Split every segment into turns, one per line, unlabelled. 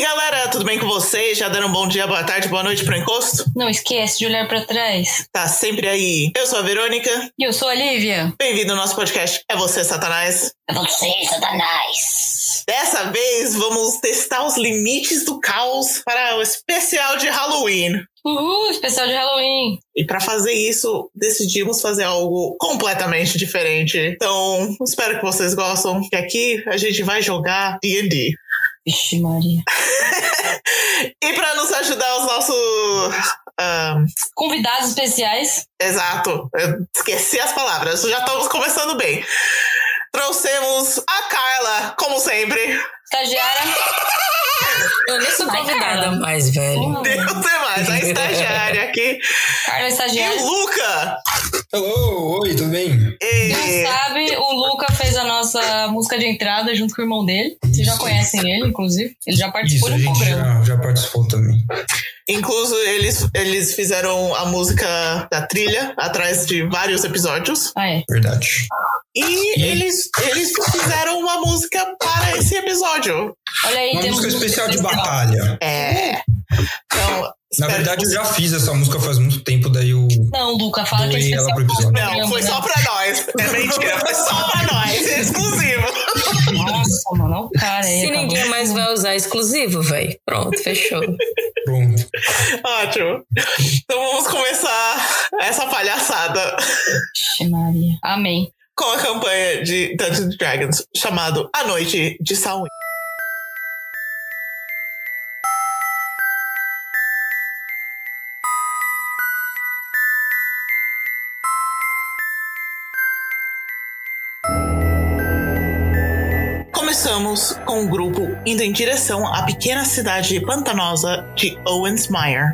galera, tudo bem com vocês? Já deram um bom dia, boa tarde, boa noite pro encosto?
Não esquece de olhar pra trás.
Tá sempre aí. Eu sou a Verônica.
E eu sou a Lívia.
Bem-vindo ao nosso podcast. É você, Satanás.
É você, Satanás.
Dessa vez vamos testar os limites do caos para o especial de Halloween.
Uhul, especial de Halloween.
E para fazer isso, decidimos fazer algo completamente diferente. Então, espero que vocês gostam, que aqui a gente vai jogar D&D.
Vixe Maria.
e para nos ajudar os nossos ah,
Convidados especiais.
exato, eu esqueci as palavras. Já estamos começando bem. Trouxemos a Carla, como sempre.
Estagiária. Eu nem sou
Nada
convidada.
mais, velho.
Porra,
Deus é mais, a estagiária aqui.
Carla é
E
estagiária.
o Luca.
Hello, oi, tudo bem?
E-
Não sabe, o Luca fez a nossa música de entrada junto com o irmão dele. Vocês já
Isso.
conhecem ele, inclusive. Ele já
Isso,
participou
a
de um
gente
programa.
já, já participou também.
Incluso, eles, eles fizeram a música da trilha atrás de vários episódios.
Ah, é.
Verdade.
E eles, eles fizeram uma música para esse episódio.
Olha aí,
Uma
temos um
música
música
especial de batalha.
É. Então,
Na
espero
verdade,
que
eu
vocês-
já fiz essa música faz muito tempo, daí eu.
Não, Luca, fala que é
Doei ela
especial.
pro
pro
episódio.
Não,
programa,
foi
né?
só pra nós. É mentira, foi só pra nós. É exclusivo.
Nossa, mano, olha o cara aí.
Se
é, acabou.
ninguém mais vai usar exclusivo, velho. Pronto, fechou.
Pronto.
Ótimo. Então vamos começar essa palhaçada
Vixe Maria. Amém.
com a campanha de Dungeons and Dragons chamado A Noite de Samhain. Começamos com um grupo indo em direção à pequena cidade pantanosa de Owensmire,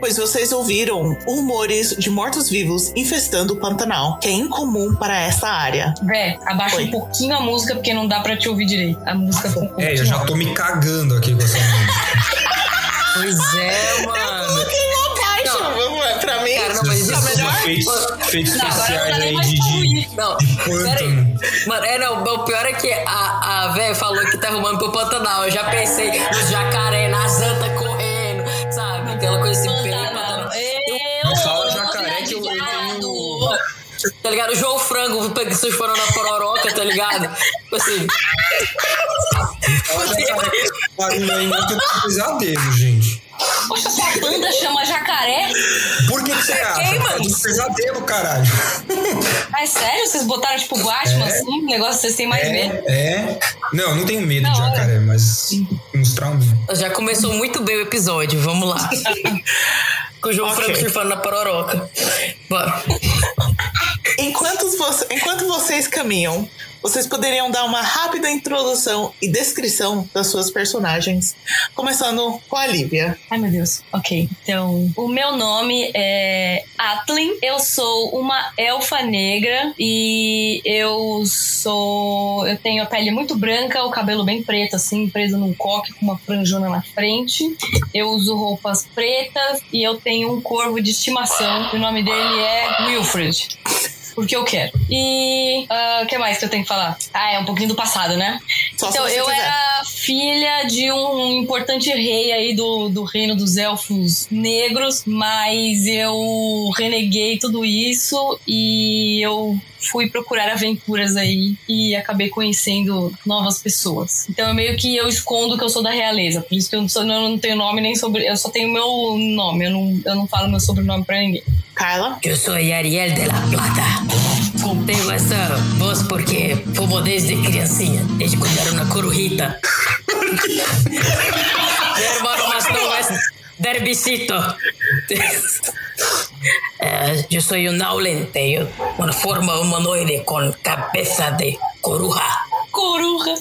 pois vocês ouviram rumores de mortos-vivos infestando o Pantanal, que é incomum para essa área.
Vé, abaixa
Oi.
um pouquinho a música porque não dá pra te ouvir direito. A música ficou um pouquinho.
É, eu já tô me cagando aqui com essa música.
Pois é, mano. Não,
Para mim,
Cara, não, mas isso
tá
é
melhor?
Efeitos, efeitos
Não, agora não
especiais
dá nem
aí
mais
de,
pra
de,
ouvir.
Não,
de
peraí.
pântano.
Mano, é não, o pior é que a, a véia falou que tá arrumando pro Pantanal. Eu já pensei nos jacaré, nas anta correndo, sabe? Aquela coisa assim, pelo Pantanal.
Eu
fala jacaré que eu- um- eu tenho-
Tá ligado? O João Frango pe- se foram na pororoca, tá ligado? Tipo assim,
Ela já tá com esse barulho aí, não tem pesadelo, gente.
Poxa, sua banda chama jacaré?
Por que, que você acha?
mano.
É um pesadelo, caralho.
Mas sério, vocês botaram tipo Batman, assim? Um negócio que vocês têm mais medo.
É, é. Não, eu não tenho medo
Da
de
hora.
jacaré, mas uns traumas.
já começou muito bem o episódio, vamos lá. Com o João
Ok.
Frango surfando na pororoca. Bora.
Enquanto, vo- enquanto vocês caminham, vocês poderiam dar uma rápida introdução e descrição das suas personagens, começando com a Lívia.
Ai, meu Deus. Ok. Então, o meu nome é Atlin. Eu sou uma elfa negra e eu sou. Eu tenho a pele muito branca, o cabelo bem preto, assim, preso num coque com uma franjona na frente. Eu uso roupas pretas e eu tenho um corvo de estimação. E o nome dele é Wilfred. Porque eu quero. E. ah, O que mais que eu tenho que falar? Ah, é um pouquinho do passado, né?
Só
Então,
se você
eu
quiser.
era filha de um importante rei aí do, do reino dos elfos negros, mas eu reneguei tudo isso e eu fui procurar aventuras aí e acabei conhecendo novas pessoas. Então, eu meio que eu escondo que eu sou da realeza, por isso que eu não, sou- eu não tenho nome nem sobre, eu só tenho meu nome, eu não, eu não falo meu sobrenome pra ninguém.
Carla.
Yo soy Ariel de la Plata. Tengo essa voz porque fumo desde criancinha, desde quando era uma corujita. Meu irmão pastor es é assim. derbicito. Eh, Eu sou um naulente, eu- uma forma humanoide com cabeça de coruja.
Coruja!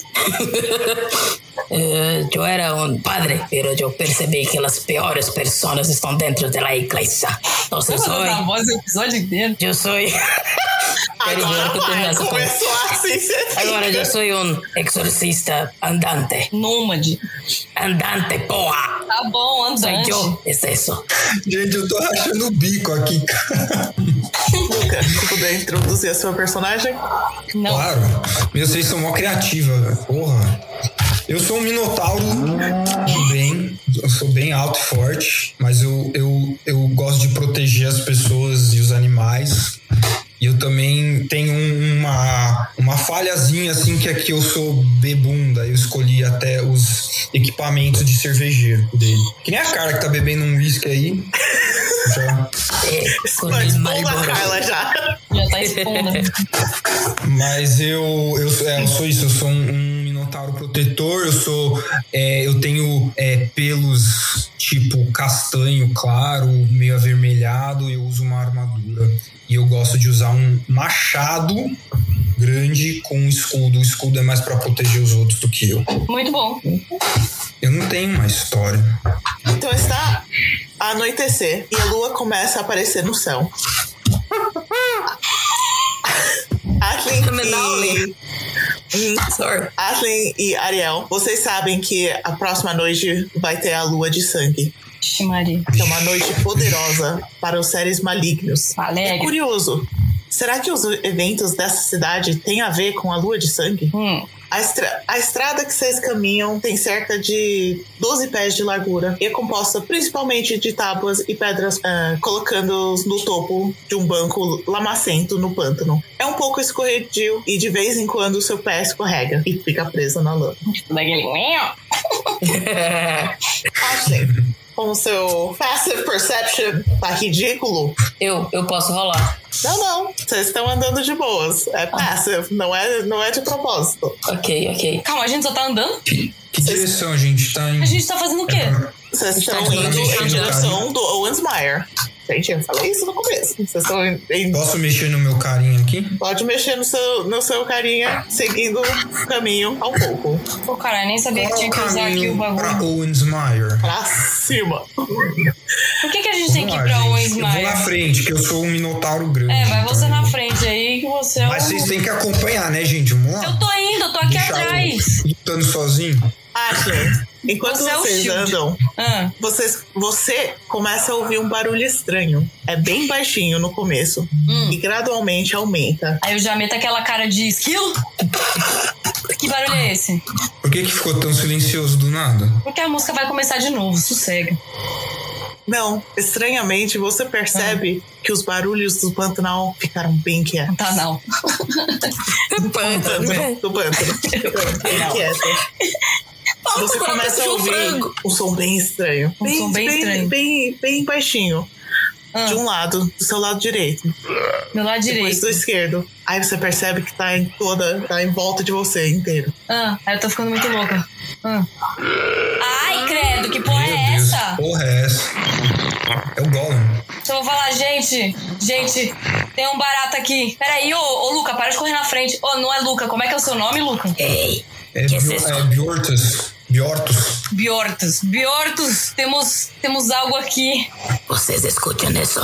Eh, eu era um padre, mas eu percebi que as piores pessoas estão dentro da igreja. Então,
Eu sou
hoje
tá a voz o episódio inteiro.
eu sou. Peraí, agora que eu terminar
Agora vai,
essa conversa.
começou assim, você fica.
Agora eu sou um exorcista andante.
Nômade.
Andante, porra!
Tá bom,
Soy
andante.
yo, es eso.
Gente, eu tô rachando o bico aqui, cara.
Luca, se puder introduzir a sua personagem.
Não.
Claro. Meu, vocês são mó criativa, velho. Porra. Eu sou um minotauro, tudo bem. Eu sou bem alto e forte, mas eu, eu, eu gosto de proteger as pessoas e os animais. E eu também tenho um, uma, uma falhazinha, assim, que é que eu sou bebunda. Eu escolhi até os equipamentos de cervejeiro dele. Que nem a cara que tá bebendo um uísque aí. Já.
É, Correndo
Expôs a Carla já.
Já tá expondo.
Mas eu, eu, é, eu sou isso, eu sou um, um minotauro protetor, eu sou. é, eu tenho é, pelos tipo castanho claro, meio avermelhado, eu uso uma armadura. E eu gosto de usar um machado grande com um escudo. O escudo é mais pra proteger os outros do que eu.
Muito bom.
Eu não tenho uma história.
Então está a anoitecer e a lua começa a aparecer no céu. Atlin
Menali.
e, Hum,
Sorry.
Atlin e Ariel, vocês sabem que a próxima noite vai ter a lua de sangue.
Ixi, Maria.
Que é uma noite poderosa para os seres malignos. É
Alegre.
curioso. Será que os eventos dessa cidade têm a ver com a lua de sangue?
Hum.
A, estra- a estrada que vocês caminham tem cerca de 12 pés de largura e é composta principalmente de tábuas e pedras ah, colocando-os no topo de um banco lamacento no pântano. É um pouco escorredio e de vez em quando seu pé escorrega e fica preso na lama.
Daquele.
Ashley, com seu passive perception, tá ridículo?
Eu, eu posso rolar.
Não, não. Vocês estão andando de boas. É passive, não é, não é de propósito.
Ok, ok.
Calma, a gente só tá andando?
Que direção a gente tá
A
em?
gente tá fazendo o quê?
Vocês
Está
estão indo
claramente
em direção
indicado.
do Owensmeyer. Gente, eu falei isso no começo. Vocês estão em- em-
Posso mexer no meu carinho aqui?
Pode mexer no seu, no seu carinha, seguindo o caminho ao pouco.
Pô, caralho, nem sabia que
Qual é
tinha
o
que usar aqui o
caminho pra
bagulho.
Owensmire?
Pra cima.
Por que, que a gente tem que ir
Vamos
pra
lá,
o
gente. Eu vou na
Smile?
frente, que eu sou um minotauro grande.
É, vai você
então.
na frente aí que você é o.
Mas vocês têm que acompanhar, né, gente? Vamos lá.
Eu tô indo, eu tô aqui
Deixar eu
atrás.
Lutando sozinho.
Ashley, enquanto
Você é o
vocês
shield.
andam,
Ah,
vocês, você começa a ouvir um barulho estranho. É bem baixinho no começo.
Hum.
E gradualmente aumenta.
aí eu já meto aquela cara de esquilo. Que barulho é esse?
Por que, que ficou tão silencioso do nada?
Porque a música vai começar de novo, sossega.
Não, estranhamente você percebe que os barulhos do Pantanal ficaram bem quietos.
Ah. Tá, não.
Pântano, do pântano. Bem quieto. você começa a ouvir um som bem estranho.
Um som bem estranho.
Bem, bem baixinho.
Ah,
De um lado, do seu lado direito.
meu
Depois
lado direito.
do esquerdo. Aí você percebe que tá em toda. tá em volta de você inteiro.
Ah, aí eu tô ficando muito louca. Ah. Ai, credo, que porra
Meu
é
Deus,
essa?
que porra é essa? É o Golem.
Só vou falar, gente, gente, tem um barato aqui. Peraí, ô, ô Luca, para de correr na frente. Ô, não é Luca, como é que é o seu nome, Luca?
Ei,
É,
Que
Bio-
esse-
é Biortus. Biortus.
Biortos. Biortos, temos, temos algo aqui.
vocês escutam isso?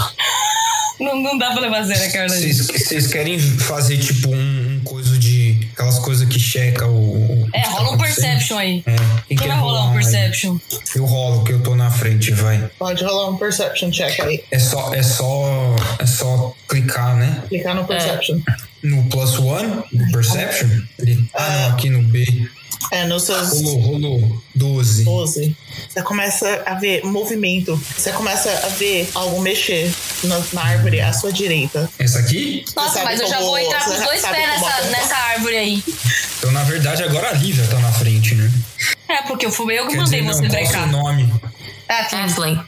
Não, não dá pra levar a sério, né, Carla.
Vocês vocês querem fazer tipo um, um coisa de. aquelas coisas que checa o. o que
É,
tá
rola um
acontecendo?
Perception aí.
É. Quem,
Quem
quer
vai rolar um
aí?
Perception?
Eu rolo, que eu tô na frente, vai.
Pode rolar um perception check aí.
É só, é só, é só clicar, né?
Clicar no perception.
No plus one, no perception. Ele- Ah, não, aqui no B.
É, nos seus.
Rolou, rolou. 12.
12. Você começa a ver movimento. Você começa a ver algo mexer na, na árvore à sua direita.
Essa aqui?
Nossa,
sabe
mas eu já
como-
vou entrar com
você
os dois
sabe
pés
como
nessa,
apontar.
nessa árvore aí.
Então, na verdade, agora a Lívia tá na frente, né?
É, porque eu fui eu que
Quer
mandei
dizer, não,
você Hum.
qual o seu
brecar.
nome? Ah,
Atlin.
Aslan.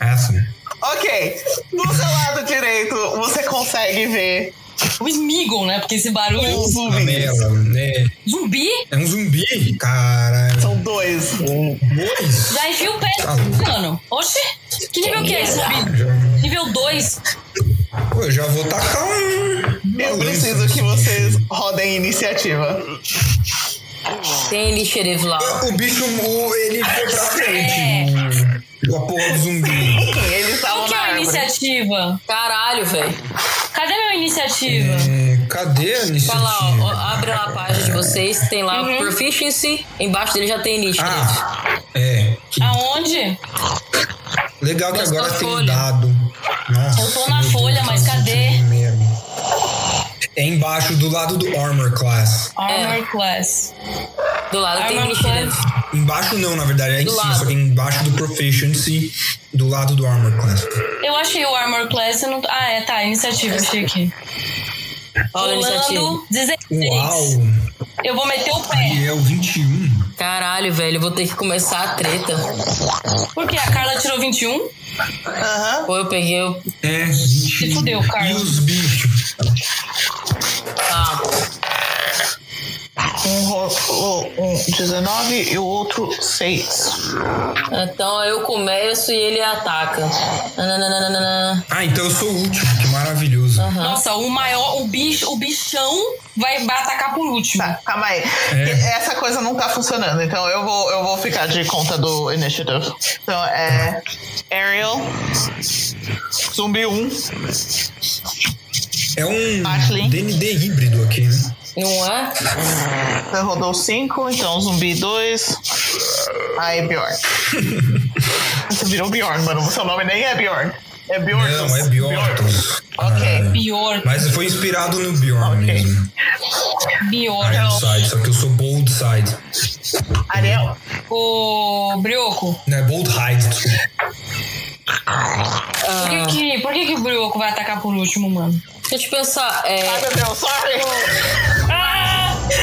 Essa.
Ok. Do seu lado direito, você consegue ver um
O Smigol, né? Porque esse barulho.
Hum.
os zumbis.
Ela, né?
Zumbi?
É um zumbi. Caralho.
São dois.
Dois?
Já enfia o pé, assim,
Tá louco.
mano. Oxi! Que nível que é esse zumbi?
Já-
Nível 2.
Pô, eu já vou tacar um. uma
Eu
lança
preciso
nesse
que vocês
bicho.
rodem iniciativa.
Tem lixerevo lá.
O bicho, o- ele foi pra
É.
frente. o- A porra do zumbi.
Sim, eles estavam
Qual que é
na
a
árvore.
iniciativa?
Caralho, velho.
Cadê minha iniciativa?
É, cadê a
Vai
iniciativa?
lá, ó, ó, abre lá a página de vocês, tem lá Proficiency, embaixo dele já tem lixo.
Ah, é. Que
Aonde?
Legal que
Mas
agora
na
tem
folha.
dado. Nossa.
Eu tô na
meu
folha,
Deus,
mas
tá
cadê?
sentindo merda. É embaixo, do lado do Armor Class.
Armor Class.
Do lado tem
Armored
Initiative.
Class.
Embaixo não, na verdade, é em
Do
cima,
lado.
só que embaixo do Proficiency, do lado do Armor Class.
Eu achei o Armor Class. eu não- Ah, é, tá. Iniciativa, achei aqui.
Olha a Iniciative.
Rolando 16.
Uau!
Eu vou meter o pé.
E é o 21.
Caralho, velho, eu vou ter que começar a treta.
Porque a Carla tirou 21.
Aham.
Ou eu peguei o.
É, 21.
Se fudeu,
E
Carlos.
os bichos?
Tá.
Um rolou um 19 e o outro 6.
Então eu começo e ele ataca. Nananana.
Ah, então eu sou o último, que maravilhoso.
Nossa, o maior, o bicho, o bichão vai vai atacar por último.
Tá, calma aí.
É.
Essa coisa não tá funcionando, então eu vou, eu vou ficar de conta do initiative. Então é. Ariel. Zumbi 1.
É um
Ashley.
DND híbrido aqui, né?
Não é?
Você rodou 5, então zumbi 2. Aí Bjorn. Você virou Bjorn, mano. Seu nome nem é Bjorn. É Bjorn.
Não, é Bjortos.
Ok.
Pior,
Mas foi inspirado no Bjorn
Ok.
mesmo.
Então-
pior.
Iron Side, só que eu sou Bold Side.
Ariel.
Ô, Brioco,
Não, é Bold Hide, desculpa.
por que que, por que que o Brioco vai atacar por último, mano?
Deixa eu te pensar. É,
Ai, meu Deus, sorry!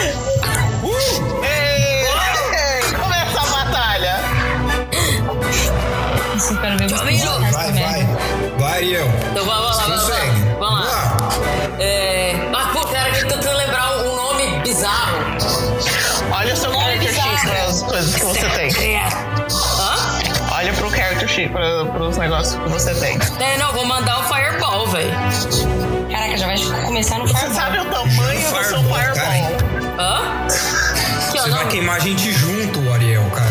Uh! Ei! Ei! Começa a batalha!
Isso eu quero ver você
Amigo,
atacar essa
Vai,
merda.
vai. Vai, Ariel.
Então Tá vamos lá, vamos lá.
Consegue.
Vamos lá. É. Mas, pô, cara, que eu tô tentando lembrar um nome bizarro.
Olha o seu character sheet para as coisas que você tem.
Hã?
Olha pro character sheet para os negócios que você tem.
É, não, vou mandar o Fireball, velho.
Caraca, já vai começar no
Você
fardo.
sabe o tamanho do seu
Fireball,
fireball.
cara.
Hã? Que eu,
Você tá vai
não,
queimar a gente junto, Ariel, cara.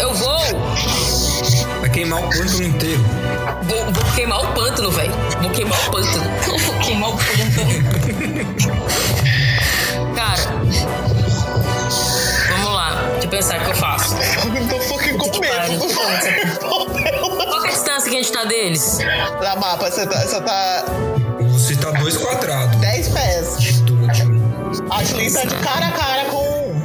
eu vou,
Vai queimar o pântano inteiro.
vou. Vou queimar o pântano, velho. Vou queimar o pântano.
Vou queimar o pântano.
Cara. Vamos lá. Deixa eu pensar o que eu faço.
Eu tô fucking É com medo do fireball.
Qual que é a distância que a gente tá deles?
Na mapa, você tá, você tá
Você tá dois quadrados
10 pés.
do último.
A Julie tá de cara a cara com um.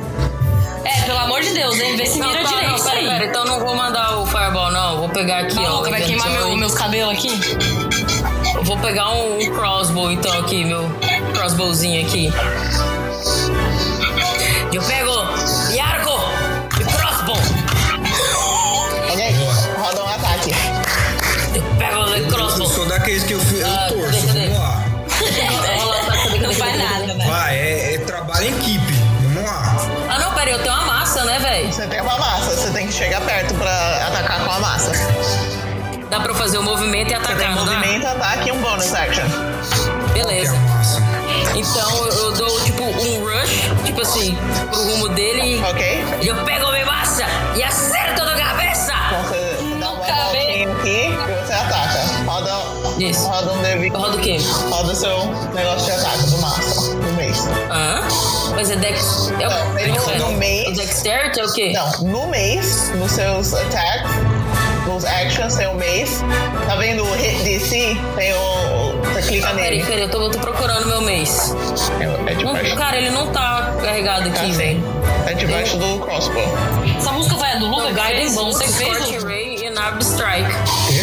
É, pelo amor de Deus, hein? Vê se mira
tá,
direito isso
pera,
aí.
pera, então não vou mandar o Fireball, não. Vou pegar aqui, ó.
Maluca, vai queimar meu,
organizador.
meus cabelos aqui?
Vou pegar um, um crossbow, então, aqui, meu crossbowzinho aqui. Eu pego e arco e crossbow.
Ok?
Boa.
Roda um ataque.
Eu pego e
Eu
crossbow.
sou daqueles que eu, fi- eu
Tá Ah,
torço.
deixa eu ver.
Vamos lá.
Não faz nada, né?
Vai, é, é trabalho em equipe. Vamos lá.
Ah, não, pera, eu tenho uma massa, né, velho?
Você tem uma massa, você tem que chegar perto pra atacar com a massa.
Dá pra eu fazer o movimento e
Você tem
Tá,
atacar, não dá?
movimento, ataque e um bonus action.
Que é
Beleza.
a massa.
Então eu- eu dou, tipo, um rush, tipo assim, pro rumo dele
Ok?
e eu pego a minha massa e acerto na cabeça.
Então você você dá uma
Nunca
voltinha aqui e você ataca. Roda,
Isso.
roda um d
Eu rodo o quê?
Roda o seu negócio de ataque do massa. Do mês.
Hã? Mas é Dex. É
Não, ele
o,
rodou um mês.
o Dexterity é o quê?
Não, no mês, nos seus attacks, nos actions tem o mês. Tá vendo o hit DC? Tem o. Você clica
Peraí,
nele.
peraí, eu tô, eu tô procurando meu mês.
É de
Não,
baixo.
cara, ele não tá carregado
Tá
aqui,
sim.
velho.
É debaixo do crossbow.
Essa música vai é do Lula?
Não,
que
Guiding
fez?
Bolt,
Você que
Scorching
fez?
Ray e Narb Strike.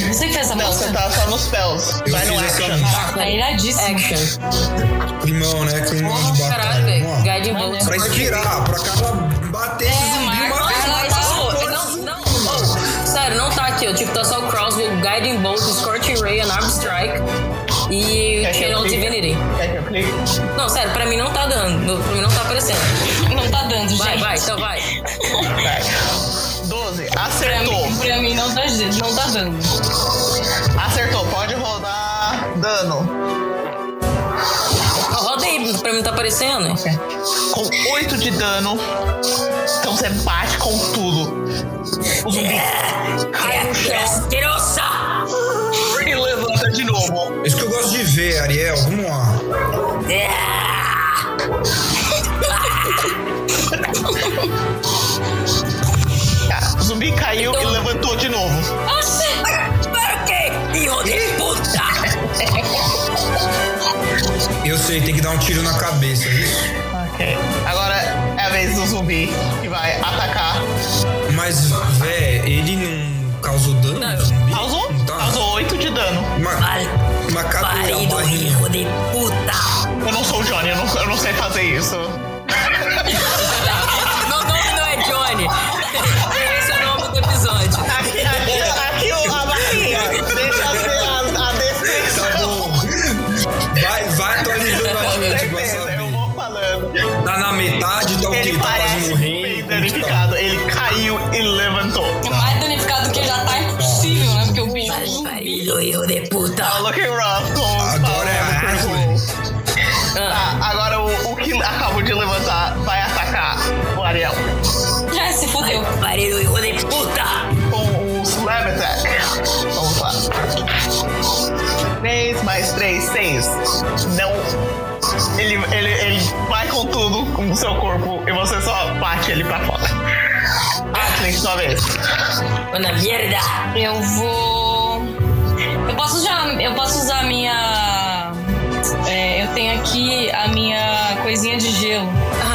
Você que fez essa
Não, você
música?
tá só nos spells.
Eu
Vai no
fiz essa
action.
massa.
Tá iradíssimo.
Action.
Climão, né? Climão de
Porra, caralho,
batalha.
velho. é
Vamos lá.
Guiding Bolt.
Pra inspirar, pra cada bater esse
É,
zumbi uma vez.
Não,
lá,
não, não, não, não. Sério, não tá aqui. ó. Tipo, tá só o Crossbow, Guiding Bolt, Scorching Ray, Narb Strike e
Quer que eu
Channel
clique?
Divinity.
Quer que eu clique?
Não, sério, pra mim não tá dando. Pra mim não tá aparecendo.
Não tá dando,
Vai,
gente.
vai, então vai.
Vai. 12.
Pra
Acertou.
mim, pra mim não, tá, não tá dando.
Acertou. Pode rodar dano.
Ó, Roda aí, pra mim tá aparecendo.
Com 8 de dano. Então você bate com tudo. O zumbi cai no chão
Asquerosa!
e levanta de novo.
Isso que eu gosto de ver, Ariel. Vamos lá.
O zumbi caiu e levantou de novo.
Para quê? Hijo de puta!
Eu sei, tem que dar um tiro na cabeça. é Isso.
Ok. Agora é a vez do zumbi. zumbi que vai atacar.
Mas, véi, ele não causou dano?
Não,
no zumbi?
Causou?
Não tá?
Causou 8 de dano.
Ma
Vale.
macaco é
Parido,
barrinha.
rico de puta.
Eu não sou o Johnny, eu não, eu não sei fazer isso.
Meu nome não é Johnny. Esse é o nome do episódio.
Aqui, aqui, aqui o- a barrinha. Deixa a, a, a descrição.
Tá bom. Vai, vai atualizando a
Com
gente, vai
certeza, eu
saber.
vou falando.
Tá na metade, tá o quê?
Ele
Tá quase
parece bem
morrendo. tá?
danificado. Ele caiu e levantou.
É mais danificado que já tá impossível, né? Porque o bicho é um
Vale,
zumbi.
parido, rico de puta.
Tá, Looking Rough com os
Agora é a
Power
Ashley.
Rangers. Tá, Ah, agora o, o que acabou de levantar vai atacar o Ariel
Já se fudeu.
Parido, rico de puta.
com o Slam Attack. Vamos lá. 3 mais 3, 6. Não. Ele, ele, ele vai com tudo com o seu corpo e você só bate ele pra fora. Atlas, sua vez.
Una mierda.
Eu vou. Eu posso já. Eu posso usar a minha. é, eu tenho aqui a minha coisinha de gelo.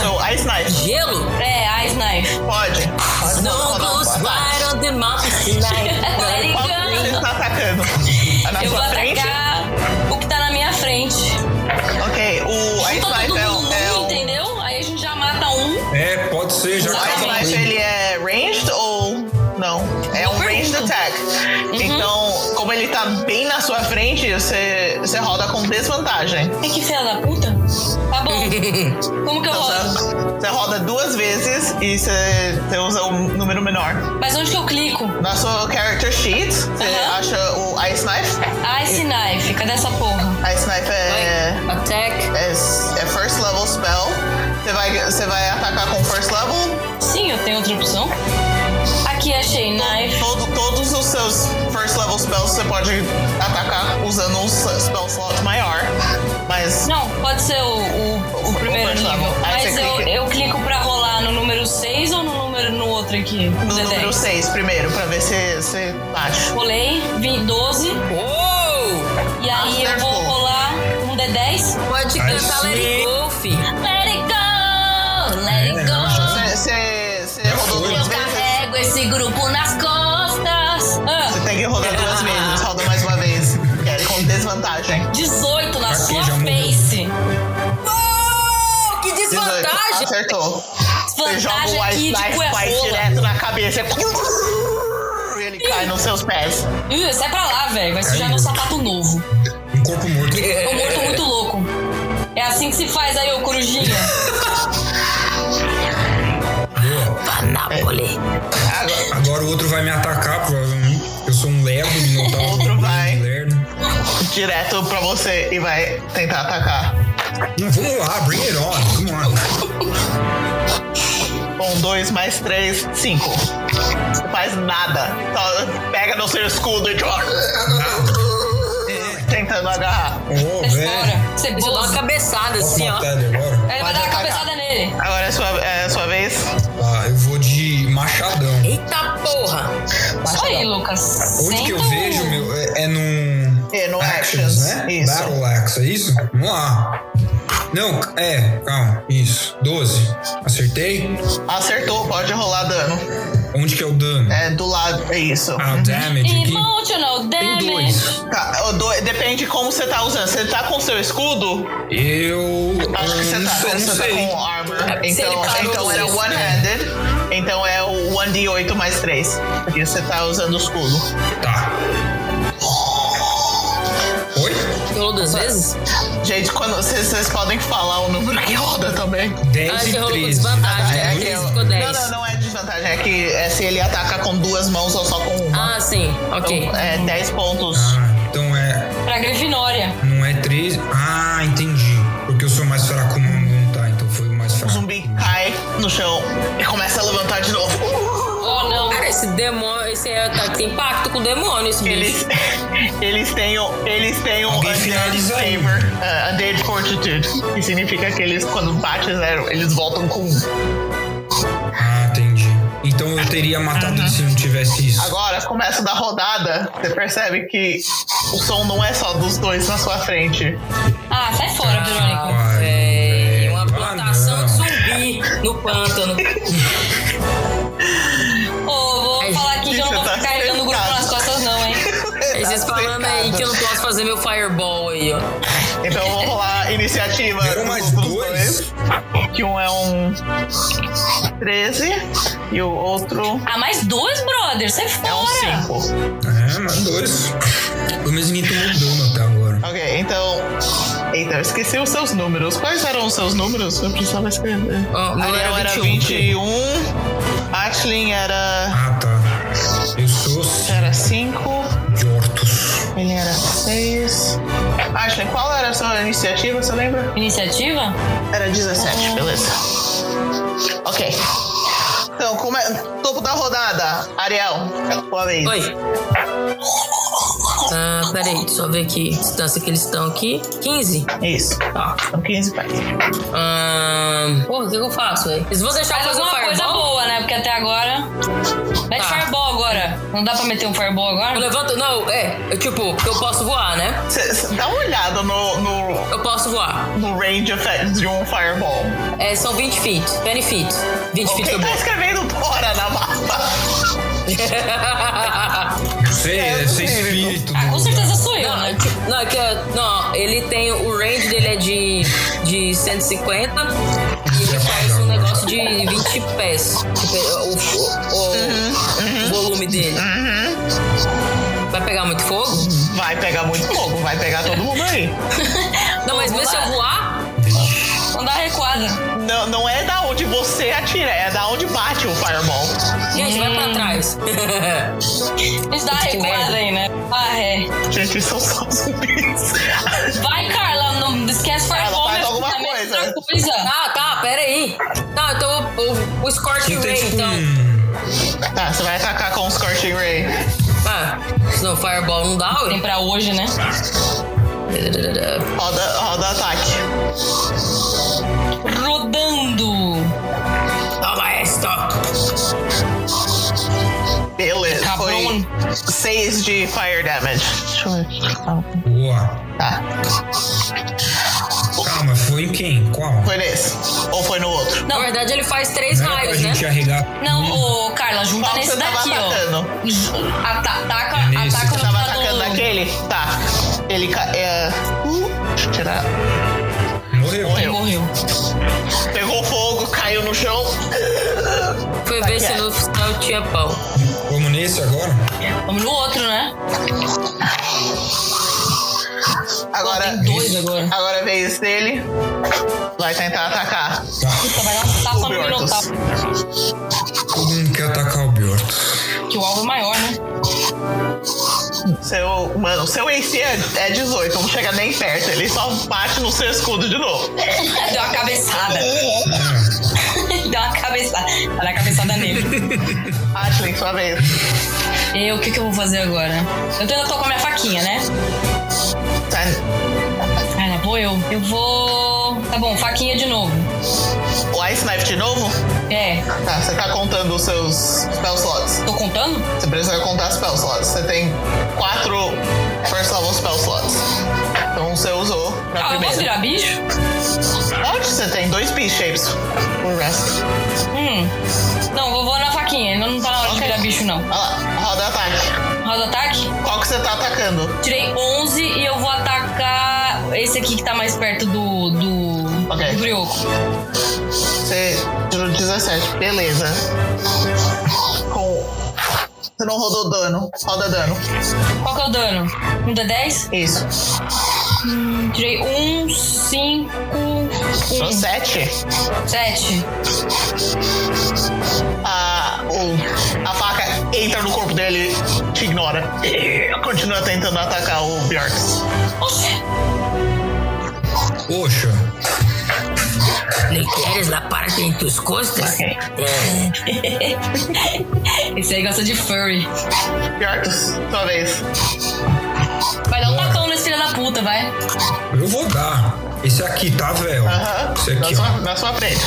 So, Ice Knife.
Gelo?
É, Ice Knife.
Então, Pode. Pode
Snow
pode,
goes
pode.
right on the mountain tonight.
Qual que você está tá atacando? A Na
Eu vou
sua frente?
atacar o que tá na minha frente.
Ok, o Ice
Junta todo
Knife é,
mundo
o- é
num,
o.
entendeu? Tá Aí a gente já mata um.
É, pode ser, já
O Ice
acabou.
Knife ele é ranged ou não? É um
Boa
ranged
pergunta.
attack.
Uhum.
Então, como ele tá bem na sua frente, você, você roda com desvantagem. Então,
Ai, que filha da puta. Tá bom. Como que eu rodo?
Você, você roda duas vezes e você, você usa um número menor.
Mas onde que eu clico?
Na sua character sheet, você
Aham.
acha o Ice Knife.
Ice Knife. Cadê essa porra?
Ice Knife é.
Attack.
É, é first level spell. Você vai, você vai atacar com first level.
Sim, eu tenho outra opção. Aqui achei Knife.
Todo- todos os seus first level spells você pode atacar usando um s- spell slot maior. Mas
Não, pode ser o, o- o primeiro
first
nível.
level. Aí
Mas
você
eu,
clica.
eu clico pra rolar no número 6 ou no número no outro aqui?
no
D10.
número 6 primeiro, pra ver se você bate.
Rolei, vim 12.
Uou!
E aí eu vou
Acertou.
rolar um D10.
Pode
Aí
cantar Let It
sim.
Go, fi.
Let it go! Let
É,
it go!
Você- Você você
Já
rodou
foi.
duas
Eu
vezes?
carrego esse grupo nas costas!
Você
Ah,
tem que rodar duas vezes, roda mais uma vez. Que é com desvantagem.
18 na
Aqui,
sua
já morreu.
face!
Oh, que
18.
desvantagem!
Acertou. Você joga
Vantagem
o
aqui
Ice
de
Knife vai
Cuervola.
direto na cabeça. E Ele cai nos seus pés.
Ih, sai pra lá, velho. Vai sujar meu sapato novo.
Um corpo morto.
Eu morto é muito louco. É assim que se faz aí, ô corujinha.
Boa.
Tá,
É,
Panápole.
Agora-
Agora o outro vai me atacar, provavelmente. Eu sou um lerdo, não tava
Outro vai.
Lerdo.
direto pra você e vai tentar atacar.
Não, vamos lá, bring it on. Vamos lá.
Um, dois, mais três, cinco. Você faz nada. Só pega no seu escudo e tentando agarrar.
Oh,
Sai
velho.
fora.
Deixa eu dar
Cebola.
uma cabeçada
Posso
assim, ó.
matar ele agora?
É.
Aí vai dar uma cabeçada nele.
Agora é sua, é sua vez.
Tá, eu vou de machadão.
Eita porra!
Isso aí, Lucas.
Onde que eu vejo, meu? É, é num.
É, no Actions,
né?
isso.
Battle Axe, é isso? Vamos lá. Não, é, calma, isso. 12. Acertei?
Acertou, pode rolar dano.
Onde que é o dano?
É Uhum. do lado, é isso.
Ah, o damage aqui.
Emotional
Tem dois.
damage.
Tá, o do- depende como você tá usando. Você tá com o seu escudo?
Eu.
Acho que você
hum,
tá,
só não
você tá
sei.
com armor.
porque se ele
Então,
parou
então
no
é
seis, né?
one-handed. Então é o 1d8 mais 3. Porque você tá usando o escudo.
Tá. Oi?
Rolou duas vezes?
Gente, quando vocês, vocês podem falar o número que roda também.
10
Ah,
e Ah,
você rolou com
13.
desvantagem.
É
né?
que eu-
Ficou
não,
10.
não, não é desvantagem. É que é se ele ataca com duas mãos ou só com uma.
Ah, sim. Ok.
Então, é 10 pontos.
Ah, então é.
Pra Grifinória.
Não é 13. Ah, entendi. Porque eu sou mais fraco, mano. Não tá, então foi o mais
O
fraco.
zumbi cai no chão e começa a levantar de novo.
Oh, não.
Cara, esse demônio, esse é ataque tem impacto com o demônio, esse bicho.
Eles, eles têm um, eles têm um
Alguém
undead
finaliza aí.
favor, uh, undead fortitude, que significa que eles quando bate zero, eles voltam com um.
Ah, entendi. Então eu teria matado ele se não tivesse isso.
Agora começa da rodada, você percebe que o som não é só dos dois na sua frente.
Ah, sai fora, Verônica.
Ah, véi, uma
Ah,
plantação
não.
de zumbi. no pântano.
Ô, vou
Ai,
falar aqui que eu não
gente,
vou
tá
ficar carregando o grupo
acertado.
nas costas, não, hein?
Aí Vocês falando aí que eu não posso fazer meu fireball aí, ó.
Então vamos lá, iniciativa.
Deram mais
dos
dois?
Que um é um 13 e o outro um
Ah, mais dois, brother, sai
é um
fora!
5.
É, mais dois. Pelo menos ninguém tomou dano até agora.
Ok, então. Eita, eu esqueci os seus números. Quais eram os seus números? Eu precisava escrever.
Ó, o meu
Ariel
era
era
21.
21. Atlin era.
Ah, tá. Eu sou
Era 5.
de Hortus.
Ele era 6. Ashley, qual era a sua iniciativa, você lembra? Ah.
Iniciativa?
Era 17, beleza. Ok. Então, como é. Topo da rodada, Ariel. Boa vez.
Oi. Ah, peraí, deixa eu ver aqui. a Distância que eles estão aqui. 15.
Isso.
Tá.
São 15 pés.
Ahn. Porra, o que, que eu faço, velho? Eles vão deixar eu
Faz
fazer um
alguma coisa
fireball?
boa, né? Porque até agora. Mete
Tá.
fireball agora. Não dá pra meter um fireball
Eu
agora?
levanto. Não, é. é Tipo, que eu posso voar, né?
Cê- cê Dá uma olhada no, no,
Eu posso voar.
no range effect de um fireball.
É, são 20 feet. 20 feet. 20 feet
Quem
tá
tá
bom.
escrevendo Bora na mapa?
Não sei,
É,
é
não
ser
sei,
espírito.
Ah,
do
com
lugar.
certeza sou eu,
Não,
né?
é tipo- não, é que, eu- não, ele tem. O range dele é de, de 150 e
é
ele faz
né?
um negócio de 20 pés. Tipo, o, o- o-
Uhum,
o volume dele.
Uhum.
Vai pegar muito fogo?
Vai pegar muito fogo, vai pegar todo mundo aí.
Não, mas mesmo se eu voar.
Não dá recuada.
Não, não é da onde você atira, é da onde bate o fireball.
Gente, vai pra trás.
Mas dá
Que merda.
recuada aí, né? Ah, é.
Gente, são só zumbis.
Vai, Carla, não esquece
Carla,
fireball.
faz
meu
alguma
filho,
coisa.
outra coisa.
ah, tá, pera aí. Não, então o, o, o Scorch
Não tem
Ray,
tipo
então.
um.
Tá, você vai atacar com o Scorching Ray.
Ah, senão Fireball não dá,
Tem
ué.
pra hoje, né?
Roda, roda ataque.
Rodando.
Toma esta.
Beleza.
Tá
Foi
bom.
6 de fire damage. Deixa eu ver.
hum, Boa.
Tá.
Calma, foi em quem? Qual?
Foi nesse. Ou foi no outro?
Na verdade, ele faz três
Não era pra
raios, né?
gente arregar.
Não, ô, Carla, junta
Qual que
nesse
você tava
daqui, ó.
atacando?
Ata ataca,
É nesse.
ataca
Você
no
tava
lado
atacando
do-
naquele? Tá. Ele ca- é. Uh, deixa eu tirar.
Morreu.
Morreu.
Morreu.
Pegou fogo, caiu no chão.
Foi ver se
quieto.
no final tinha pau.
Vamos nesse agora?
Vamos no outro, né?
Agora.
Tem dois agora.
Agora é a vez dele. Vai tentar atacar.
Tá.
Puta, vai dar um
O
tapa no
Bjortus.
Minotauro,
Todo mundo quer atacar o Bjortus.
que o alvo é maior, né?
Seu, mano, seu AC é, é 18, não chega nem perto. Ele só bate no seu escudo de novo.
Deu uma cabeçada. Deu uma cabeçada. Tá Vai dar uma cabeçada nele.
Ashley, sua vez.
Eu, o que, que eu vou fazer agora? Eu ainda tô com a minha faquinha, né?
Tá,
Ah, lá vou eu. Eu vou. Tá bom, faquinha de novo.
o Ice Knife de novo?
É,
Tá, você tá contando os seus spell slots.
tô contando?
Você precisa contar spell slots. Você tem quatro first level spell slots. Então você usou na
Ah, eu posso
primeira.
virar bicho?
Pode, você tem dois beast shapes. O resto.
Hum. Não, vou, vou na faquinha. Não, não tá na hora de
Ok.
virar bicho, não.
Olha lá, roda ataque.
Roda ataque?
Qual que você tá atacando?
Tirei 11 e eu vou atacar esse aqui que tá mais perto do. do.
Ok.
do brioco.
Você tirou 17, beleza. Com. um. Você não rodou dano. Roda dano.
Qual que é o dano? Um D10?
Isso.
Tirei 1, 5, 1,
Tirou 7.
7.
A, o, a faca entra no corpo dele, te ignora. E continua tentando atacar o Bjorks.
Poxa,
Le queres la parte em tus costas? É.
Esse aí gosta de furry.
Bjorks, sua vez.
Vai dar um tapão nesse filho da puta, vai.
eu vou dar. Esse aqui, tá, velho?
Aham. um.
Esse
Na
aqui,
sua,
ó.
na sua frente.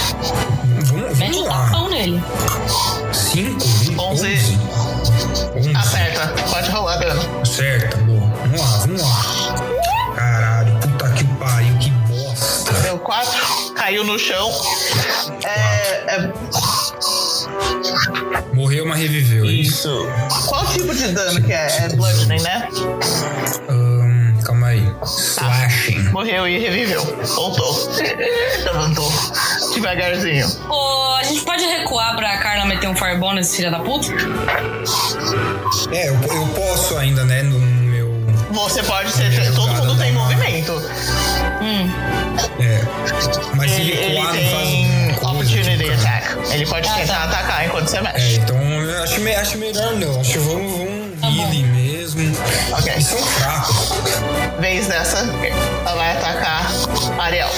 Vamos,
Mete
vamos
um
lá.
tapão nele.
5,
Onze. Tá
11. 11.
Acerta. Pode rolar dano.
Certo, boa. Vamos lá, vamos lá. Caralho, puta que pariu, que bosta.
Deu 4. Caiu no chão. É,
Morreu, mas reviveu. é hein?
Isso. Qual tipo de dano que é? É bludgeoning, né?
Ahn, calma aí.
Tá.
Slashing.
Morreu e reviveu. Voltou. Levantou. Devagarzinho.
Ô, a gente pode recuar pra Carla meter um fireball nesse filho da puta?
É, eu, eu posso ainda, né? No meu.
Você pode ser. Todo mundo
né?
tem movimento.
É. Mas se
Ele, ele
recuar não
tem
faz. coisa,
opportunity
tipo, cara.
attack. Ele pode
Ah,
tentar
tá.
atacar enquanto você
É,
mexe.
então eu acho, me- acho melhor não. Acho que vamos, vamos healing mesmo.
Tá Ok.
Eles são fracos.
Vez dessa, ela vai atacar Ariel.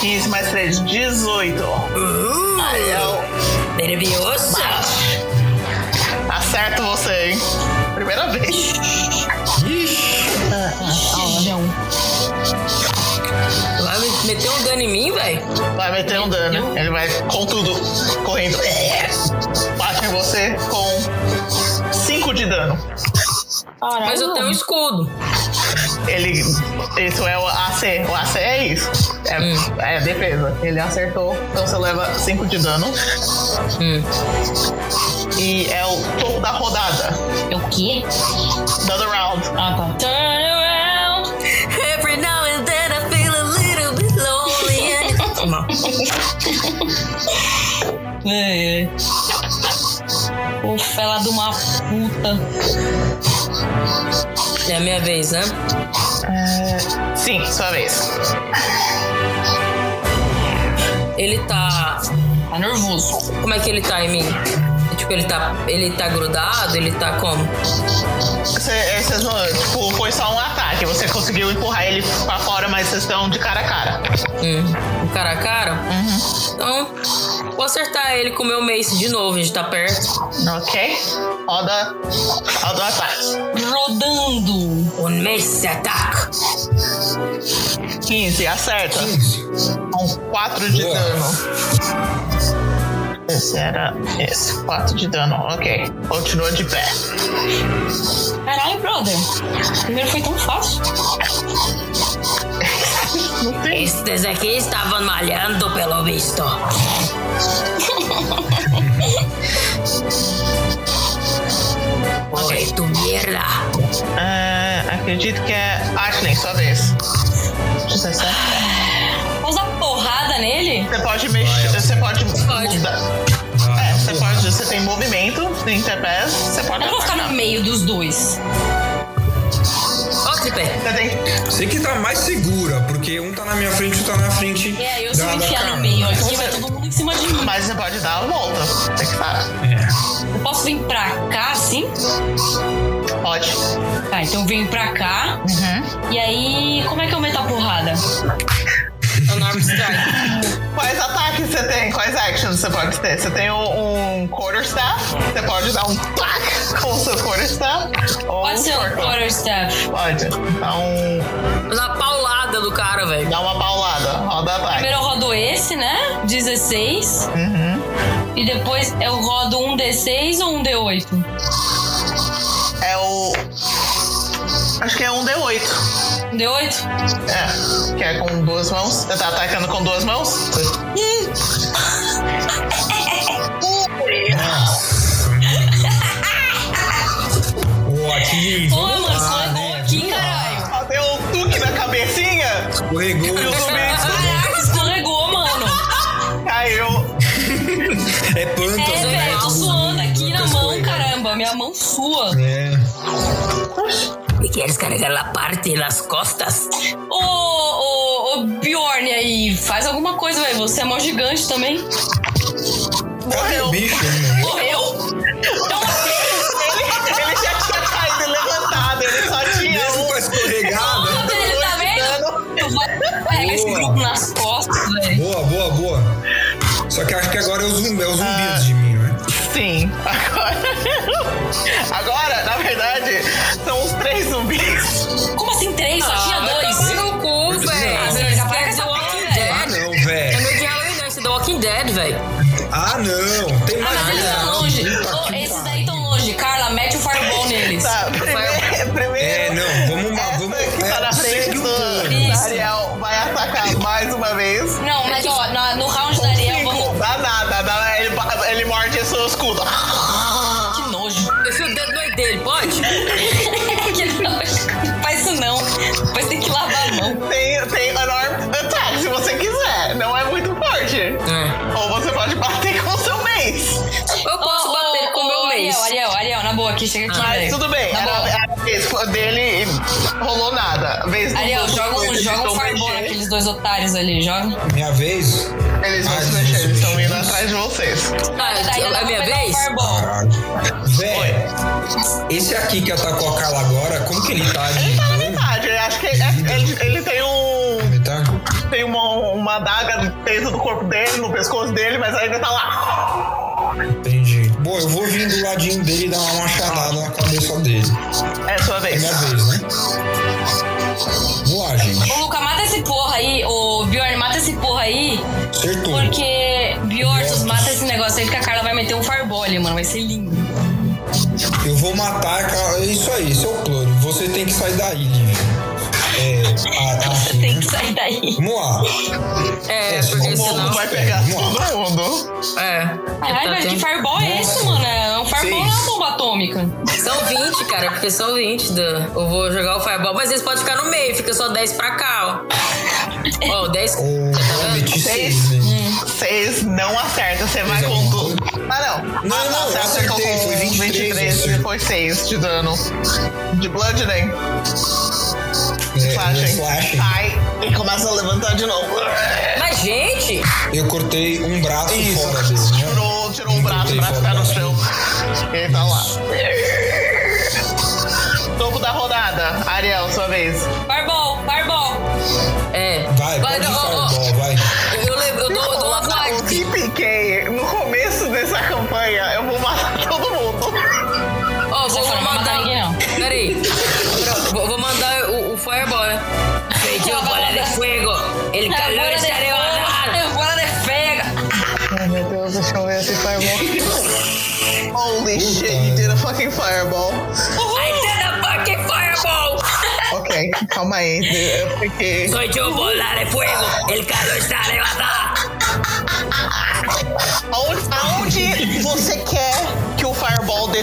15 mais 3, 18. Ariel,
Nervioso.
acerta você, hein? Primeira vez.
Xijão.
Vai me- meter um dano em mim, velho?
Vai meter um dano. Ele vai com tudo, correndo. Bate em você com 5 de dano.
Mas eu tenho um escudo.
Ele. Isso é o AC. O AC é isso. É, é defesa. Ele acertou, então você leva 5 de dano. E é o topo da rodada.
É o quê?
Another round.
Ah, tá. Turn around.
Every now and then I feel a little bit lonely. Não.
É, é. Ô, fela de uma puta.
É a minha vez, né?
Sim, sua vez.
Ele tá.
Tá nervoso.
Como é que ele tá em mim? Tipo, ele tá. Ele tá grudado? Ele tá como?
Cê, é, cês não- tipo, foi só um ataque. Você conseguiu empurrar ele pra fora, mas vocês estão de cara a cara.
Hum, cara a cara?
Uhum.
Então, vou acertar ele com o meu mace de novo, a gente tá perto.
Ok? Roda. Roda o ataque.
Rodando.
O mace ataca!
15, acerta. É,
15.
Com 4 de
Boa.
dano. Esse era esse. 4 de dano, ok. Continua de pé.
Caralho, brother. Primeiro foi tão fácil.
Estes aqui estavam malhando pelo visto. Oi, tu merda!
Ah, acredito que é Ashley, sua vez. 17.
Vamos dar porrada nele?
Você pode mexer.
Vai,
você pode,
Pode.
mudar. É,
Ah,
você pode. Você tem movimento em Interpass. Você pode.
Eu não vou ficar no meio dos dois.
Ó, tripé!
Você tem
Sei que tá mais segura, porque um tá na minha frente e outro tá na frente.
É, eu se
da-
eu
da
enfiar
Carla.
no meio aqui, vai todo mundo em cima de mim.
Mas você pode dar a volta. Tem que parar.
É.
Eu posso vir pra cá, assim?
Pode.
Tá, então eu venho pra cá. E aí, como é que eu meto a porrada?
Unarmed strike.
Quais ataques você tem? Quais actions você pode ter? Você tem um, um quarterstaff. Você pode dar um plaque com o seu quarterstaff. Ou
Pode ser um
circle.
quarterstaff.
Pode. Dá, um,
Na paulada do cara, velho.
dá uma paulada. Roda ataque.
Primeiro eu rodo esse, né? 16. E depois eu rodo um D6 ou um D8?
É o. Acho que é um D8.
Um D8?
É. Que é com duas mãos. Você tá atacando com duas mãos?
Nossa, meu Deus. Pô, aqui.
Pô,
vamos
mano,
lá,
só é gol
né?
aqui, caralho.
Ela Deu um tuque na cabecinha.
Escorregou.
E o zumbi
Caraca, escorregou, mano.
caiu.
É panto.
É,
né?
velho, tô
Todo
suando
mundo
aqui na
nunca
mão,
escorrega.
caramba. Minha mão sua.
É.
E queres carregar a parte das costas?
Ô, ô, ô, Bjorn aí, faz alguma coisa, velho. Você é mó gigante também.
Cadê
Morreu.
o bicho, mano?
Morreu. Então, ok.
Ele já tinha caído e levantado. Ele só tinha
Mesmo
um.
com a escorregada.
Tá vendo, tá vendo? Tu vai carregar esse
Boa.
grupo nas costas, velho.
Boa, boa, boa. Só que acho que agora é os zumbi, é os zumbis de mim, né?
Sim, um. agora. Agora, na verdade, são os três
um
zumbis.
Como assim três? Só
é
tinha dois.
Meu cu,
Ah,
velho. Você
velho, já
esquece
parece
The
essa
Walking
porra,
Dead.
Ah, não,
É
velho.
meu de Halloween, né? Esse The Walking Dead, velho.
Ah, não. Tem
Ah,
mais um.
mas eles
nada,
estão
não.
longe.
Puta
Ô,
que
esses
pariu.
daí estão longe. Carla, mete o fireball neles.
Tá, primeiro. primeiro
É, não, vamos lá,
essa
vamos-
que tá
é,
na frente
segue o
do
plano.
do Ariel vai atacar
mais uma vez.
Não, mas ó, na- no round da Ariel, vamos.
Cinco, dá nada, dá nada. Ele, ele morde seu escudo.
Que nojo.
Enfia o dedo no olho dele, pode?
que nojo. Faz isso não. Depois tem que lavar a mão.
Tem, tem enorme attack se você quiser. Não é muito forte.
É.
Ou você pode bater com o seu mês.
Eu posso
Ô, ô,
bater com o
ô,
meu mês.
Ariel, Ariel, Ariel, na boa aqui, chega aqui.
Mas
velho.
tudo bem.
Na
Era,
boa.
era a vez dele e rolou nada. A Vez do
Ariel,
outro
joga um,
eles
joga um
estão
fireball
mexendo.
naqueles dois otários ali, joga.
Minha vez?
Eles vão
Ai,
se mexer, eles estão
Jesus.
indo atrás de vocês.
Tá, eu- é minha
Pegar um
vez?
Fireball.
Caralho. Véi, esse aqui que é atacou a Carla agora, como que ele tá de
Ele tá na
dano?
metade, eu acho que ele, ele- ele tem um.
Ele tá?
Tem uma, uma adaga dentro do corpo dele, no pescoço dele, mas ainda tá lá.
Entendi. Bom, eu vou vir do ladinho dele e dar uma machadada na cabeça dele.
É sua
É
vez.
minha vez, né? Vamos lá, gente.
Ô, Luca, mata esse porra aí, ô Bjorn, mata esse porra aí,
Acertou.
porque Bjorn, mata esse negócio aí que a Carla vai meter um fireball ali, mano, vai ser lindo.
Eu vou matar a Carla. É isso aí, seu clone. Você tem que sair daí, Lívia. É, a, a,
Você tem que sair daí.
Vamos lá.
É,
É,
porque
vamos
Bom,
senão.
vai pegar
Vamos
todo mundo.
É.
Caralho,
Tá
velho, que
tendo-
fireball é esse, mano? É um fireball não é uma
Seis.
bomba atômica.
São 20, cara, porque são 20. Dan. Eu vou jogar o Fireball, mas eles podem ficar no meio, fica só 10 pra cá, ó. Ó, 10.
O Hobbit
Seis.
6,
Hum.
né?
Vocês não acertam, você vai
Mas
com
alguma
tudo. Ah, não.
Não,
ah,
não,
você
eu
acertou
acertei,
com
foi 23,
23
eu
e depois 6 de dano. De bludgeoning.
É,
Flashing.
é flashing.
Ai, e começa a levantar de novo.
Mas, gente,
Eu cortei um braço
Isso.
fora dele, né?
Tirou, tirou o braço
Cortei
pra
fora
ficar
do
no
braço.
chão. Ele tá lá. Topo da rodada. Ariel, sua vez.
Fireball, fireball.
é.
Vai, pode
ó, ó,
fireball, vai.
Eu, levo, eu, dou, eu dou uma
O
voadinha.
TPK, no começo dessa campanha, eu vou matar todo mundo.
Ó,
Você fala, não
vou, vou
vai
mandar.
matar ninguém, não.
Peraí. Pronto, vou, vou mandar o, o Fireball, né? Pediu bola de fogo. El calor
Agora de
está elevado.
fogo, agora de fega.
Ai, meu Deus, deixa eu ver esse fireball. Holy shit, you did a fucking fireball.
I did a fucking Fireball.
Ok, calma aí. Eu fiquei.
Soy yo bola de fuego. El calor está elevado.
Aonde, aonde você quer que o fireball de-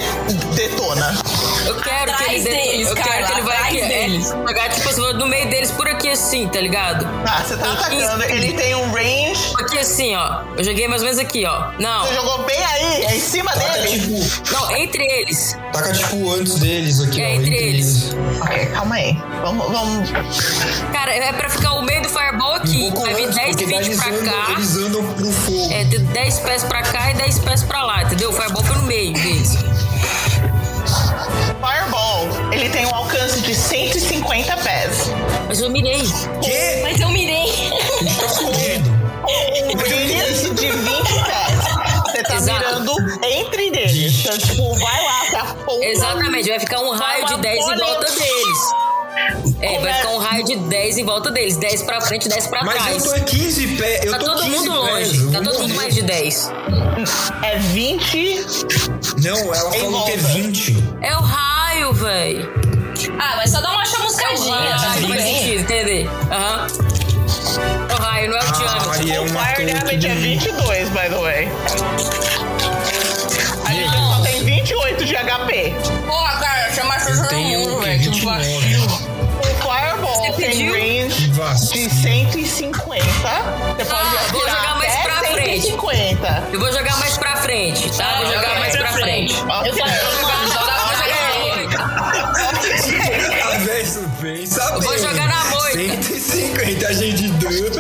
detona?
Eu quero que
Atrás
ele dê-
deles,
Eu
Carla,
quero que ele vai
atrás
aqui.
deles.
É, pegar, tipo assim, no meio deles por aqui assim, tá ligado?
Ah, você tá atacando. Ele tem um range.
Aqui assim, ó. Eu joguei mais ou menos aqui, ó. Não.
Você jogou bem aí, é em cima
Taca
dele.
tipo,
Não, entre eles.
taca tipo antes deles aqui,
É,
ó.
entre eles.
Ok, calma aí. Vamos, vamos.
Cara, é pra ficar o meio do Fireball aqui.
Um pouco
Vai vir
antes,
10,
porque daí
20
eles
pra
andam-
cá.
Eles andam pro fogo.
É, de 10 pés pra cá e 10 pés pra lá, entendeu? O Fireball foi no meio deles.
Fireball, ele tem um alcance de 150 pés.
Mas eu mirei.
Quê?
Mas eu mirei.
A gente tá fudido.
Um range de 20 pés. Você tá
Exato.
mirando entre eles. Então, tipo, vai lá, se aponta.
Exatamente, vai ficar um raio de 10 em volta deles. É, vai ficar um raio de 10 em volta deles. 10 pra frente, 10 pra
Mas
trás.
eu tô 15 pés. Eu
Tá
tô
todo
15
mundo
pés,
longe.
eu
Tá
vou
todo mundo
morrer.
mais de 10.
É 20
Não, ela
Em
falou que é
volta.
20.
É o raio, véi. É
Ah, mas só dá uma chamuscadinha, tá
Raio,
tudo
faz
bem.
sentido, entendeu? Aham. É o raio, não é o
Ah,
diâmetro.
e eu
O
matou
Fire Damage é
tudo.
22, by the way. A gente só tem 28 de HP.
Porra, cara, chama
Eu
todo
tenho um é
mundo,
o quê?
velho. Que vacilo.
29.
O Fireball
Você
tem
pediu?
range de
Vacilo.
150. Você pode
Ah, vou
atirar
jogar mais
até
pra frente.
150.
Eu vou jogar mais pra frente, tá? Vou jogar mais pra frente.
Eu tô
Vou
jogando,
jogar- vou
jogando,
jogar na
jogando.
moita.
Tá
Eu vou jogar na moita.
150 a gente deu.
Eu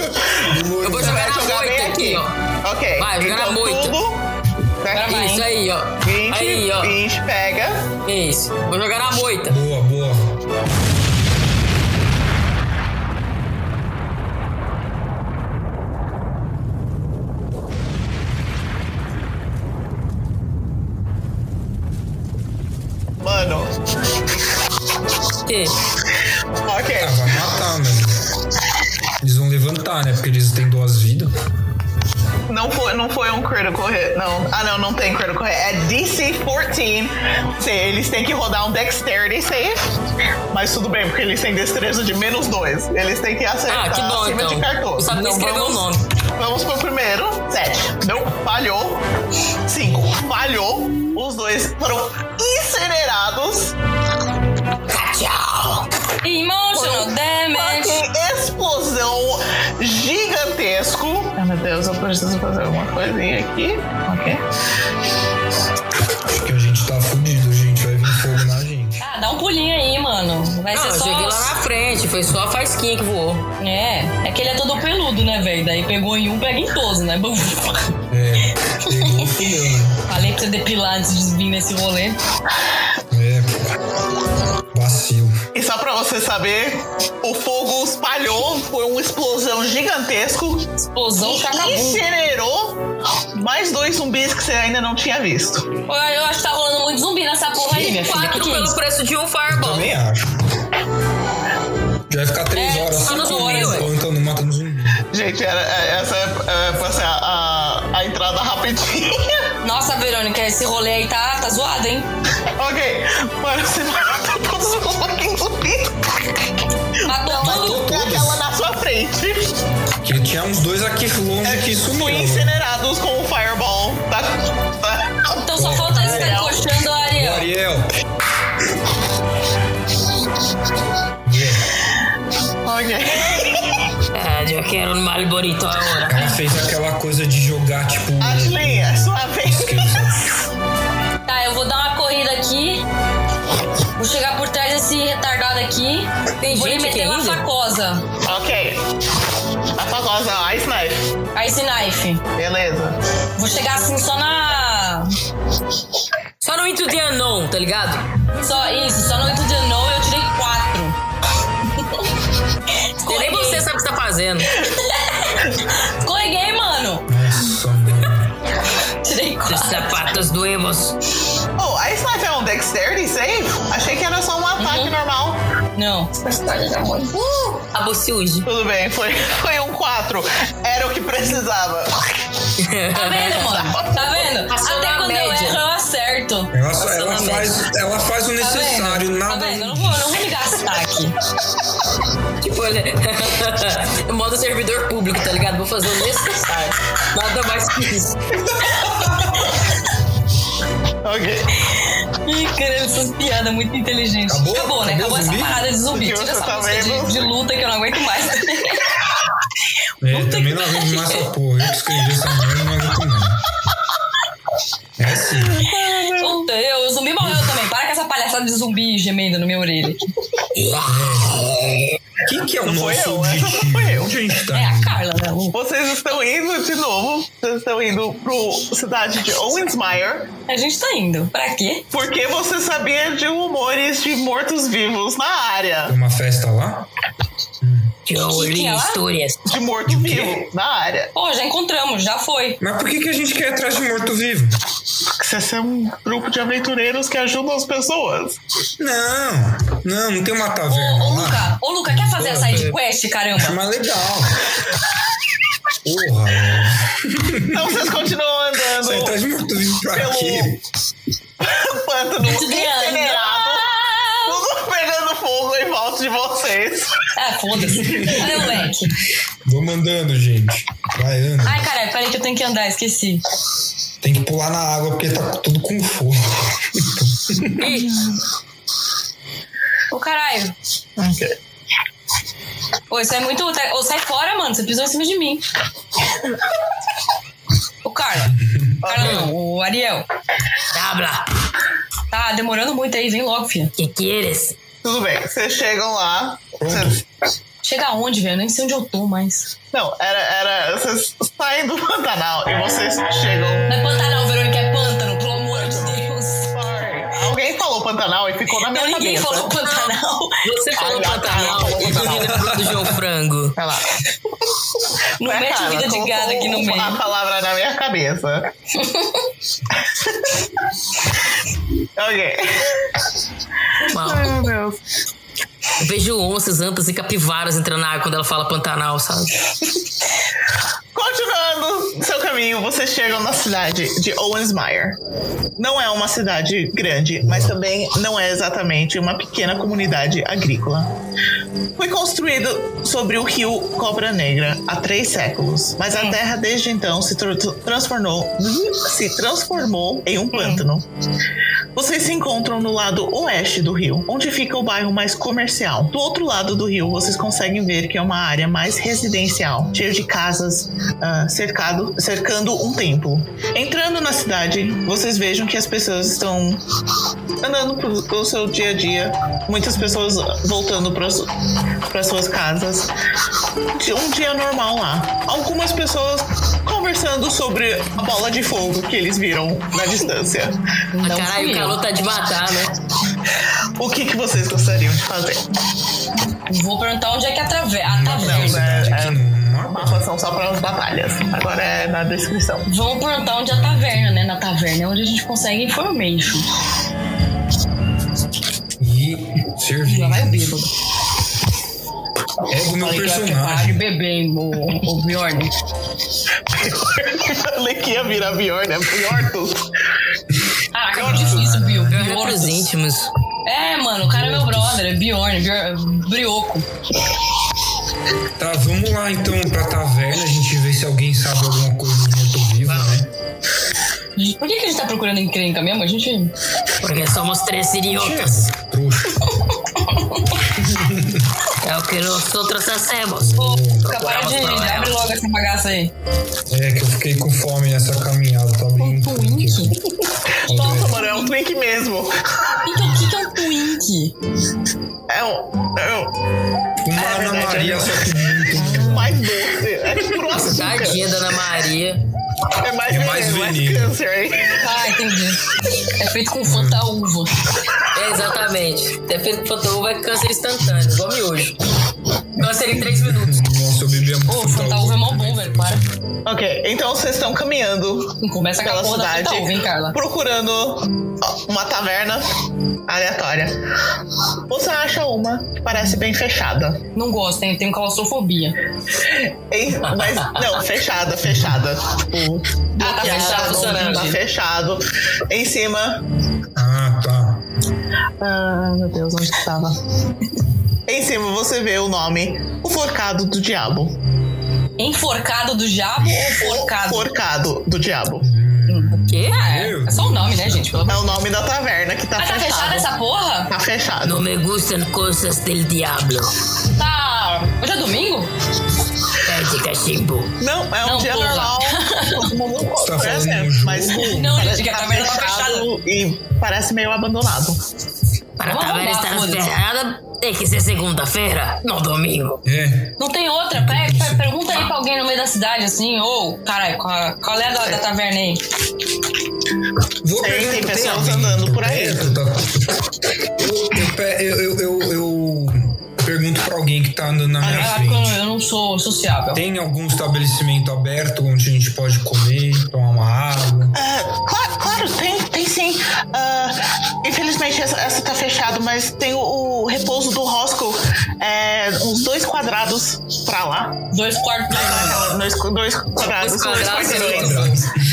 vou jogar
Vai
na
jogar
moita
bem
aqui,
aqui.
ó.
Ok.
Vai, jogar
então
na moita.
tudo
Vai, vai.
aqui.
Isso aí, ó.
20,
Aí, ó.
20, pega.
Isso. Vou jogar na moita.
Boa, boa.
Mano,
Aqui.
ok.
É, né? Ah, vai matar, mano. Eles vão levantar, né? Porque eles têm duas vidas.
Não foi, não foi um critical hit, não. Ah, não, não tem critical hit. É DC 14. Cê- Eles têm que rodar um dexterity save. Mas tudo bem, porque eles têm destreza de menos dois. Eles têm que acertar
Ah, que bom
acima de
então.
cartola.
Sabe nem
Então
escrever o
vamos-
nome.
Vamos pro primeiro. Sete. Não, falhou. Cinco. Falhou. Os dois foram incinerados.
Tchau.
Emotional
é?
damage.
Fucking explosão gigantesco. Ai, meu Deus, eu preciso fazer alguma coisinha aqui. Ok.
Porque a gente tá fudido, gente. Vai vir fogo na gente.
Ah, dá um pulinho aí, mano. Vai
Não,
ser
Ah, eu
só.
cheguei lá na frente, foi só a faísquinha que voou.
É, é que ele é todo peludo, né, velho? Daí pegou em um, pega em todos, né? Bum.
É, pegou fudeu, né?
Falei pra você depilar antes de vir nesse rolê.
É, pô. Vacilo.
E só pra você saber, o fogo espalhou, foi uma explosão gigantesco
Explosão
e
cacabum.
incinerou mais dois zumbis que você ainda não tinha visto.
Eu, eu acho que tá rolando muito zumbi nessa porra aí, minha filha. Que
Quatro
que é
pelo
isso?
preço de um fireball.
Também acho. Já vai ficar três
É,
horas assim, né?
só no zumbi,
ué.
plantando, matando zumbi.
Gente, era, é- essa é, é, foi assim, a, a- a entrada rapidinha.
Nossa, Verônica, esse rolê aí tá, tá zoado, hein?
ok, mano, você matou todos os fucking zumbis.
Matou tudo.
É aquela na sua frente.
Que tinha uns dois aqui longe que né?
Foi
sumiram.
incinerados com o fireball. Tá? Tá?
Então só falta esse cara coxando a
Ô,
Ariel.
Ariel. Yeah.
Ok.
Ah, eu quero um malho bonito agora.
Ela fez aquela coisa de jogar, tipo.
Ashley, é sua vez.
Esqueci.
Tá, eu vou dar uma corrida aqui. Vou chegar por trás desse retardado aqui.
Tem
vou
gente
lhe meter
aqui
uma
ainda?
facosa.
Ok. A famosa
ah,
Ice Knife.
Ice Knife.
Beleza.
Vou chegar assim só na.
Só no Into the Unknown, tá ligado?
Só isso, só no 8 de novo eu tirei 4.
Porque Nem você sabe o que você tá fazendo.
Escorreguei, mano.
Nossa, mano.
Tirei 4.
Os sapatos doemos.
Oh, Ice Knife é um dexterity save? Achei que era só um ataque normal.
Não.
A bociúde.
Tudo bem, foi, foi um 4. Era o que precisava.
Tá vendo, mano? Tá vendo?
Passou
Até
na
quando eu
média.
erro, eu acerto.
Ela, só- ela
Nossa,
faz, ela faz o
Tá
necessário,
vendo?
É um nada.
Tá vendo? Eu não vou, eu não vou me gastar aqui.
Tipo, ele... modo servidor público, tá ligado? Vou fazer o necessário. Nada mais que isso.
Ok.
Ih, caramba, essas piadas muito inteligentes.
Acabou?
né? Acabou,
Acabou o
essa
zumbi?
parada de zumbi.
Que
Tira
você
essa
tá
música
vendo?
de, de luta que eu não aguento mais.
É, também não aguento mais essa porra. Eu que escrevi essa merda não aguento mais. É sim.
Meu Deus, o zumbi morreu também. Para com essa palhaçada de zumbi gemendo no minha orelha.
Quem que é o
Não foi
nosso
eu, essa não
objetivo?
foi eu.
Onde a gente tá?
É a
indo?
Carla, né?
Vocês estão indo de novo. Vocês estão indo pro cidade de Owensmire.
A gente tá indo. Pra quê?
Porque você sabia de rumores de mortos-vivos na área.
Tem uma festa lá?
Eu li
é lá?
histórias.
De morto-vivo na área.
Pô, já encontramos, já foi.
Mas por que, que a gente quer ir atrás de morto-vivo?
Porque Vocês é um grupo de aventureiros que ajudam as pessoas.
Não, não, não tem uma
Ô,
taverna
ô
lá.
Luca, ô Luca, quer fazer a side quest,
É
caramba?
mais legal. Porra, velho.
Então vocês continuam
Você
andando
atrás de morto-vivo pra
Pelo-
quê?
pelo pântano incinerado.
Ah,
Tudo pegando fogo em volta de vocês.
Ah, foda-se. Cadê o leque?
Vou mandando, gente. Vai, anda.
Ai, caralho, peraí que eu tenho que andar, esqueci.
Tem que pular na água porque tá tudo com fogo.
Ih,
Ô, caralho. Ô, isso é muito. Ô, sai fora, mano. Você pisou em cima de mim. Ô, Carla. Carla não, o Ariel.
habla.
Tá demorando muito aí, vem logo, filha.
Que quieres?
Tudo bem, vocês chegam lá.
Pronto.
Chega aonde, velho? Eu Nem sei onde eu tô mais.
Não, era, era. Vocês saem do Pantanal e vocês chegam.
Não é Pantanal, Verônica, é pântano, pelo amor de Deus.
Alguém falou Pantanal e ficou na minha
Não, ninguém
cabeça.
falou Pantanal.
Você falou
Ah,
Pantanal
falou
e tu
Pantanal.
lembrou do João Frango.
Vai lá.
Não
Vai,
mete
Né, Carla,
vida de
colocou
gado aqui no
A
meio.
palavra na minha cabeça. ok.
Mal.
Meu Deus.
Eu vejo onças, antas e capivaras entrando na água quando ela fala Pantanal, sabe?
Continuando enxergam na cidade de Owensmire. Não é uma cidade grande, mas também não é exatamente uma pequena comunidade agrícola. Foi construído sobre o rio Cobra Negra há três séculos, mas a terra desde então se tr- transformou se transformou em um pântano. Vocês se encontram no lado oeste do rio, onde fica o bairro mais comercial. Do outro lado do rio, vocês conseguem ver que é uma área mais residencial, cheia de casas, ah, cercado, cercando um templo. Entrando na cidade, vocês vejam que as pessoas estão andando pro- pelo seu dia a dia, muitas pessoas voltando para suas casas. De um dia normal lá. Algumas pessoas conversando sobre a bola de fogo que eles viram na distância.
Ah,
Não
caralho,
fui
o
eu.
calor tá de matar, né?
O que, que vocês gostariam de fazer?
Vou perguntar onde é que atravessa a
Não,
taverna.
né?
Cidade aqui no mapa.
Mapas são só para as batalhas. Agora é na descrição.
Vamos perguntar onde é a taverna, né? Na taverna é onde a gente consegue information.
E servir.
Já vai o bêbado.
É do meu
Olha que eu acho que para Tá de
personagem.
beber, hein, o, o Bjorn.
Lequia vira Bjorn, é Bjortus.
Caraca, é difícil, Bill.
Olha pros
Bjorn.
íntimos.
É, mano, o cara é meu brother, é Bjorn, Bjorn Brioco.
Tá, vamos lá então pra taverna, a gente vê se alguém sabe alguma coisa de morto-vivo, né?
Por que, que a gente tá procurando encrenca mesmo? A gente.
Porque somos três
né?
idiotas.
Trouxa.
É o que nós outros hacemos.
Pô, fica para de.
Procuramos problemas.
Abre logo essa bagaça aí.
É que eu fiquei com fome nessa caminhada, tá brincando.
Twink?
Nossa, mano, é um Twink mesmo.
Então, o que, que é um Twink?
É um. É um
Uma
É
Ana
verdade,
Maria,
é
só que muito.
mais doce. É tipo um açúcar.
Tadinha da Ana Maria.
É mais,
É mais
veneno, mais
veneno.
câncer, hein?
Ah, entendi. É feito com fanta uva.
É, exatamente. Defeito fotovo é câncer instantâneo, igual miojo. Câncer em 3 minutos.
Nossa, eu bebi muito.
Pô, fanta uva é mó bom, velho. Para.
Ok, então vocês estão caminhando
Não começa com a
pela
porra da fanta
cidade
uva, hein, Carla?
procurando uma taverna aleatória. Você acha uma que parece bem fechada.
Não gosto, hein? Tenho claustrofobia.
Hein? Mas, não, fechada, fechada. Tipo,
Ah, tá
bloqueada,
fechado,
não-
funcionando.
Tá fechado. Em cima.
Ah, tá.
Ah, meu Deus, onde que tava? em cima você vê o nome O Forcado do Diabo.
Enforcado do diabo ou forcado?
Forcado do Diabo.
Quê?
Ah, é. É só o nome, né, gente? Pelo amor
É o nome da taverna que tá
Ah, tá
fechado.
fechada essa porra?
Tá fechado.
Não me gustan coisas del diablo.
Tá. Hoje é domingo?
É de cachimbo.
Não, é um
Não,
dia
porra.
normal. Todo mundo
tá
compra,
fazendo
né?
um jogo?
Mas
Não, gente, que a taverna tá
E parece meio abandonado.
Para a
Vamos arrombar,
taverna estar
foda-se.
fechada, tem que ser segunda-feira, não domingo.
É.
Não tem outra? Pega, pega- pergunta aí pra alguém no meio da cidade, assim, ou, caralho, qual, qual é a da, da taverna aí?
Vou
Tem-
perguntar,
tem pessoas
alguém
andando por aí.
perto da- É, Eu, pe- eu, eu, eu, eu pergunto pra alguém que tá andando na minha
Ah,
frente.
eu não sou sociável.
Tem algum estabelecimento aberto onde a gente pode comer, tomar uma água?
Ah, claro, claro, tem, tem sim. Ah, infelizmente essa, essa tá fechada, mas tem o, o repouso do Roscoe. É, uns dois quadrados pra lá.
Dois quartos da
Ah, Dois, dois quadrados, dois,
Dois quadrados,
quarteirões.
Quadrados.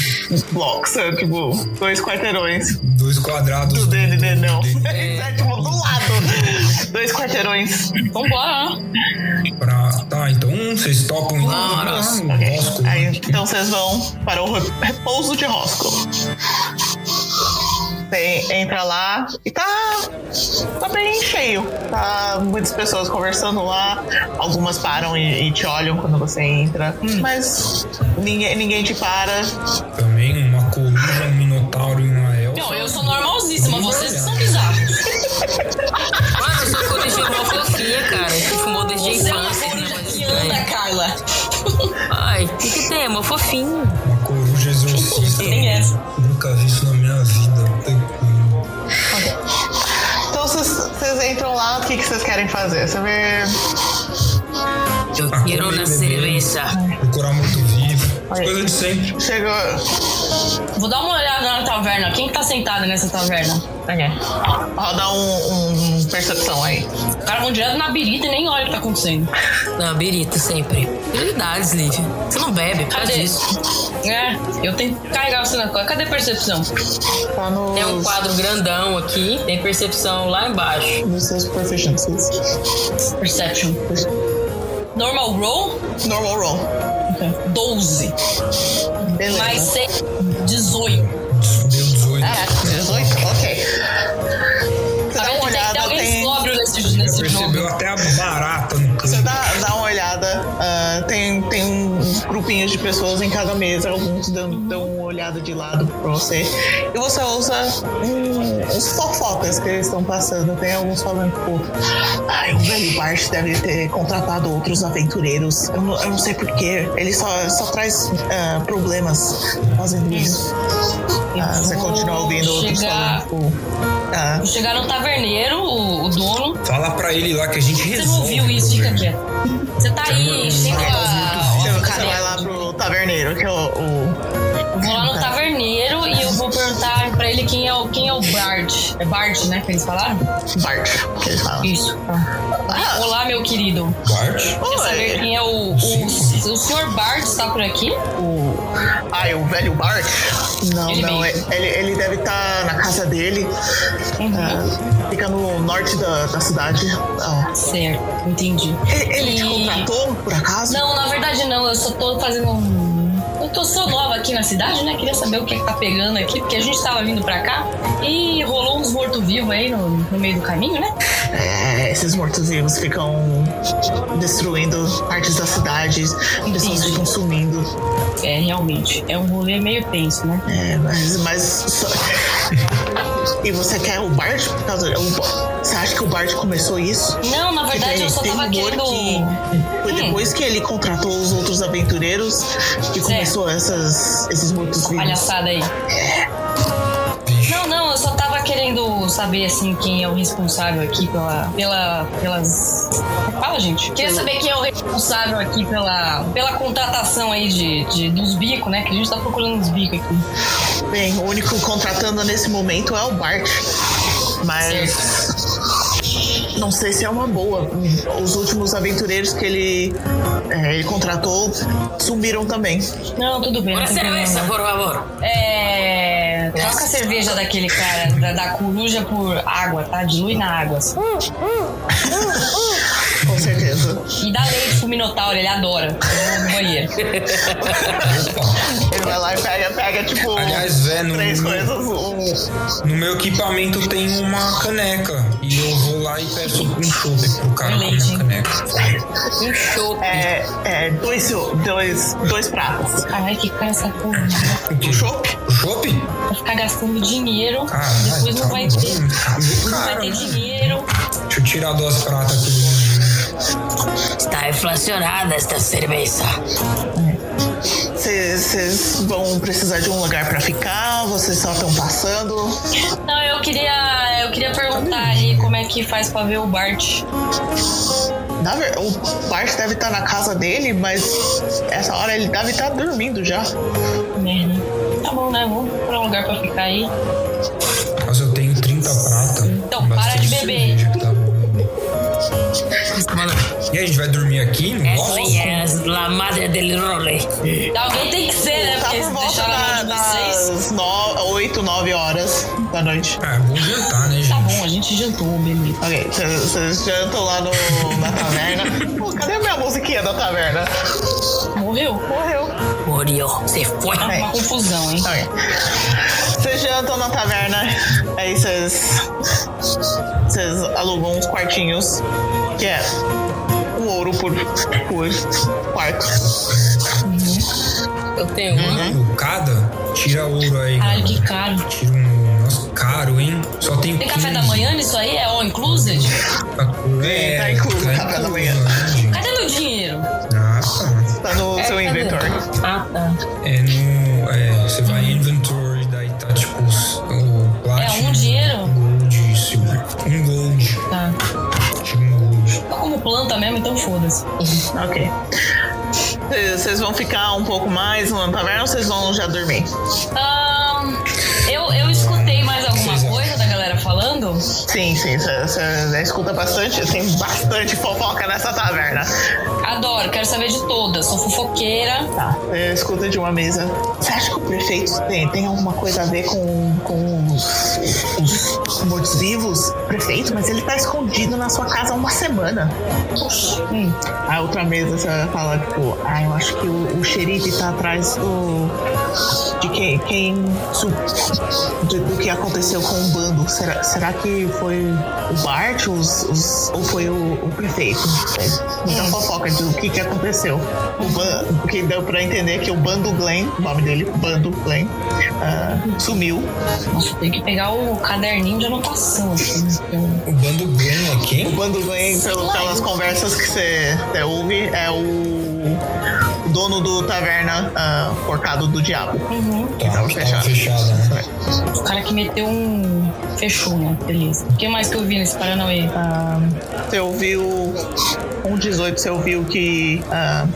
Blocos, é, tipo, dois quarteirões
Dois quadrados.
do DND, né? não.
É.
É, tipo, do lado. Dois quarteirões.
Vambora, né?
Pra... Tá, então hum, vocês topam então.
Bora.
Ah, um
Ok.
bosco.
Aí, então vocês vão para o re- repouso de Roscoe. Você entra lá e tá, tá bem cheio. Tá muitas pessoas conversando lá. Algumas param e, e te olham quando você entra.
Hum.
Mas ninguém, ninguém te para.
Também uma coruja, um minotauro e uma elfa.
Não, eu sou normalzíssima, vocês que são bizarros.
Mano, eu sou corujinha mó fofinha, cara. Que fumou desde a
Você é uma
infância. né?
coruja que anda, Carla.
Ai, o que, que tem? É mó fofinho.
Uma coruja exorcista.
Tem essa.
Nunca vi isso na minha vida. Puta que pariu.
Então vocês- vocês entram lá, o que, que vocês querem fazer? Você vê.
Eu
Ah,
quero
comer,
uma
beber.
cerveja.
Procurar muito vivo. Coisa de sempre.
Chegou.
Vou dar uma olhada na taverna. Quem que tá sentado nessa taverna?
É. Roda um, um percepção aí.
Os caras vão direto na birita e nem olha o que tá acontecendo.
Não, birita sempre. Prioridades, Lívia. Você não bebe, por causa
Cadê?
disso.
É, eu tenho que carregar você na cola. Cadê a percepção?
Tá no.
Tem um quadro grandão aqui, tem percepção lá embaixo.
Nos seus proficiencies.
Perception. Normal roll?
Normal roll.
12.
Beleza.
Mais 6, 18.
Deu 18.
É,
Ah, 18? Ok. Você dá uma
Tá vendo? Tem que ter
olhada,
alguém
tem. Ah,
sóbrio nesse,
Já
nesse jogo.
percebeu até a barata no
Você
tá-
canto.
dá, dá uma olhada, ah, tem, tem uns grupinhos de pessoas em cada mesa, alguns dão, dão uma olhada de lado pra você. E você usa hum, os fofocas que eles estão passando. Tem alguns falando, tipo, ai, o velho Bart deve ter contratado outros aventureiros. Eu não, eu não sei porquê. Ele só, só traz ah, problemas
Hum.
fazendo isso. Ah, você
vou
continua ouvindo outros
chegar-
falando, tipo. ah,
Chegaram no taverneiro, o, o dono.
Fala pra ele lá que a gente
Você não
resolve.
ouviu isso, fica
problema.
quieto. Você tá aí, chega lá.
você- você vai lá pro taverneiro, que é o- o
Eu vou lá no taverneiro e eu vou perguntar pra ele quem é o, quem é o Bard. É Bard, né? Que eles falaram?
Bart, que ele fala.
Isso.
Ah.
Olá, meu querido.
Bart?
Quer saber
Oi.
quem é o. O, o senhor Bard está por aqui?
O... Ai, o velho Bart? Não,
Ele
não.
mesmo.
Ele, ele deve estar na casa dele. Ah, fica no norte da, da cidade. Ah,
Certo, entendi.
Ele, ele te
E-
contratou, por acaso?
Não, na verdade não. Eu só tô fazendo um. Eu tô sou nova aqui na cidade, né? Queria saber o que, é que tá pegando aqui, porque a gente tava vindo pra cá e rolou uns mortos-vivos aí no, no meio do caminho, né?
É, esses mortos-vivos ficam destruindo partes da cidade. Pessoas
Entendi.
ficam sumindo.
É, realmente. É um rolê meio tenso, né?
É, mas... mas só- E você quer o Bart? Por causa... o- Você acha que o Bart começou isso?
Não, Hum, na
Que
verdade
tem-
eu só
tem
tava
rumor
querendo. um
que foi depois que ele contratou os outros aventureiros que começou essas, esses muitos vídeos.
palhaçada aí. Não, não, eu só tava querendo saber, assim, quem é o responsável aqui pela. pela pelas. Fala, gente. Queria saber quem é o responsável aqui pela. pela contratação aí de, de- dos bicos, né? Que a gente tá procurando os bicos aqui.
Bem, o único contratando nesse momento é o Bart. Mas não sei se é uma boa. Os últimos aventureiros que ele, é, ele contratou sumiram também.
Não, tudo bem. não
Agora
tem problema,
cerveja, por favor.
não. É. Troca a cerveja daquele cara, da, da coruja por água, tá? Dilui na água. assim.
Com certeza.
E dá leite pro Minotauro, ele adora. Eu vou no banheiro.
Opa.
Ele vai lá e pega, pega tipo,
Aliás, Zé, no,
três
no,
coisas. Um,
no meu equipamento tem uma caneca. E eu vou lá e peço um chope pro cara com a
Leite.
minha caneca.
Um chope.
é, é, dois, dois, dois pratos.
Caralho, que cara essa porra.
O quê?
Um chopp?
O chope?
Vai ficar gastando dinheiro,
Ah,
Caralho,
depois
então
não
tá
vai
bom,
ter.
tá
Não
bom,
vai
cara.
ter dinheiro.
Deixa eu tirar duas pratas aqui do longe.
Está inflacionada esta cerveja.
Vocês vão precisar de um lugar pra ficar? Vocês só estão passando?
Não, Então, eu queria. Eu queria perguntar ali como é que faz pra ver o Bart.
Na ver- O Bart deve estar na casa dele, mas essa hora ele deve estar dormindo já.
Merda. Tá bom, né? Vamos procurar um lugar pra ficar aí.
Mas eu tenho 30 prata.
Então, para
Bastante
de beber.
cerveja que tá bom. E aí, a gente vai dormir aqui? Não
Essa
gosta?
é a madre del rolê.
Alguém tem que ser, né?
Tá
Porque
por
se
volta
deixar na
da,
mão de vocês.
das 8, 9 horas da noite.
Ah, é bom jantar, né, gente?
Tá bom, a gente jantou, beleza.
Ok, vocês jantam lá no, na taverna. Pô, cadê a minha musiquinha da taverna?
Morreu? Morreu.
Morreu. Você foi.
Tá uma confusão, hein?
Ok. Vocês jantam na taverna, aí vocês. Vocês alugam uns quartinhos, que é um ouro por, por quarto.
Eu tenho uma.
Ouro, Cada? Tira ouro aí.
né? Caralho, que
galera.
caro.
Tira um. Nossa, caro, hein? Só tem.
Tem café
15,
da manhã nisso aí? É all inclusive?
É,
Tá incluso o café da manhã.
né, gente?
Cadê meu dinheiro?
Ah, tá.
Tá no seu
cadê?
inventório.
Ah, tá.
É no. É, você vai em inventory, daí tá tipo. os- O platinum,
É um dinheiro?
Gold, silver. Um gold.
Tá.
Tira um gold.
Eu como planta mesmo, então foda-se.
Ok. Vocês vão ficar um pouco mais na taverna ou vocês vão já dormir?
Ahn, eu, eu escutei mais alguma
Sim.
coisa da galera falando.
Sim, sim, você escuta bastante, tem bastante fofoca nessa taverna.
Adoro, quero saber de todas. Sou fofoqueira.
Tá, você escuta de uma mesa. Você acha que o prefeito tem, tem alguma coisa a ver com, com os, os mortos vivos? Prefeito, mas ele tá escondido na sua casa há uma semana. Hum. A outra mesa você vai falar, tipo, ah, eu acho que o, o xerife tá atrás do. de quem. quem su- de- do que aconteceu com o bando. Será, será que foi o Bart os, os- ou foi o, o prefeito? É, Muita fofoca do que, que aconteceu. O ban, o que deu pra entender é que o bando Glenn, o nome dele, bando Glenn, ah, sumiu.
Nossa, tem que pegar o caderninho de anotação aqui. Então,
O bando Glenn é
O
quem?
bando Glenn, pelo- pelas conversas que você você ouve, é o. o Dono do taverna ah, Forcado do Diabo.
Tá,
tava
tava
fechado.
fechado, né?
o cara que meteu um. Fechou, né? Beleza. O que mais que eu vi nesse Paranauê? Tá
Você ouviu. Um 18, você ouviu que. ah,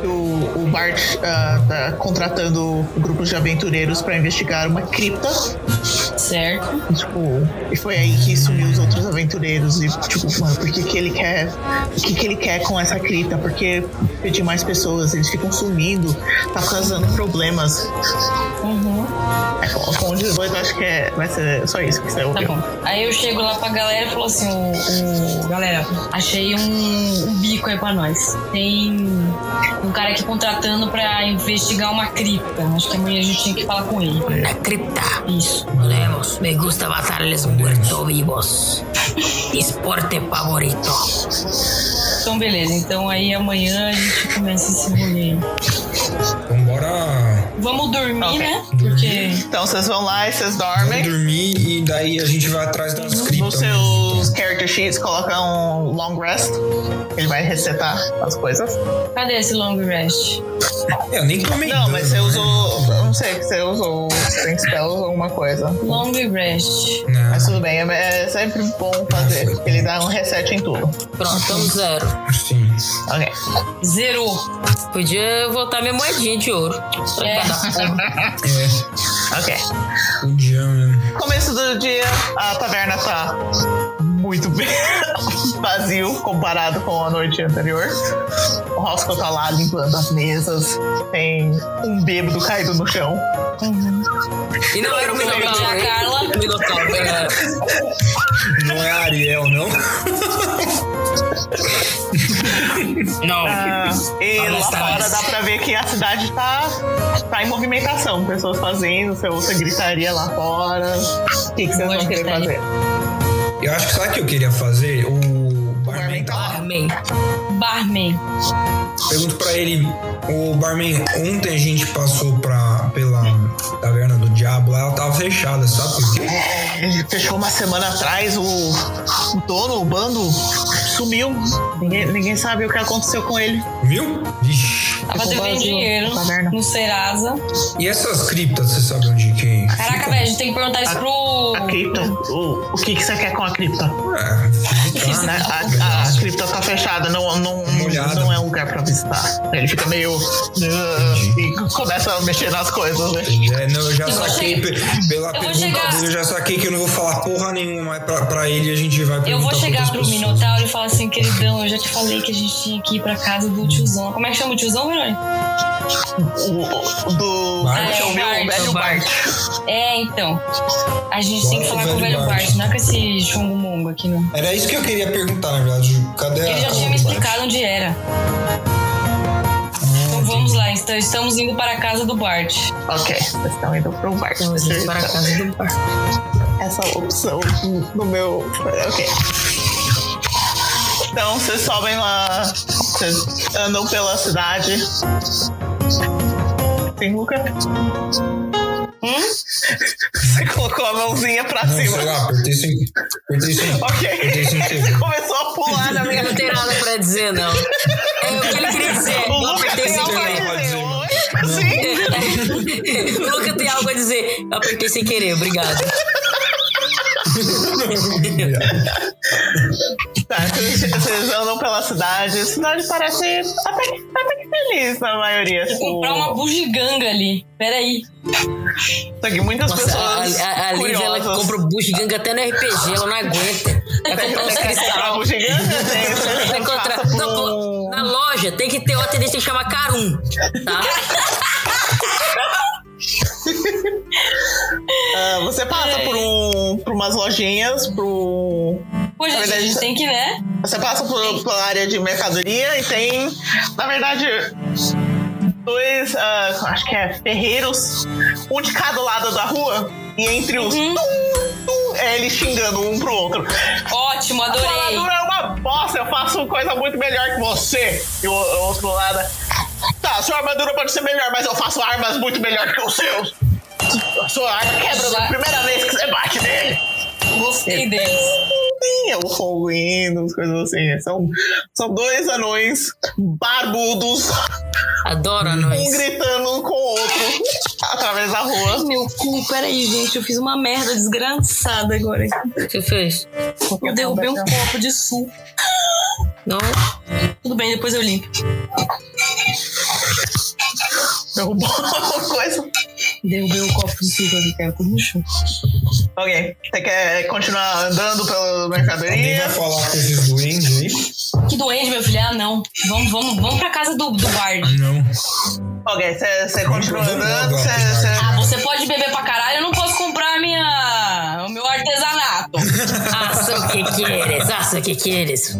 que o, o Bart ah, tá contratando grupos de aventureiros para investigar uma cripta.
Certo.
E, Tipo, e foi aí que sumiu os outros aventureiros. E, tipo, mano, por que, que ele quer. O que, que ele quer com essa cripta? Porque pedir mais pessoas, eles ficam sumindo, tá causando problemas.
Uhum.
É, Com um 18, eu acho que é, vai ser só isso que você
Tá
ouviu.
bom. Aí eu chego lá pra galera e falo assim, o, galera, achei um, um bico aí pra nós. Tem um cara aqui contratando pra investigar uma cripta. Acho que amanhã a gente tinha que falar com ele.
La cripta.
Isso.
Volemos. Me gusta matarles muerto vivos. Mi Esporte favorito.
Então beleza, então aí amanhã a gente começa esse rolê.
Então bora
Vamos dormir,
Ok.
né? Porque.
Então vocês vão lá e vocês dormem.
dormir e daí a gente vai atrás das
Nos
criptas.
seus character sheets, coloca um long rest. Ele vai resetar as coisas.
Cadê esse long rest?
Eu então. É, nem tomei.
Não, mas você
dano, né?
usou. eu Não sei, você usou. Tem spells ou alguma coisa.
Long rest.
Não,
Mas tudo bem, é é sempre bom fazer. Ele dá um reset em tudo.
Pronto, estamos zero.
sim.
Ok.
Zerou.
Podia voltar minha moedinha de ouro. Só
É.
pra dar porra.
É,
Ok.
o dia mesmo.
Começo do dia, a taverna tá muito bem vazio comparado com a noite anterior. O Roscoe tá lá limpando as mesas. Tem um bêbado caído no chão.
E não era o Minotauro.
Tinha a Carla.
O Minotauro. era-
Não é a Ariel, não?
Não.
Ah, e
Fala
lá
atrás.
fora dá pra ver que a cidade tá, tá em movimentação. Pessoas fazendo, você ouça gritaria lá fora. O que, que vocês
Boa
vão querer fazer?
gritaria.
Eu acho que sabe o que eu queria fazer? O
barman
barman
tá
tá
Barman.
Barman.
Pergunto pra ele, o barman, ontem a gente passou pra, pela taverna do diabo, lá ela tava fechada, sabe por quê?
É. Ele fechou uma semana atrás, o, o dono, o bando, sumiu. Ninguém, ninguém sabe o que aconteceu com ele.
Viu? Vixe.
Tava
Ficou
devendo
vazio,
dinheiro
taverna.
no Serasa.
E essas criptas, você sabe onde que. é?
Caraca, velho, a gente tem que perguntar isso pro.
A cripta, o, o que, que você quer com a cripta?
É, visitar,
Né?
né?
A, a cripta tá fechada, não, não,
Molhada.
não é um lugar pra visitar. Ele fica meio. "Ah", E começa a mexer nas coisas, né?
É, não, eu já
Eu vou
saquei
che-
pe- pela
eu vou
pergunta
chegar-
dele, eu já saquei que eu não vou falar porra nenhuma, mas pra, pra ele a gente vai
Eu vou
perguntar pra
chegar
outras
pro
Então, pessoas.
Minotauro e falar assim, queridão, eu já te falei que a gente tinha que ir pra casa do tiozão. Como é que chama o tiozão, Verônica?
O, o do.
Bart.
Deixa eu ver É, o velho Bart.
É, então. A gente tem que
Bora
falar
com
com o velho Bart, não é com esse chungo-mongo aqui, não.
Era isso que eu queria perguntar, na verdade. Cadê a.
Ele já
casa
tinha me
do Ah, Bart?
explicado onde era. Então vamos lá, então estamos indo para a casa do Bart.
Ok, vocês estão indo pro Bart.
Vamos ir
Vocês
para a
estão-
casa do bar.
Essa opção no meu. Ok. Então vocês sobem lá, vocês andam pela cidade. Tem Luca?
Hum?
Você colocou a mãozinha pra
Não,
cima.
sei lá, apertei sem. Apertei sem.
Ok.
Apertei sem
Você
querer.
começou a pular na minha
Eu não tenho nada pra dizer, não. É o que ele queria dizer.
O
Eu
Luca
apertei
tem
sem
algo
querer.
a dizer.
Não.
Oi? Sim?
O Luca tem algo a dizer. Eu apertei sem querer, obrigado.
Tá, vocês vocês andam pela cidade. A cidade parece até que, até que feliz na maioria. assim.
Vou
Oh.
comprar uma bugiganga ali. Peraí.
Só que muitas
Nossa, a,
pessoas.
a, a Liz, ela
curiosas.
compra o bugiganga até no RPG, ela não aguenta. Vai comprar um uns
Tem que comprar
cristal.
uma bugiganga, tem, né? você
Vai
passa
encontrar.
por
Não, pô, na loja tem que ter o atendente, tem que chamar Carum, tá?
Ah, você passa por, um, por umas lojinhas, por.
Pô, gente,
Na verdade,
a gente
isso-
tem que, né?
Você passa por, pela área de mercadoria e tem, na verdade, dois, ah, acho que é ferreiros, um de cada lado da rua, e entre os
Uhum.
tum, tum, é eles xingando um pro outro.
Ótimo, adorei.
Faladura é uma bosta, eu faço coisa muito melhor que você. E o, o outro lado. Tá, sua armadura pode ser melhor, mas eu faço armas muito melhor que os seus. A sua arma quebra na primeira vez que você bate nele.
Gostei deles.
Sim, é o fogo indo, as coisas assim. São, são dois anões barbudos,
Adora
um
nós.
gritando com o outro através da rua.
Meu cu, peraí, gente. Eu fiz uma merda desgraçada agora.
O que você fez?
Eu derrubei um copo de suco.
Não?
Tudo bem, depois eu limpo.
Derrubou alguma coisa.
Derrubei um copo de suco ali, cara. Tudo no chão.
Ok, você quer continuar andando pela
Alguém
mercadoria?
vai falar com esses duendes aí?
Que doente, meu filho. Ah, não. Vamos, vamos, vamos pra casa do, do Bard.
Não.
Ok, você você continua
Vamos
andando,
logo,
você- você-
Ah, você pode beber pra caralho, eu não posso comprar minha, o meu artesanato.
Aça o que queres, aça o que queres.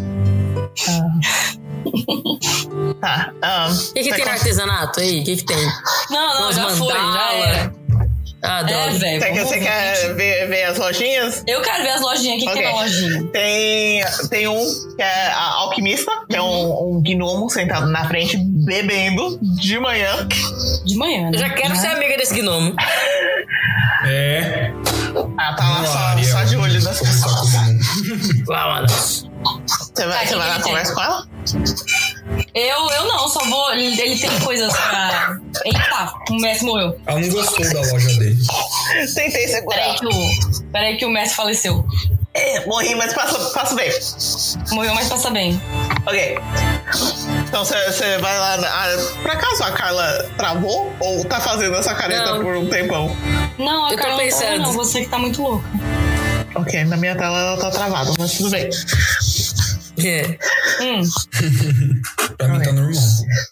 O
Tá. ah,
que, que
você
tem no
con-
artesanato aí? O que, que tem?
Não, não,
Umas
Ah, já foi, já era.
mandala. Ah,
É,
droga.
velho.
Você quer,
vamos
você
ver.
quer ver, ver as lojinhas?
Eu quero ver as lojinhas. O que, que
Ok.
tem na lojinha?
Tem, tem um que é a alquimista, que é um, um gnomo sentado na frente bebendo de manhã.
De manhã, né?
Eu já quero
Né?
ser amiga desse gnomo.
É.
Ah, tá lá
Vamos lá,
só,
Ariel.
só de olho né? nas
Conversar com
pessoas.
todo mundo.
Lá, mano.
Você vai,
Ah,
você
que
vai
que
lá
ele
conversa com ela?
Eu, eu não, só vou. Ele ele tem coisas pra. Eita, o Messi morreu.
Ela não gostou da loja dele.
Tentei segurar.
Peraí que o. Peraí que o Messi faleceu.
É, morri, mas passo, passo bem.
Morreu, mas passa bem.
Ok. Então você você vai lá. na- Ah, por acaso a Carla travou? Ou tá fazendo essa careta
Não.
por um tempão?
Não, a
Eu tô
Carol não tá,
pensando.
não, você que tá muito louco.
Ok, na minha tela ela tá travada, mas tudo bem.
É.
Hum,
Pra mim tá normal.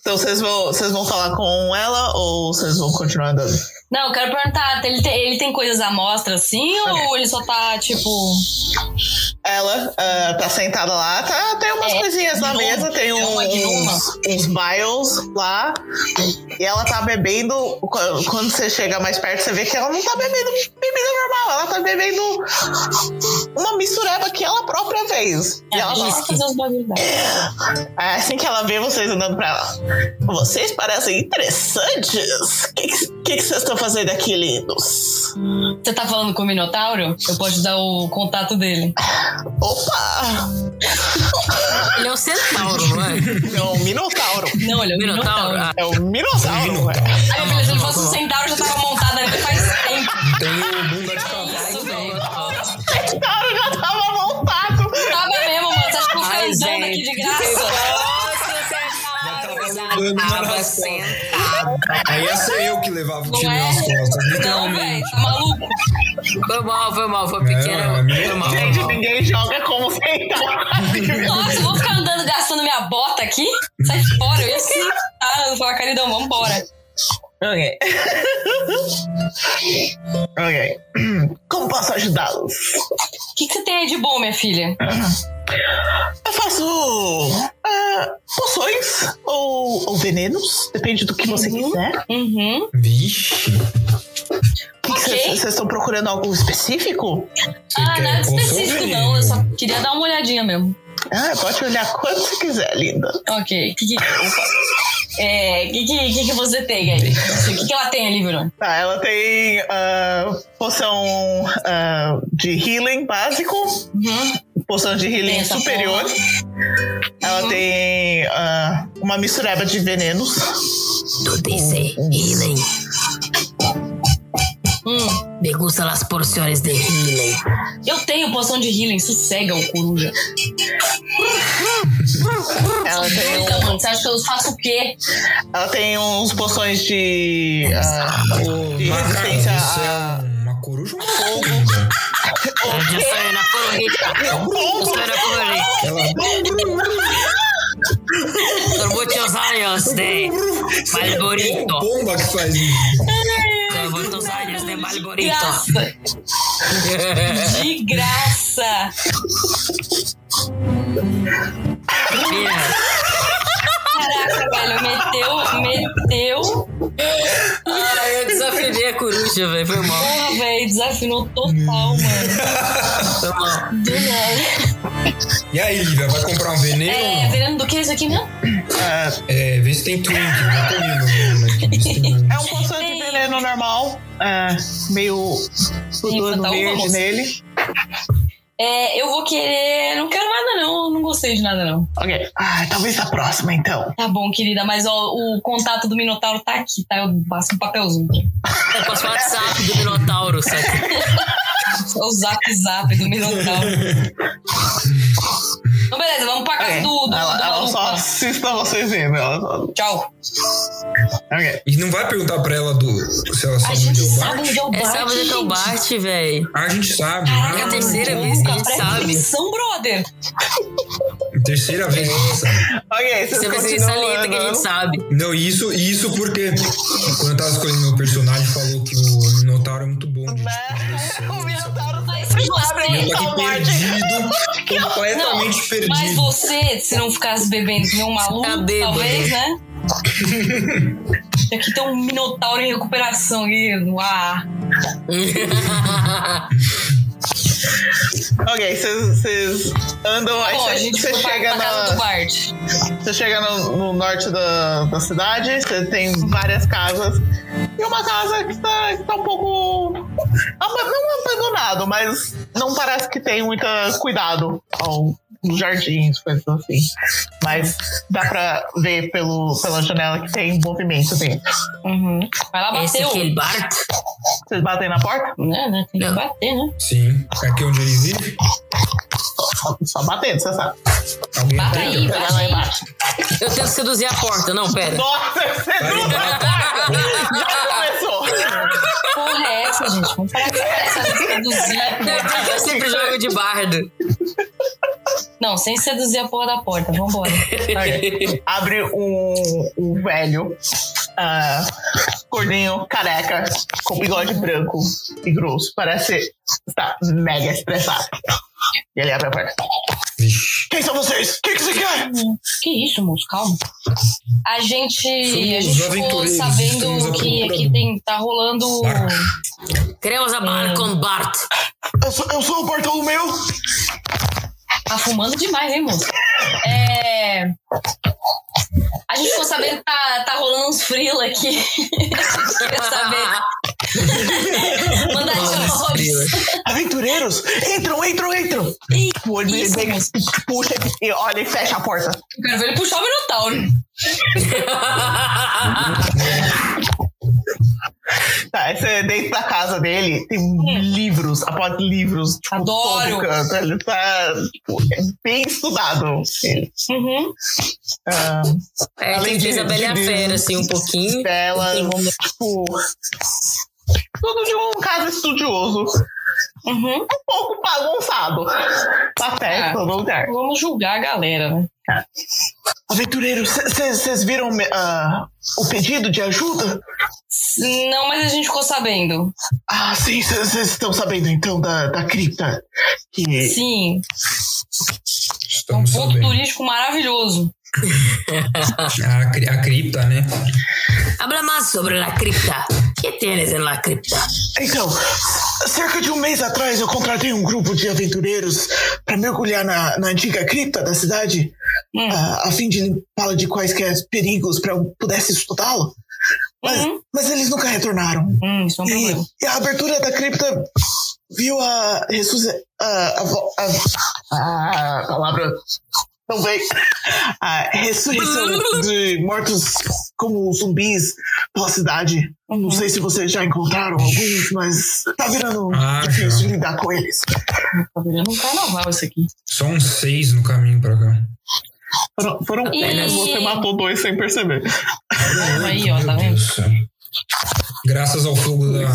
Então vocês vão, vocês vão falar com ela ou vocês vão continuar andando?
Não, eu quero perguntar, ele tem, ele tem coisas à mostra assim ou ele só tá tipo.
Ela ah, tá sentada lá, tá, tem umas
É,
coisinhas na
de uma,
mesa, tem
de uma, de
um-
uma.
uns, uns vials lá. E ela tá bebendo. qu- Quando você chega mais perto, você vê que ela não tá bebendo bebida normal, ela tá bebendo uma mistureba que ela própria fez. E ela
Ela
fala,
vai "Ah, fazer os bagulhos dela.
é assim que ela vê vocês andando pra ela. Vocês parecem interessantes. O que, que, que vocês estão fazendo aqui, lindos?
Você tá falando com o Minotauro? Eu posso dar o contato dele.
Opa!
Ele é um centauro, não é?
É um minotauro.
Não, ele é o Minotauro.
Minotauro?
Minotauro.
Ah,
É um
Tá
minossauro.
Minotauro.
Aí, meu filho, se ele fosse um centauro, eu já tava montada ali faz tempo.
Tem o bunda de cavalo.
um
Isso, velho.
tá.
O minotauro já tava montado.
Tava mesmo, mano. Você acha que eu vou ficar
Ai,
andando aqui de
gente.
graça?
andando na
Tava
ração.
sentada.
Ah,
Aí ia ser eu que levava o
Não
time
é?
nas costas,
Não, velho,
literalmente.
tá maluco?
Foi mal, foi mal, foi
É,
pequena.
amigo.
Foi mal, foi
Gente,
mal.
ninguém joga como centauro.
Nossa, eu vou ficar andando gastando minha bota aqui? Sai fora, eu ia se matar. Eu ia falar, caridão, vambora.
ok. ok. Como posso ajudá-los?
O que, que você tem aí de bom, minha filha?
Eu faço ah, poções ou, ou venenos, depende do que você quiser.
Uhum.
Vixe.
Vocês
Ok.
vocês estão procurando algo específico?
Você
Ah, nada
poção
específico,
mesmo?
não. Eu só queria dar uma olhadinha mesmo.
Ah, pode olhar quanto você quiser, linda.
Ok. O que, que, opa. É, que, que, que, que você tem aí? O que, que ela tem ali, Bruno?
Tá, ela tem ah, poção ah, de healing básico,
Uhum.
poção de
Tem
healing
essa Uhum.
superior. Ela tem ah, uma mistureba de venenos.
Tudo isso é healing.
Hum.
Begu
usa as porções de healing.
Eu tenho poção de healing, sossega o coruja.
Ela tem,
Então, mano, você acha que eu faço o quê?
ela tem uns poções de. ah, de
Macaco,
resistência
você
a.
é uma coruja ou uma coruja?
Eu já saí na corrida. Eu saí na corrida.
Ela é
Por muitos anos de
uma
Malborito.
bomba que faz isso.
Por muitos anos de Malborito.
Graça! De graça!
Mira.
Caraca, velho, meteu, meteu.
Ah, eu desafinei a coruja, velho. Foi mal.
Porra, velho, desafinou total, mano.
Foi mal.
Do nada.
E aí, Lívia, vai comprar um veneno?
É, veneno do que é isso aqui mesmo?
É, vê se tem Twink. Vai comigo, veneno aqui. Vê se tem
É um poção de
Ei.
veneno normal, é, meio sudando
tá uma
verde
moça.
nele.
É, eu vou querer. Não quero nada, não. Não gostei de nada, não.
Ok. Ah, talvez na próxima, então.
Tá bom, querida, mas ó, o contato do Minotauro tá aqui, tá? Eu passo um papelzinho.
Eu posso falar de sapo do Minotauro, sabe?
É o zap zap do Minotauro. então, beleza, vamos pra casa
Ok.
do, do,
ela
do
ela
maluco
só
lá.
assiste pra vocês verem. Ela só...
Tchau.
Ok.
E não vai perguntar pra ela do, se ela
A
sabe
gente
onde é o
sabe
bar?
onde é o
É
Bart.
sábado que eu
gente.
bate, velho.
Ah, a gente sabe.
Caraca,
É a
Ah,
terceira
maluca,
vez que a gente
presta
sabe.
atenção, brother.
terceira vez que a gente sabe.
Ok,
Você
vocês
vai ser
continuam
salienta que a gente
andando.
sabe.
Não, e isso, e isso porque quando eu tava escolhendo meu personagem, falou que o Minotauro é muito bom. De,
Né? O Minotauro tá
Mas você,
eu tô aqui perdido, completamente perdido.
mas você, se não ficasse bebendo que nem um maluco,
Tá bêbado.
talvez, né? Aqui tem um Minotauro em recuperação aqui no ar.
Ok, vocês- vocês andam, aí
Bom,
você-
a gente
você
foi pra,
chega
pra casa
na.
do Bart.
Você chega no, no norte da, da cidade, você tem várias casas. E uma casa que tá, que tá um pouco. aba- Não abandonado, mas não parece que tem muito ah, cuidado ao, nos jardins, coisas assim. Mas dá pra ver pelo, pela janela que tem movimento dentro.
Uhum. Vai lá,
Esse
bateu.
aqui é o Bart?
Vocês batem na porta?
Né, né? Tem que
Não.
bater, né?
Sim, tá aqui onde ele vive,
Só, só batendo, você sabe.
alguém
Bata
é
atende?
Tá
Vai
aí,
lá
bate
embaixo.
Eu tento seduzir a porta. Não, pera.
Nossa, você não vai começou.
aí. Porra, é essa, gente? Vamos parar com essa de seduzir a porra.
Eu sempre jogo de bardo.
Não, sem seduzir a porra da porta. Vambora.
abre um, um velho ah, gordinho, careca, com bigode branco e grosso. Parece estar mega estressado. E ele abre a porta.
Vixe.
Quem são vocês? O que, que você quer?
Que isso, moço? Calma. A gente, a
Somos
gente ficou
aventureiros, estamos à
sabendo que
procura
aqui
do-
tem, tá rolando.
Bart.
Queremos a
Hum.
bar com Bart.
Eu sou, eu sou o Bartolomeu.
Tá fumando demais, hein, moço? É. A gente ficou sabendo que tá, tá rolando uns frila aqui. Quer
Ah,
saber? Mandar de
Aventureiros, entram, entram, entram. O olho dele
isso,
pega,
moço.
puxa e olha e fecha a porta.
Eu quero ver ele puxar o Minotauro.
Tá, aí você dentro da casa dele tem livros, após livros. Tipo,
Adoro.
todo canto. Ele tá tipo, é bem estudado. Ele.
Uhum.
Ah,
É,
Além
Além
de-
de a Bela e a
de-
Fera, assim, um pouquinho.
Bela,
Tem como-
tipo. Tudo de um cara estudioso.
Uhum.
Um pouco bagunçado. Tá certo, todo lugar.
Vamos julgar a galera, né?
Aventureiros, vocês viram me- ah, o pedido de ajuda?
Não, mas a gente ficou sabendo.
Ah, sim, vocês estão sabendo então da, da cripta. Que
Sim. É um
Estamos
ponto
sabendo.
turístico maravilhoso.
A, cri- a cripta, né?
Habla mais sobre a cripta. O que tienes en la cripta?
Então, cerca de um mês atrás eu contratei um grupo de aventureiros para mergulhar na, na antiga cripta da cidade, ah, a fim de limpá-la de quaisquer perigos para eu pudesse estudá-la. Mas, mas eles nunca retornaram.
Hum, isso é um
E,
problema.
e a abertura da cripta viu a ressuscitação. A, a, vo- a, a palavra também a ressurreição de mortos como zumbis pela cidade. Eu Não sei se vocês já encontraram alguns, mas tá virando
Ah,
difícil
já.
de lidar com eles.
Tá virando um carnaval isso aqui.
Só uns seis no caminho pra cá.
Foram, foram
E-
eles, você matou dois sem perceber.
Aí, ó, tá
Meu
vendo?
Deus do céu. Graças ao fogo da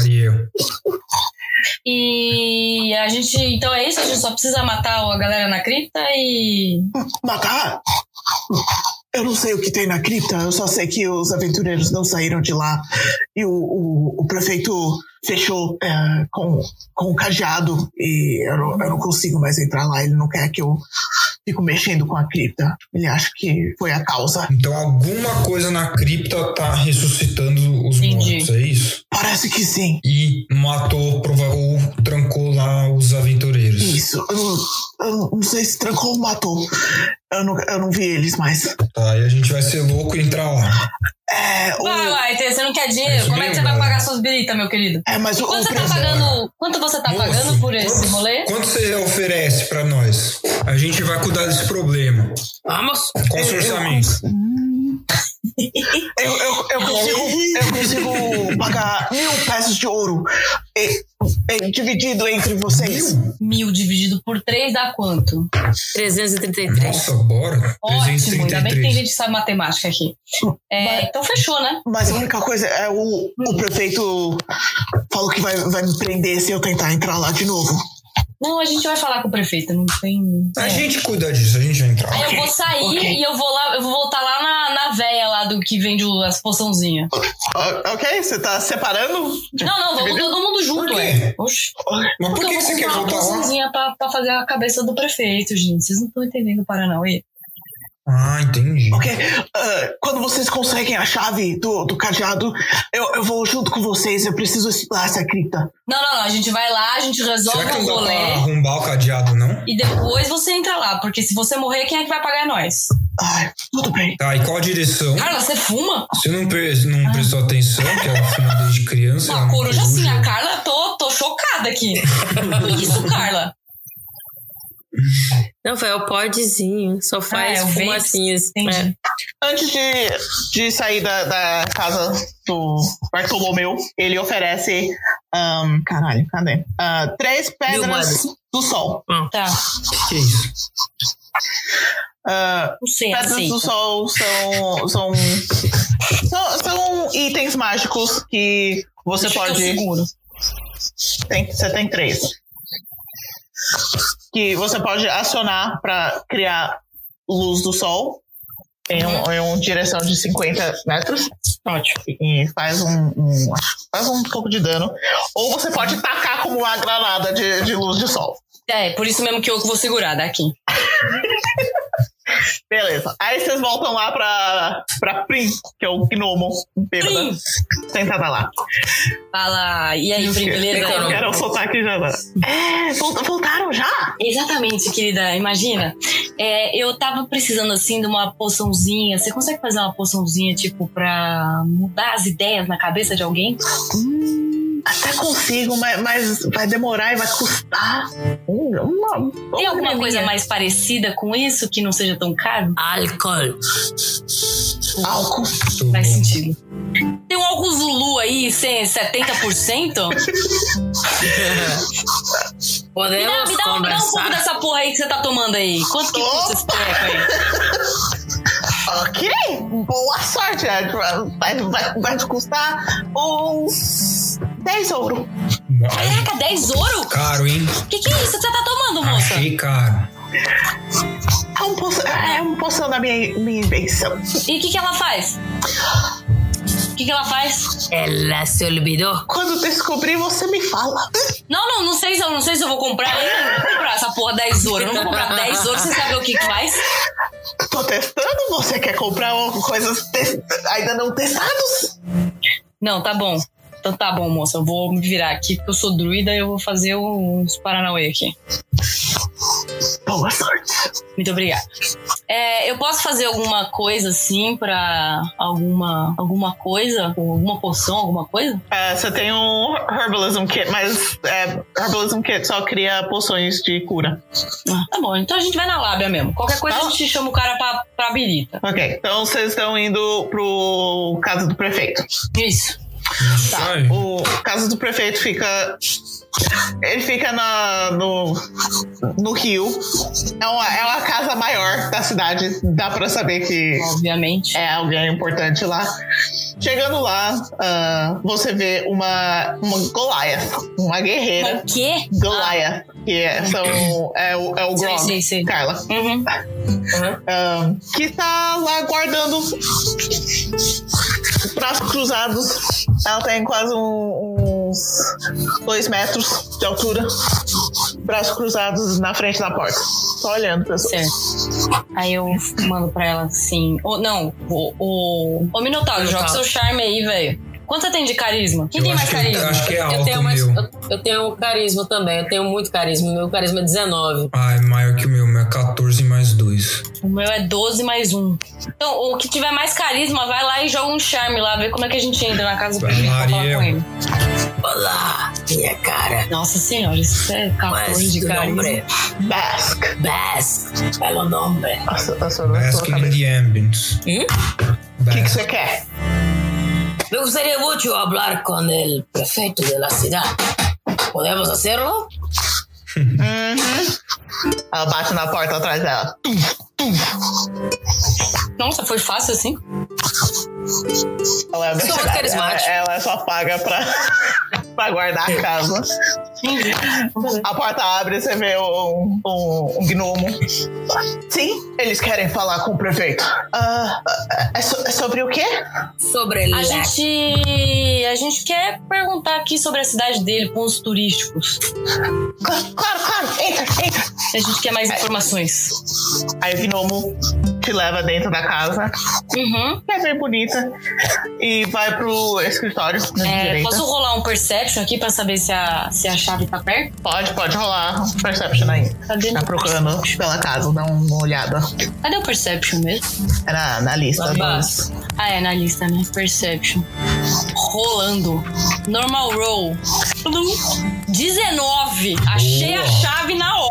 Ariel.
E a gente. Então é isso, a gente só precisa matar a galera na cripta e.
Matar? Eu não sei o que tem na cripta, eu só sei que os aventureiros não saíram de lá e o, o, o prefeito fechou é, com, com o cadeado e eu não, eu não consigo mais entrar lá. Ele não quer que eu fico mexendo com a cripta. Ele acha que foi a causa.
Então alguma coisa na cripta tá ressuscitando os
Entendi.
mortos, é isso?
Parece que sim.
E matou, prova- ou trancou lá os aventureiros.
Isso. Eu não, eu não- não sei se trancou ou matou. Eu não, eu não vi eles mais.
Tá, e a gente vai ser louco e entrar
Tá
lá.
É, o-
Vai, vai, você não quer
É
dinheiro?
isso
Como é que você
mesmo,
vai
cara.
pagar suas biritas, meu querido?
é, mas o,
Quanto
o
você tá
preço-
pagando? Quanto você tá pagando por esse
quanto-
rolê?
Quanto assim? você oferece pra nós? A gente vai cuidar desse problema.
Vamos.
Qual o seu orçamento?
Eu, eu, eu
É
consigo, eu consigo pagar mil peças de ouro e- e dividido entre vocês.
Mil?
Mil dividido por três dá quanto?
333.
Nossa, bora.
Ótimo, ainda bem que tem
333.
gente que sabe matemática aqui. É, então fechou, né?
Mas a única coisa é o, o prefeito falou que vai, vai me prender se eu tentar entrar lá de novo.
Não, a gente vai falar com o prefeito, não tem.
A
é.
gente cuida disso, a gente vai entrar.
Aí eu vou sair e eu vou lá, eu vou voltar lá na, na véia lá do que vende o- as poçãozinhas.
O- ok? Você tá separando?
Não, não, vamos todo mundo junto,
Por quê?
ué. Oxi.
Mas por
Porque
que,
eu
que
vou
você quer
comprar uma
voltar lá?
poçãozinha pra, pra fazer a cabeça do prefeito, gente. Vocês não estão entendendo o Paranauê.
Ah, entendi.
Ok. Ah, quando vocês conseguem a chave do, do cadeado, eu, eu vou junto com vocês. Eu preciso estudar essa cripta.
Não, não, não. A gente vai lá, a gente resolve
Será que
o
não dá
rolê.
pra arrombar o cadeado, não?
E depois você entra lá, porque se você morrer, quem é que vai pagar é nós?
Ai, tudo bem.
Tá, e qual a direção?
Carla, você fuma?
Você não, pre- não prestou atenção, que ela fuma desde criança. ela é
Uma
uma
coruja assim,
coruja.
a Carla, tô, tô chocada aqui. Isso, Carla.
Não, foi o podzinho. Só faz
Ah, é o vape.
fumacinhas.
Entendi.
Antes de, de sair da, da casa do Bartolomeu, ele oferece. ahn, caralho, cadê? Ah, três pedras
moedas.
do sol.
Tá,
É. Que isso?
Ah,
não sei,
pedras
aceito.
do sol são, são, são. são itens mágicos que você
Deixa que eu
pode.
seguro.
Tem, você tem três. Que você pode acionar para criar luz do sol em, um, em uma direção de 50 metros. Ótimo. E faz um, um- faz um pouco de dano. Ou você pode tacar como uma granada de, de luz de sol.
É, por isso mesmo que eu vou segurar daqui.
Beleza. Aí vocês voltam lá pra, pra Prim, que é o gnomo bêbado.
Prim!
Sentada lá.
Fala, e aí, Prim, beleza?
Eu quero o sotaque já. né? É, vol- voltaram já?
Exatamente, querida, imagina. É, eu tava precisando, assim, de uma poçãozinha. Você consegue fazer uma poçãozinha, tipo, pra mudar as ideias na cabeça de alguém?
Até consigo, mas, mas vai demorar e vai custar. Hum, Uma,
Tem
uma
alguma coisa
graninha.
mais parecida com isso que não seja tão caro?
Álcool.
Álcool.
Muito
Faz
bom.
sentido. Tem um álcool Zulu aí, sem 70%? Me dá,
Podemos
me, dá, me dá um pouco
conversar.
dessa porra aí que você tá tomando aí. Quanto que custa esse treco aí?
Ok. Boa sorte. Ed. Vai, vai, vai te custar uns 10 ouro.
Ai,
Caraca, 10 ouro?
Caro, hein?
Que que é isso que você tá tomando, moça?
Achei caro.
É um poção, é um poção da minha, minha invenção.
E o que que ela faz? O que que ela faz?
Ela se olvidou.
Quando descobrir, você me fala.
Não, não, não sei, se eu- não sei se eu vou comprar. Eu não vou comprar essa porra 10 ouro. Eu não vou comprar 10 ouro, você sabe o que que faz?
Tô testando. Você quer comprar uma- coisas tes- ainda não testadas?
Não, tá bom. Então tá bom, moça. Eu vou um, me virar aqui porque eu sou druida e eu vou fazer uns Paranauê aqui.
Boa sorte.
Muito obrigada. É, eu posso fazer alguma coisa assim pra alguma alguma coisa, Ou alguma poção, alguma coisa?
É, você tem um Herbalism Kit, mas é, Herbalism Kit só cria poções de cura.
Ah, tá bom, então a gente vai na lábia mesmo. Qualquer coisa
Tá.
a gente chama o cara pra, pra habilita.
Ok, então vocês estão indo pro casa do prefeito.
Isso.
Tá.
Ai.
O caso do prefeito fica. Ele fica na, no, no Rio. É uma, é uma casa maior da cidade. Dá pra saber que
Obviamente.
é alguém importante lá. Chegando lá, ah, você vê uma, uma Goliath, uma guerreira.
É O quê?
Goliath, que é, são, é, o, é o
Sim,
Grog,
sim, sim.
Carla.
Uhum.
Ahn, que tá lá guardando braços cruzados. Ela tem quase um- uns dois metros de altura, braços cruzados na frente da porta, só olhando pessoal.
Certo. Aí eu mando pra ela assim. Ô, não, o. Ô, ô Minotauro, joga seu charme aí, velho. Quanto você tem de carisma? Quem
Eu
tem
acho
mais
que-
carisma?
eu acho que é
Eu
alto
tenho,
o
mais,
meu.
eu, eu tenho carisma também, eu tenho muito carisma. Meu carisma é 19.
Ah, é maior que o meu, o meu é 14 mais 2.
O meu é 12 mais um. Então, o que tiver mais carisma, vai lá e joga um charme lá, vê como é que a gente entra na casa do
Vai,
prefeito pra falar
Ariel.
com ele.
Olá, minha cara.
Nossa senhora, isso é 14 de carisma.
Bask.
Bask, pelo nome.
A sua, a sua, é a sua
Basking in
cabeça.
the ambience.
Hum?
O que, que
Basking.
você quer?
Me gustaría mucho hablar con el prefecto de la ciudad. ¿Podemos hacerlo?
Ela bate na porta atrás dela.
Nossa, foi fácil assim?
Ela é
Sou muito
mercenária. ela,
carismática.
ela só paga pra, pra guardar a casa.
Entendi.
A porta abre e você vê um, um- um gnomo. Sim, eles querem falar com o prefeito. Ah, ah, é, so- é sobre o quê?
Sobre el
A gente. A gente quer perguntar aqui sobre a cidade dele, pontos turísticos.
Claro, claro, claro. Entra, entra.
A gente quer mais informações.
Aí o gnomo te leva dentro da casa,
Uhum.
que é bem bonita, e vai pro escritório na
É,
direita.
posso rolar um perception aqui pra saber se a, se a chave tá perto?
Pode, pode rolar. um Perception aí.
Cadê?
Tá procurando pela casa, dá uma olhada.
Cadê o perception mesmo?
É na, na lista dos.
Babás.
Ah, é, na lista, né? Perception. Rolando. Normal roll. 19. Achei a
Boa.
chave na hora.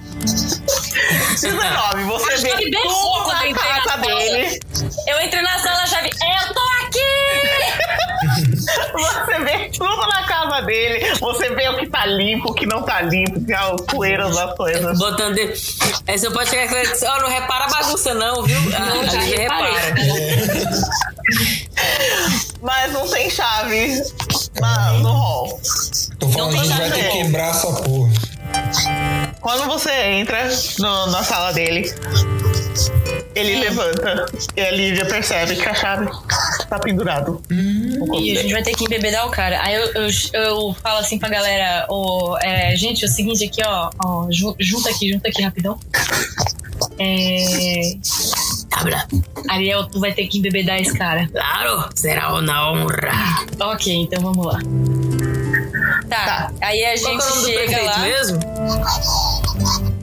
19, você
Acho que
vê
ele berrou
tudo
quando
na
eu entrei na
casa
sala.
dele.
Eu entrei na sala, a chave. Eu tô aqui!
Você vê tudo na casa dele. Você vê o que tá limpo, o que não tá limpo, que é o poeira das coisas.
Botando. de- Aí você pode chegar e falar assim: Ó, não repara a bagunça, não, viu?
Não,
Ah,
já
a gente
reparei.
repara.
Mas não tem chave na- no hall.
Tô falando,
tem
a gente
nada
vai ter
a ver.
que quebrar essa porra.
Quando você entra no- na sala dele, ele levanta e a Lívia percebe que a chave tá pendurado. no corpo
E a
dele.
gente vai ter que embebedar o cara. Aí eu, eu, eu falo assim pra galera: ô, é, gente, é o seguinte aqui, ó. ó ju- junta aqui, junta aqui rapidão. É,
Habla.
Ariel, tu vai ter que embebedar esse cara.
Claro, será uma honra.
Ok, então vamos lá. Tá, aí a
Qual
gente
que é o nome do
chega
prefeito
lá.
mesmo?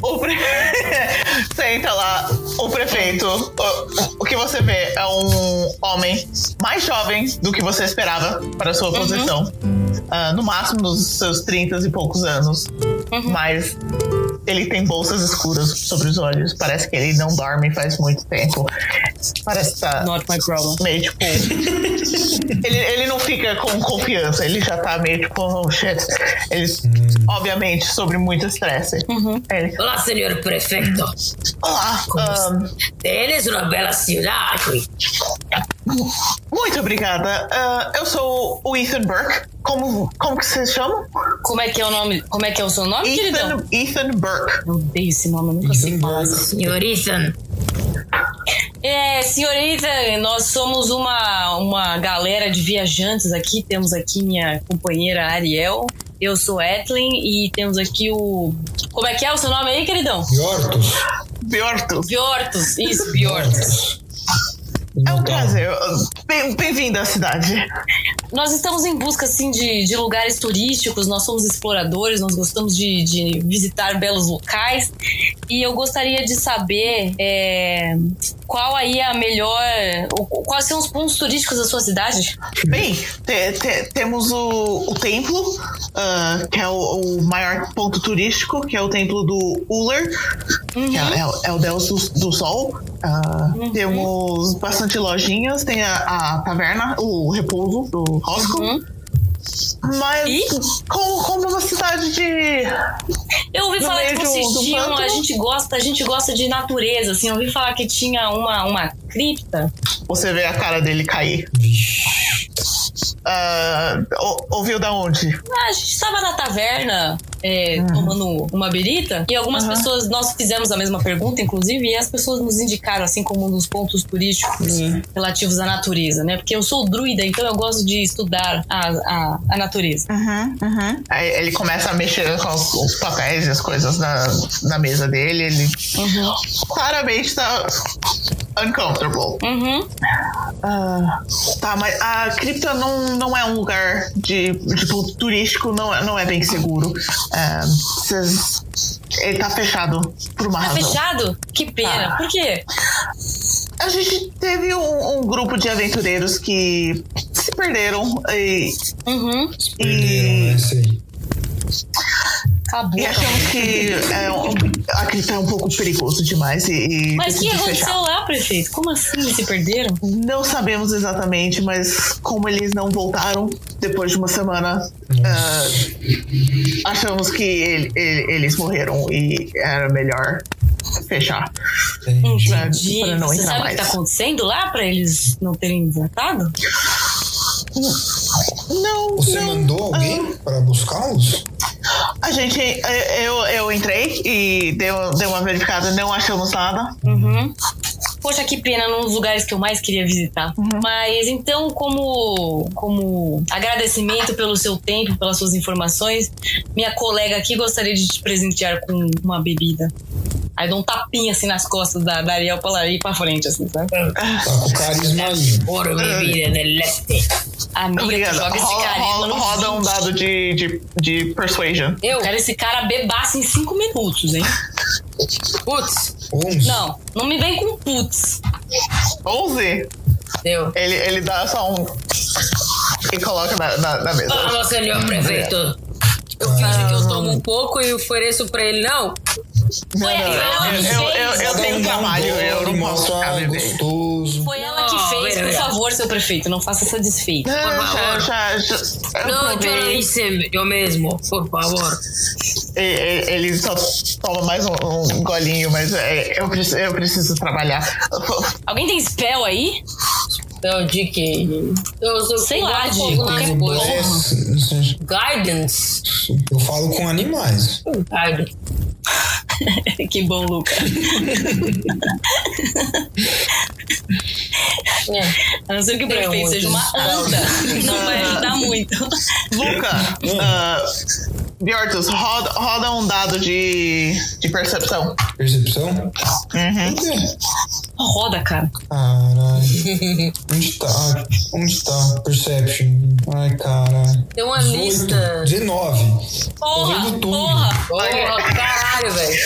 O pre... você entra lá, o prefeito. O, o que você vê é um homem mais jovem do que você esperava para sua posição. Ah, no máximo nos seus 30 e poucos anos. Mas ele tem bolsas escuras sobre os olhos. Parece que ele não dorme faz muito tempo. Parece que tá
Not my problem.
meio tipo. ele, ele não fica com confiança, ele já tá meio tipo, oh shit. Ele, obviamente, sobre muito estresse. Ele,
Olá, senhor prefeito.
Olá, ah, ahn,
Tienes uma bela cidade.
muito obrigada. Ah, eu sou o Ethan Burke. Como, como que vocês chamam?
Como é que é o nome? Como é que é o seu nome, queridão?
Ethan, Ethan Burke.
Eu odeio esse nome, eu nunca sei falar
Ethan
isso.
Senhor Ethan.
É, senhorita, nós somos uma, uma galera de viajantes aqui. Temos aqui minha companheira Ariel. Eu sou Etlin e temos aqui o. Como é que é o seu nome aí, queridão?
Yortos.
Bjortus.
Bjortos. Isso, Bjortos.
É
tá.
um prazer. Bem- Bem-vindo à cidade.
Nós estamos em busca, assim, de, de lugares turísticos, nós somos exploradores, nós gostamos de, de visitar belos locais. E eu gostaria de saber é, qual aí é a melhor. o- Quais são os pontos turísticos da sua cidade?
Bem, te- te- temos o, o templo, ah, que é o, o maior ponto turístico, que é o templo do Uller, que é, é o- é o deus do, do sol. Ah, Temos bastante lojinhas, tem a, a taverna, o repouso do Roscoe. Mas
E?
como, como uma cidade de.
Eu ouvi
No
falar que
meio de um-
vocês
de um
tinham. A
pântano?
gente gosta, a gente gosta de natureza, assim. Eu ouvi falar que tinha uma, uma cripta.
Você vê a cara dele cair. Ah, ou- ouviu da onde?
Ah, a gente estava na taverna é, tomando uma birita e algumas pessoas, nós fizemos a mesma pergunta, inclusive, e as pessoas nos indicaram, assim, como um dos pontos turísticos relativos à natureza, né? Porque eu sou druida, então eu gosto de estudar a, a, a natureza.
Aí ele começa a mexer com os, os papéis e as coisas na, na mesa dele. Ele
Uhum.
claramente tá uncomfortable.
Uhum.
Ah, tá, mas a cripta não, não é um lugar de tipo turístico, não é, não é bem seguro. É, cês- ele tá fechado por uma
Tá
razão.
fechado? Que pena. Por quê?
A gente teve um, um grupo de aventureiros que se perderam e,
Uhum.
Perderam, né? Sei.
Acabou.
e achamos que é um- a cripta é um pouco perigoso demais e, e
Mas o que
decidiu
aconteceu
fechar.
lá, prefeito? Como assim eles se perderam?
Não sabemos exatamente, mas como eles não voltaram depois de uma semana, ah, achamos que ele- ele- eles morreram e era melhor fechar. um
Entendi.
Entendi.
pra não
Você
entrar
sabe o
mais.
que tá acontecendo lá pra eles não terem voltado?
Não,
Você
não. ah.
mandou alguém para buscá-los?
A gente, eh, eu, eu entrei e deu, deu uma verificada, não achamos nada.
Uhum. Poxa, que pena, num dos lugares que eu mais queria visitar.
Uhum.
Mas então, como, como agradecimento pelo seu tempo, pelas suas informações, minha colega aqui gostaria de te presentear com uma bebida. Aí eu dou um tapinha assim nas costas da, da Ariel pra ela ir pra frente, assim, sabe?
É.
Tá com carisma aí.
Por bebida de leste.
Amiga, tu
Obrigada.
joga esse
Rola,
cara
rola, roda um dado de, de, de persuasion.
Eu?
Eu quero esse cara bebasse em cinco minutos, hein?
Putz.
11.
Não, não me vem com putz.
11.
Deu.
É.
Ele, ele dá só um. E coloca na, na, na mesa.
Fala, senhor prefeito. Eu
Ah.
fingi que eu tomo um pouco e ofereço pra ele. Não,
Não,
Foi
não,
ela
eu,
que
eu,
fez.
eu, eu
Cada
tenho
um dá um
trabalho,
gole,
eu não posso
mostra,
ficar
"Ah,
bebendo.
gostoso.
Foi ela
Não,
que fez,
é,
por
é.
favor, seu prefeito, não faça essa desfeita.
Ah,
favor.
Já, já, já, eu
não, eu não
provei.
hice eu mesmo. Por favor.
E- e- Ele só toma mais um, um golinho, mas é, eu, preciso, eu preciso trabalhar.
Alguém tem spell aí?
Então, de que? Eu, eu
Sei lá, de qualquer
qualquer coisa.
coisa.
Parece, não sei,
Guidance.
É, Eu falo com animais.
Guidance.
que bom, Luca.
É.
A não ser que o
Tem
prefeito
outros
seja uma anda, não vai ajudar muito.
Luca, ah, Bjortus, roda, roda um dado de, de percepção.
Percepção?
Uhum.
Cadê?
Roda, cara.
Caralho. Onde tá? Onde tá? Perception. Ai, caralho.
Tem uma lista.
19. Tô
Porra,
vendo tudo.
porra.
Porra, caralho, velho.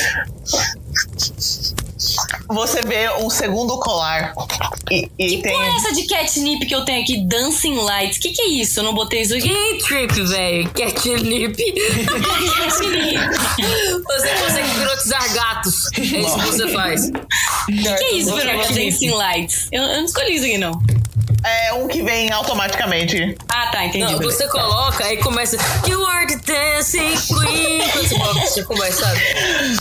Você vê um segundo colar e, e
Que
tem.
porra é essa de catnip que eu tenho aqui? Dancing Lights. Que que é isso? Eu não botei isso aqui.
Que é trip, velho. Catnip. você consegue hipnotizar gatos. É isso que você faz.
Que que é isso,
Você
Verônica?
gosta de
Dancing Lights. Eu, eu não escolhi isso aqui, não.
É um que vem automaticamente.
Ah, tá, entendi.
Não,
beleza.
você coloca aí começa. You are the dancing queen. Quando Você coloca, você começa, sabe?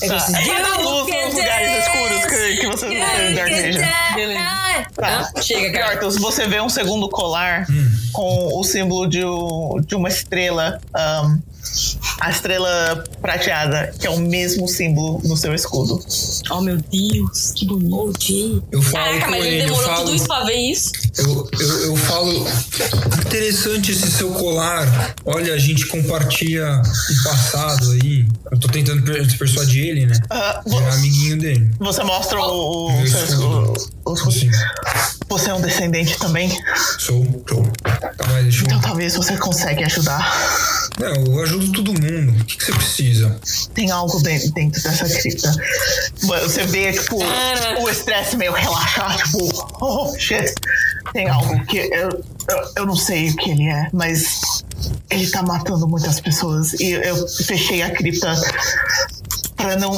É
Tá.
você-
Vai dar luz nos lugares escuros que, que você não tem no Dark Vision.
Beleza.
Tá.
Chega, cara.
Piortos, você vê um segundo colar com o símbolo de, um- de uma estrela. ahn, a estrela prateada, que é o mesmo símbolo no seu escudo.
Oh, meu Deus, que bonito.
Eu falo
Caraca,
com
mas ele
ele, eu
demorou
falo,
tudo isso pra ver isso.
Eu, eu, eu falo. Interessante esse seu colar. Olha, a gente compartilha o passado aí. Eu tô tentando per- persuadir ele, né?
Ah, vo-
Virar amiguinho dele.
você mostra o, o
Meu
seu escudo.
escudo.
o- o-
Assim.
Você é um descendente também,
Sou, sou. Tá, vai, deixa eu...
então talvez você consegue ajudar.
Não, eu ajudo todo mundo. O que, que você precisa?
Tem algo de- dentro dessa cripta. Você vê, tipo,
Cara.
o estresse meio relaxar, tipo, oh shit. Tem algo que eu, eu, eu não sei o que ele é, mas ele tá matando muitas pessoas. E eu fechei a cripta pra não,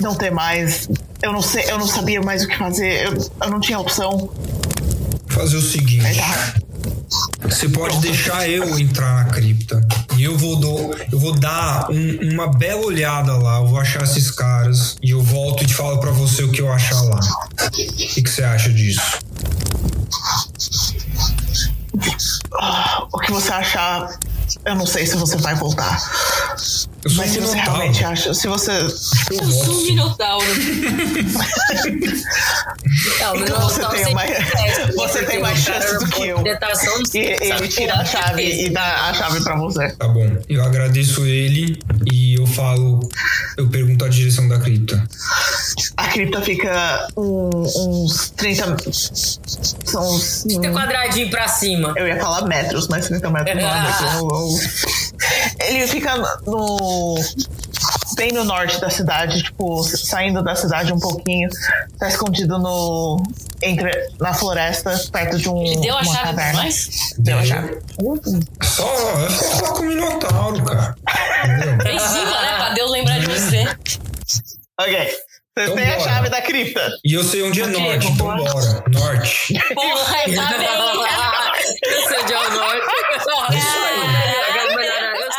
não ter mais. Eu não sei, eu não sabia mais o que fazer, eu, eu não tinha opção.
Fazer o seguinte.
Aí tá.
Você pode deixar eu entrar na cripta. E eu vou, do, eu vou dar um- uma bela olhada lá. Eu vou achar esses caras. E eu volto e te falo pra você o que eu achar lá. O que, que você acha disso?
O que você achar, eu não sei se você vai voltar.
Eu sou
Mas se
um
você
minotauro.
realmente acha, se você
Eu
Eu sou
volto
um
sim.
minotauro. Não, o
Então você
minotauro
tem
sempre
mais-
cresce, né?
você tem
Porque
mais
o cara
chances do
é
que eu.
uma tentação de-
E ele
sabe,
tira a
com certeza.
chave e dá a chave pra você.
Tá bom. Eu agradeço ele e eu falo. Eu pergunto a direção da cripta.
A cripta fica um- uns 30. São uns.
Tem
hum,
quadradinho pra cima.
Eu ia falar metros, mas 30 metros não é metro. eu- eu- Ele fica no. Bem no norte da cidade, tipo, saindo da cidade um pouquinho. Tá escondido no. Entre, na floresta, perto de um.
Ele deu a
uma
chave pra
caverna.
nós?
Deu a chave.
Só, eu só falar com o minotauro, cara. Entendeu?
Em cima, né? Pra Deus lembrar de você.
Ok. Você
Então
tem a
bora.
chave da cripta.
E eu sei onde é norte, então bora. Norte.
Porra, tá bem.
Eu sei de honor. Eu sei de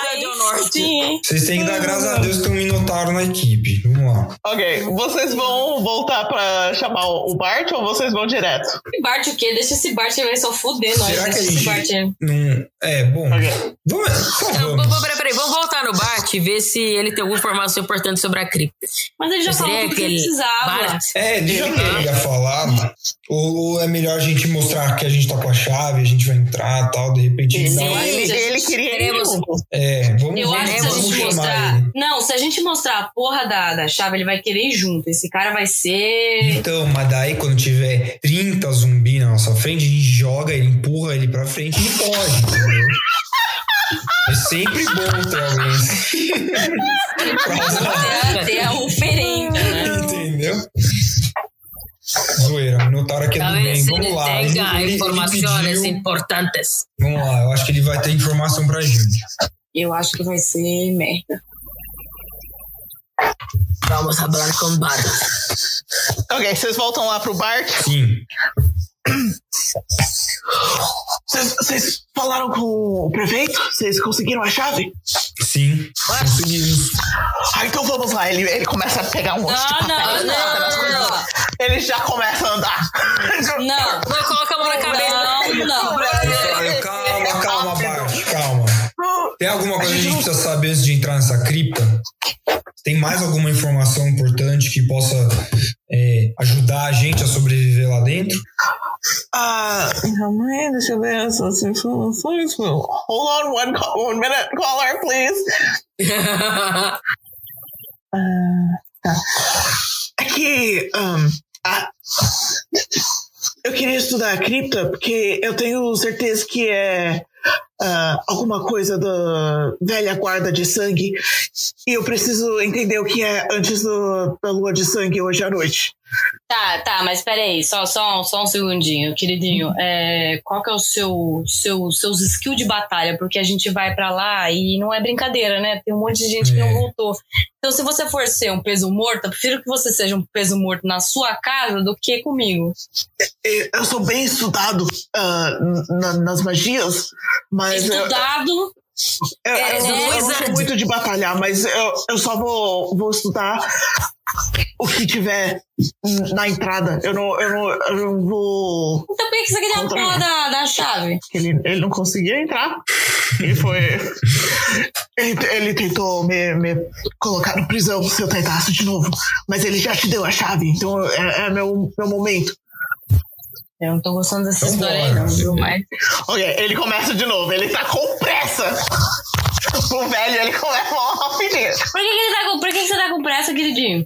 Aí
honor.
Sim, hein?
Vocês têm que
Hum.
dar graças a Deus que tem um minotauro na equipe. Vamos lá.
Ok, vocês vão voltar pra chamar o Bart ou vocês vão direto?
Bart o quê? Deixa esse Bart, ele vai só fuder nós.
Será que
Deixa
a
esse Bart.
gente. Não... É, bom.
Ok.
Vamos, só
Não, Então,
Então,
pô, pô,
vamos.
Peraí, peraí, vamos voltar no Bart e ver se ele tem alguma informação importante sobre a cripta.
Mas ele já falou tudo que ele precisava.
Bart,
É, ele já teria falado. Ou, ou é melhor a gente mostrar que a gente tá com a chave, a gente vai entrar e tal, de repente ele dá
Não,
uma-
ele,
gente,
ele queria ir
queremos-
junto.
É, vamos,
Eu acho que
vamos,
se a
vamos
gente
chamar
mostrar.
ele.
Não, se a gente mostrar a porra da, da chave, ele vai querer ir junto. Esse cara vai ser.
Então, mas daí quando tiver 30 zumbi na nossa frente, a gente joga ele, empurra ele pra frente e pode, entendeu? É sempre bom ter alguém assim. Pra usar,
Vai ter a oferenda, né?
entendeu? Zoeira, minotauro aqui é do bem,
talvez
vamos
ele
lá. Ele, ele,
tenha
ele
informações assim.
pediu-
importantes.
Vamos lá, eu acho que ele vai ter informação pra gente.
Eu acho que vai ser merda.
Vamos falar com Bart.
Ok, vocês voltam lá pro Bart.
Sim.
Vocês, vocês falaram com o prefeito? Vocês conseguiram a chave?
Sim, conseguimos.
Ah, então vamos lá. Ele, ele começa a pegar um monte de papel
Não, não,
e coloca nas
não.
coisas. Ele já começa a andar.
Não,
Não, coloca a mão na cabeça.
não, não.
Olha, Calma, calma, Bart, calma. Tem alguma coisa que a gente
não-
precisa saber antes de entrar nessa cripta? Tem mais alguma informação importante que possa é, ajudar a gente a sobreviver lá dentro?
Ah, mãe, deixa eu ver essas informações. Hold on one, call, one minute, caller, please. É que ahn, um, a- eu queria estudar a cripta porque eu tenho certeza que é ah, alguma coisa da velha guarda de sangue e eu preciso entender o que é antes do- da lua de sangue hoje à noite.
Tá, tá, mas peraí, só, só, um- só um segundinho, queridinho. É, qual que é o seu, seu seus skills de batalha? Porque a gente vai pra lá e não é brincadeira, né? Tem um monte de gente que
É.
não voltou. Então, se você for ser um peso morto, eu prefiro que você seja um peso morto na sua casa do que comigo.
E Eu sou bem estudado ah, na- nas magias, mas eu-
Estudado.
Eu, eu,
É,
eu não
wizard.
sou muito de batalhar, mas eu, eu só vou, vou estudar o que tiver na entrada. Eu não, eu não, eu não vou.
Então, por que que você queria a
Contra
porra
mim.
da, da chave?
Ele, ele não conseguia entrar. Ele foi. Ele, ele tentou me, me colocar no prisão se eu tentasse de novo. Mas ele já te deu a chave, então é, é meu, meu momento.
Eu não tô gostando dessa
Então
história aí,
bora.
não, viu? Mas.
Ok, ele começa de novo. Ele tá com pressa. O velho, ele começa a rapidinho.
Por que, que, ele tá com, por que, que você tá com pressa, queridinho?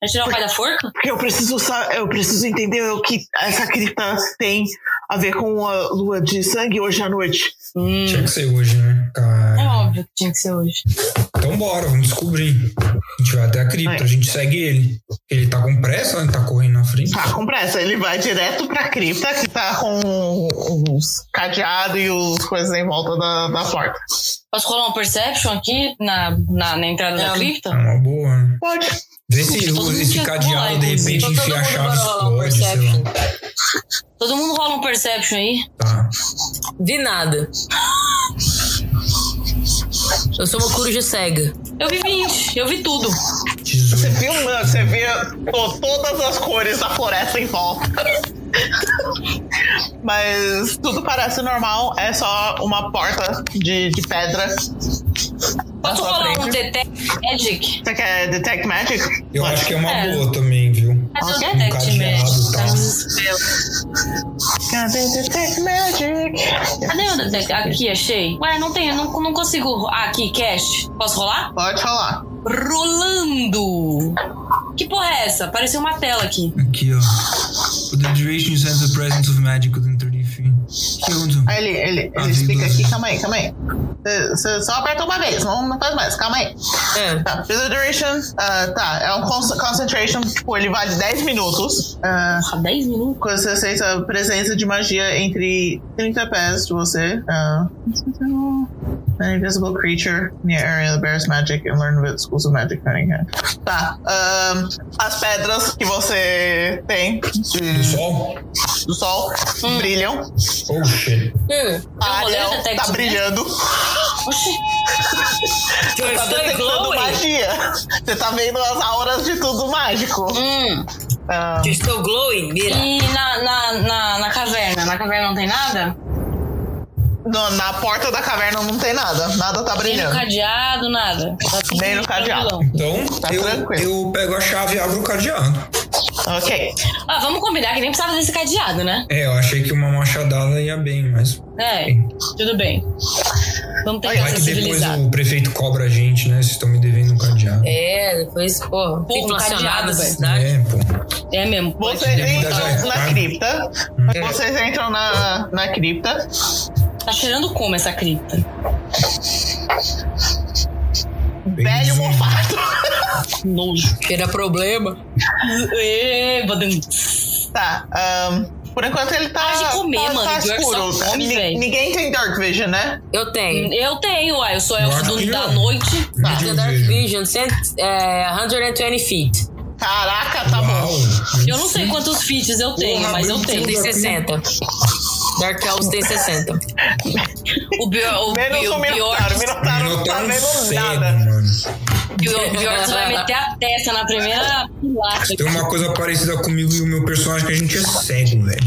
Vai tirar o pai da forca?
Porque eu preciso, sa- eu preciso entender o que essa cripta tem a ver com a lua de sangue hoje à noite.
Tinha que ser hoje, né? Cara.
É óbvio que tinha que ser hoje.
Então bora, vamos descobrir. A gente vai até a cripta, a gente segue ele. Ele tá com pressa, ele tá correndo na frente.
Tá, com pressa. Ele vai direto pra cripta, que tá com os cadeados e os coisas em volta da, da porta.
Posso rolar um perception aqui na, na, na entrada da
Não.
É
cripta?
uma boa, né?
Pode.
Vê se
Todo mundo
esse, esse
tinha
cadeado
colado,
de repente
Então todo
enfia a
mundo
chave
vai rolar um
explode, sei
perception.
lá.
Todo mundo rola um perception aí.
Tá.
De nada. Eu sou uma coruja cega.
Eu vi 20, eu vi tudo.
Você
18.
viu, mano? um Você viu to- todas as cores da floresta em volta. Mas tudo parece normal, é só uma porta de, de pedra.
Posso
sua
rolar um
frente.
Detect Magic?
Você quer Detect Magic?
Eu acho que é uma
É.
boa também, viu?
Cadê o
Um
Detect
cadeado,
Magic?
tá.
Cadê os spells?
Cadê Detect Magic?
Cadê o Detect? Aqui, achei. Ué, não tem, não, não consigo. Ah, aqui, cash. Posso rolar?
Pode falar.
Rolando! Que porra é essa? Apareceu uma tela aqui.
Aqui, ó. The duration sense the presence of magic within 30 feet. Que onda?
Aí ele, ele,
Ah,
ele explica
vindo,
aqui,
né?
calma aí, calma aí. Você só aperta uma vez, não, não faz mais, calma aí.
É.
Tá, Physical Duration, ah, tá, é um con- concentration, tipo, ele vale 10 minutos. Ah,
Porra, 10 minutos?
quando você aceita a presença de magia entre 30 pés de você. ah, An invisible creature near area that bears magic and learn with schools of magic. running hand. Tá. ahn, as pedras que você tem
Do
de-
sol?
do sol
Hum.
brilham.
Oh, shit.
Hum.
A
rolei o
Ariel
detect
tá
magic?
brilhando.
Eu
Tá
estou
detectando
glowing.
magia. Você tá vendo as auras de tudo mágico.
Hum.
Ah,
Eu estou glowing, mira.
E na, na, na, na caverna? Na caverna não tem nada?
no- na porta da caverna não tem nada. Nada tá
Nem no
brilhando.
cadeado, nada. Tá tudo
Nem no cadeado.
tranquilão.
Então,
Tá
eu,
tranquilo.
eu pego a chave e abro o cadeado.
Ok.
Ah, vamos combinar que nem precisava desse cadeado, né?
É, eu achei que uma machadada ia bem, mas.
É, tudo bem. Vamos tentar
Vai
se
que depois
civilizar.
o prefeito cobra a gente, né? Vocês estão me devendo um cadeado.
É, né? depois, pô,
Pô, né? cadeado,
inflacionado essa
velho.
cidade.
pô.
É mesmo.
Vocês
Pode
entram
mudar,
na
tá?
cripta. Vocês entram na, na cripta.
Tá cheirando como essa cripta?
Bem
Velho
zumbi.
mofado.
Nojo. É,
Era problema.
Ê, badum.
Tá. ahn, por enquanto ele tá.
Para de comer,
tá,
mano.
Tá
Pior que
escuro.
só come,
Ni-
velho.
Ninguém tem Dark Vision, né?
Eu tenho.
Eu tenho, uai. Eu sou
Eu
elfo
acho
do-
que
da
não.
noite.
Tá.
The Dark Vision, cent, é, 120 feet.
Caraca, tá
Uau.
bom.
Eu não sei quantos feats eu tenho,
Porra,
mas eu
muito
Tem
tenho.
bom.
60. Dark Elves tem 60.
O pior, o
Menos o
pior, o pior,
Minotauro. O Minotauro não tá
Minotauro
vendo
um cego,
nada.
mano.
pior, você vai meter a testa na primeira pilata.
Tem uma coisa parecida comigo e o meu personagem que a gente é cego, velho.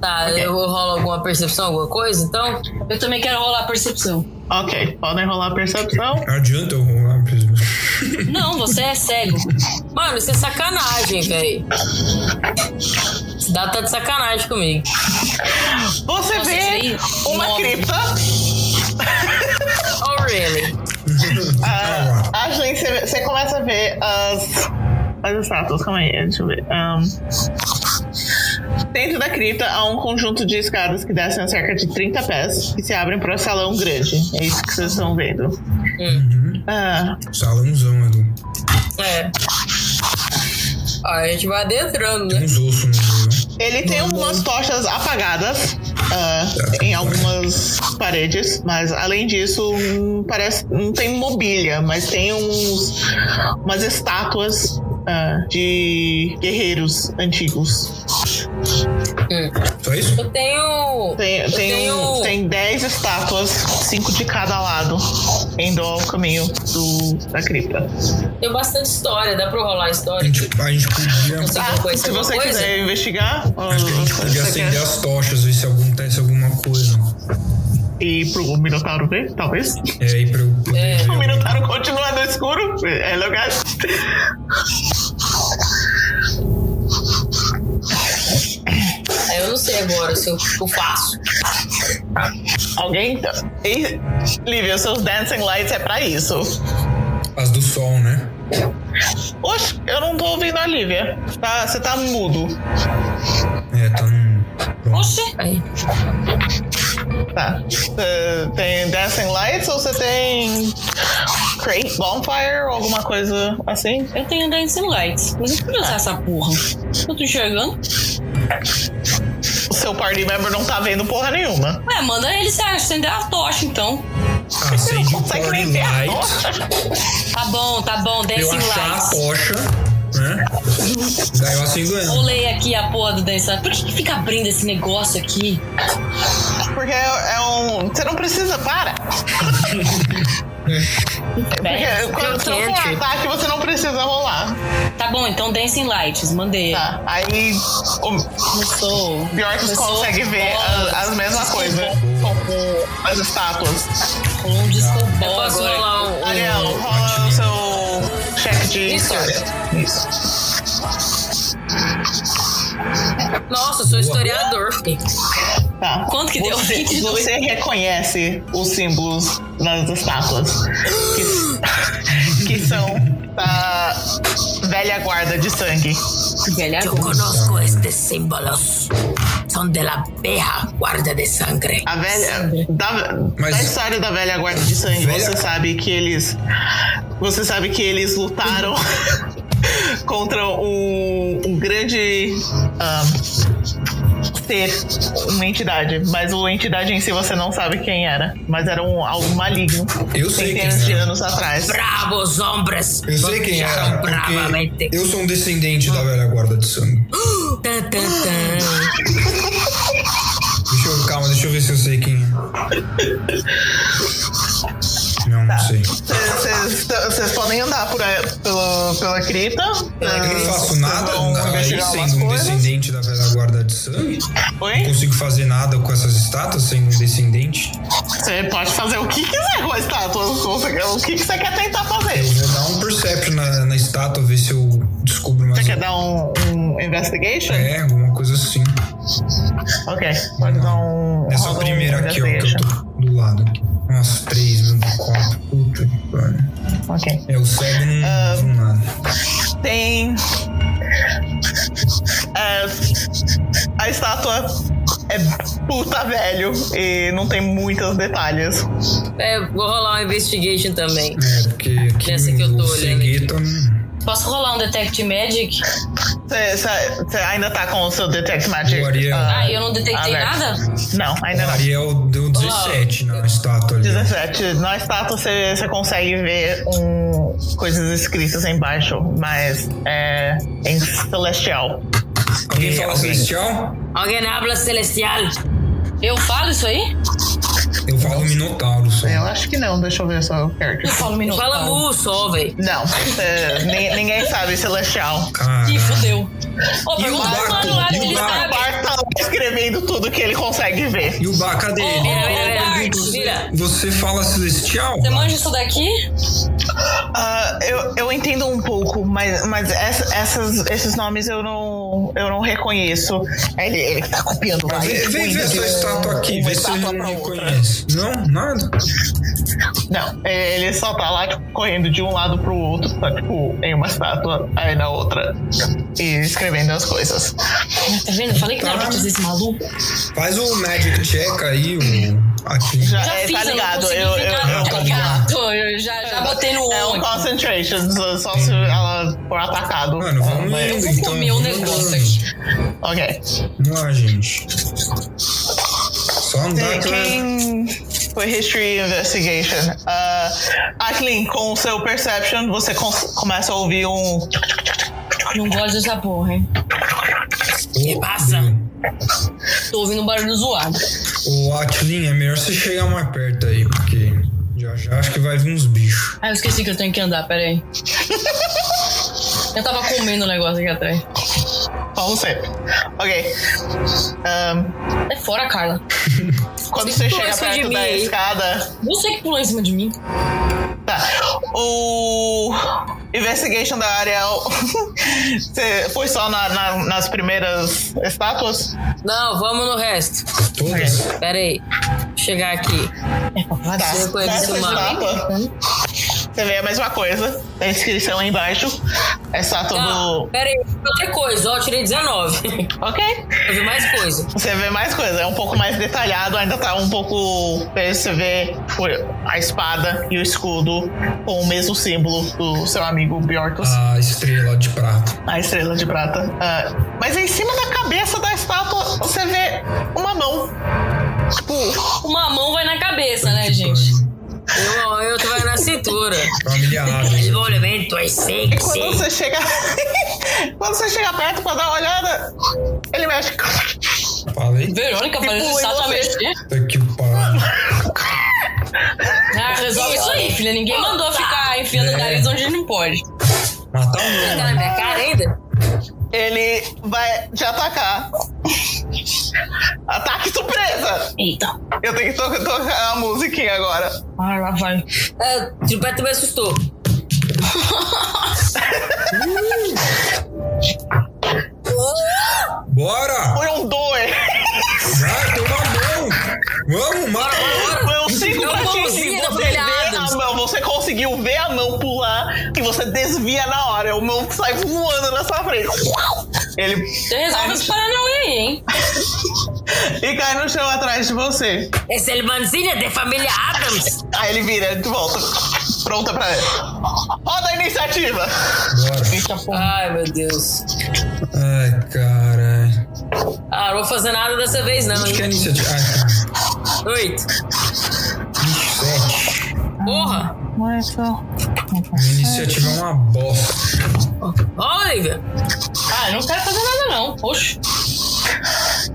Tá, eu rolo alguma percepção, alguma coisa, então?
Eu também quero rolar percepção.
Ok, podem rolar a percepção.
Não adianta eu rolar mesmo. um-
Não, você é cego.
Mano, isso é sacanagem, velho. Esse dado tá de sacanagem comigo.
Você
Nossa,
vê
isso aí,
uma
nove.
cripta.
Oh, really?
Ah,
Ah,
a gente, você- você começa a ver as. As estátuas, calma aí, deixa eu ver. Ahn, dentro da cripta há um conjunto de escadas que descem a cerca de 30 pés e se abrem para o salão grande. É isso que vocês estão vendo.
Uhum.
Ah,
Salãozão, Edu.
É. Ó, a gente vai adentrando,
Tem
né?
uns Um ossos né? no meio,
ele tem umas tochas apagadas ah,
Tá,
em
tá.
algumas paredes, mas além disso, hum, parece não tem mobília, mas tem uns, umas estátuas ah, de guerreiros antigos.
não? Só isso?
Eu tenho.
Tem,
eu
tem, um-
tenho.
tem 10 estátuas, 5 de cada lado, indo ao caminho do, da cripta.
Tenho bastante história, dá pra eu rolar a
A
história?
gente, a gente podia.
Tem
Ah,
alguma coisa,
se
alguma
você
coisa?
quiser investigar,
Acho que a gente
ah,
podia
você
acender
é.
quer
as tochas, ver se acontece alguma coisa. né?
ir pro Minotauro ver, talvez.
É aí pra eu poder.
É.
ver
O
alguma-
Minotauro continua no escuro, é lugar.
É, eu não sei agora se eu, eu faço.
Alguém. Ei, Lívia, seus dancing lights é pra isso.
As do som, né?
Oxe, eu não tô ouvindo a Lívia. Tá, você tá mudo.
É, tá num. pronto.
Oxi!
Aí.
Tá. Você tem Dancing Lights ou você tem Crate Bonfire ou alguma coisa assim?
Eu tenho Dancing Lights, mas eu queria usar essa porra. Eu tô enxergando.
O seu party member não tá vendo porra nenhuma.
Ué, manda ele se acender a tocha, então.
Acende o
Consegue
Core
nem ver a
Light
tocha?
Tá bom, tá bom,
pra eu
Dancing
achar a
Lights.
tocha, né? Daí eu acendo ela.
Rolei aqui a porra do Dancing Lights. Por que, que fica abrindo esse negócio aqui?
Porque é, é um. Você não precisa, para! Porque quando você for um
quente.
ataque, você não precisa rolar.
Tá bom, então Dancing Lights, mandei.
Tá. Aí o
Começou.
Bjork
começou
consegue ver
bola,
a- as mesmas coisas. Como as estátuas.
Rolou um
Tá.
disco
Eu
ball
posso
agora.
rolar um.
Ariel, rola o seu cheque de
Isso.
história. Isso.
Nossa, eu sou historiador, filho.
Tá.
Quanto que deu?
Você,
22.
você é reconhece os símbolos nas estátuas que, que são da velha guarda de sangue.
Velha
Yo
é.
conozco estos símbolos. Son de la vieja guarda de sangre.
A velha. Da,
Mas-
da história da velha guarda de sangue,
Velha-
você sabe que eles. Você sabe que eles lutaram contra um, um grande. ah, ser uma entidade, mas a entidade em si você não sabe quem era, mas era um algo maligno.
Eu sei quem
centenas de
era.
anos atrás.
Bravos hombres.
Eu sei quem
lucharon
era, porque
bravamente.
eu sou um descendente da velha guarda de sangue.
Tan, tan, tan.
Deixa eu, calma, deixa eu ver se eu sei quem é. Não, não sei.
Tá. Vocês podem andar por aí- pela, pela cripta.
Eu não
Vocês
faço nada
vão
na- aí
investigar umas
sendo um
coisas.
descendente da velha guarda de sangue. Não
Oi?
consigo fazer nada com essas estátuas sendo um descendente.
Você pode fazer o que quiser com a estátua. Você- O que que você quer tentar
Eu
fazer?
vou dar um perception na, na estátua, ver se eu descubro mais.
Você quer
alguma-
dar um, um investigation?
É, alguma coisa assim.
Ok, pode dar um.
Essa é
roda um
primeira aqui, ó, que eu
investigation.
tô do lado. aqui. Nossa, três, meu quatro. Puta que pariu.
Ok.
É, o cego não
Ah.
viu nada.
Tem. É, a estátua é puta velho e não tem muitos detalhes.
É, vou rolar um investigation também.
É, porque aqui
Essa que eu tô
o
olhando
cegueta hum, não.
Posso rolar um Detect Magic?
Você ainda tá com o seu Detect Magic?
O Ariel.
ah,
Ah, eu não detectei
aberto.
nada?
Não, ainda
O
não.
Ariel deu 17 na estátua ali.
17. Na estátua tá, você você consegue ver um, coisas escritas embaixo, mas é em celestial.
Alguém
E
fala
alguém-
celestial?
Alguien habla celestial.
Eu falo isso aí?
Eu falo um minotauro só.
Eu acho que não, deixa eu ver só o character.
Eu falo minuto.
Fala mu só, velho.
Não, é, ni- ninguém sabe celestial.
Caralho.
Ih, fodeu. Ô,
E o
pergunta pro
Barco?
mano lá
E
se
o
ele
Barco?
O
sabe.
Bart tá lá escrevendo tudo que ele consegue ver.
E o bar, cadê
Ô,
ele?
Bart,
Vira.
Você fala celestial?
você manja isso daqui?
Ah, eu, eu entendo um pouco, mas, mas essa- essas- esses nomes eu não, eu não reconheço. Ele, ele que tá copiando lá.
Vem,
ele
vem ver
indo de
essa
um-
estátua aqui,
uma
vê se ele
estátua
não
pra outra.
reconhece. Não, nada.
Não, ele só tá lá tipo, correndo de um lado pro outro, tá, tipo, em uma estátua, aí na outra, e escrevendo as coisas.
Ah, Tá vendo? Eu falei que não era pra fazer esse maluco.
Faz o Magic Check aí, o. Aqui.
Já,
Já
é,
fiz,
tá ligado, eu.
eu não consegui
eu-
ver
eu-
nada, tá
eu-
ligado? Eu já, já botei no
é um
on.
concentration, só- só se ela for atacado.
Hum. Mano, vamos
Mas-
indo,
vou
então.
comer um
Vamos
negócio
andando.
aqui.
Ok.
Vamos lá, gente. Só andar que ela-
Quem foi History Investigation? Ah, Atlin, com o seu Perception, você cons- começa a ouvir um.
Não gosto dessa porra, hein?
Que passa?
Tô ouvindo um barulho zoado.
Ô, Atlin, é melhor você chegar mais perto aí, porque já já acho que vai vir uns bichos.
Ah, eu esqueci que eu tenho que andar, peraí. Eu tava comendo um negócio aqui atrás.
Como sempre. Ok. Ah,
Sai É fora, Carla.
quando você
Pulou
chega
em cima de
perto
mim
da
aí.
escada,
Você que pulou em cima de mim.
Tá. O Investigation da Ariel. Você foi só na- na- nas primeiras estátuas?
Não, vamos no resto.
Todas?
Pera aí. Chegar aqui.
Tá.
eu conheço
Nessa
uma.
estátua, Você vê a mesma coisa. Tem a inscrição aí embaixo. É estátua
Ah,
do.
pera aí, outra coisa, ó, eu tirei 19.
Ok.
Eu vi mais coisa.
Você vê mais coisa, é um pouco mais detalhado, ainda tá um pouco. Você vê foi a espada e o escudo com o mesmo símbolo do seu amigo Bjorkus,
A estrela de prata.
a estrela de prata. Ah, mas em cima da cabeça da estátua você vê uma mão. Tipo,
Uma mão vai na
Tá,
cabeça, né, gente?
Eu, eu tô na cintura.
Família
El
Adams.
movimiento
é
es
e quando
sexy.
você chega. quando você chega perto pra dar uma olhada, ele mexe.
Falei.
Verônica parece
Tipo, e
estátua
você?
mexer.
Puta que pariu.
Ah, resolve isso aí, tá. filha. Ninguém mandou ficar enfiando
É.
o nariz onde não pode.
Matar um
Tá
homem.
na minha cara ainda?
Ele vai te atacar. Ataque Ah, surpresa!
Eita.
Eu tenho que to- tocar a musiquinha agora.
Ah, lá vai.
É, de perto me assustou.
Bora!
Foi um dois.
Vai, tem uma mão! Vamos, mata!
Foi um cinco
Deu
pra
uma
ti.
mãozinha da
Você
filha
vê
Adams.
a mão, você conseguiu ver a mão pular e você desvia na hora. O mão sai voando na sua frente. Ele
Você resolve esse paranauê aí, hein?
e cai no chão atrás de você.
Es el mancilla de familia Adams.
Aí ele vira de volta. Pronta pra. Roda a iniciativa!
Bora!
Eita porra.
Ai, meu Deus.
Ai, caralho.
Ah, não vou fazer nada dessa vez, não.
Acho que é
hein?
iniciativa. Ai,
Oito.
sete.
Porra.
Minha iniciativa é uma bosta.
Ó, Olivia.
Ah, eu não quero fazer nada, não. Oxe.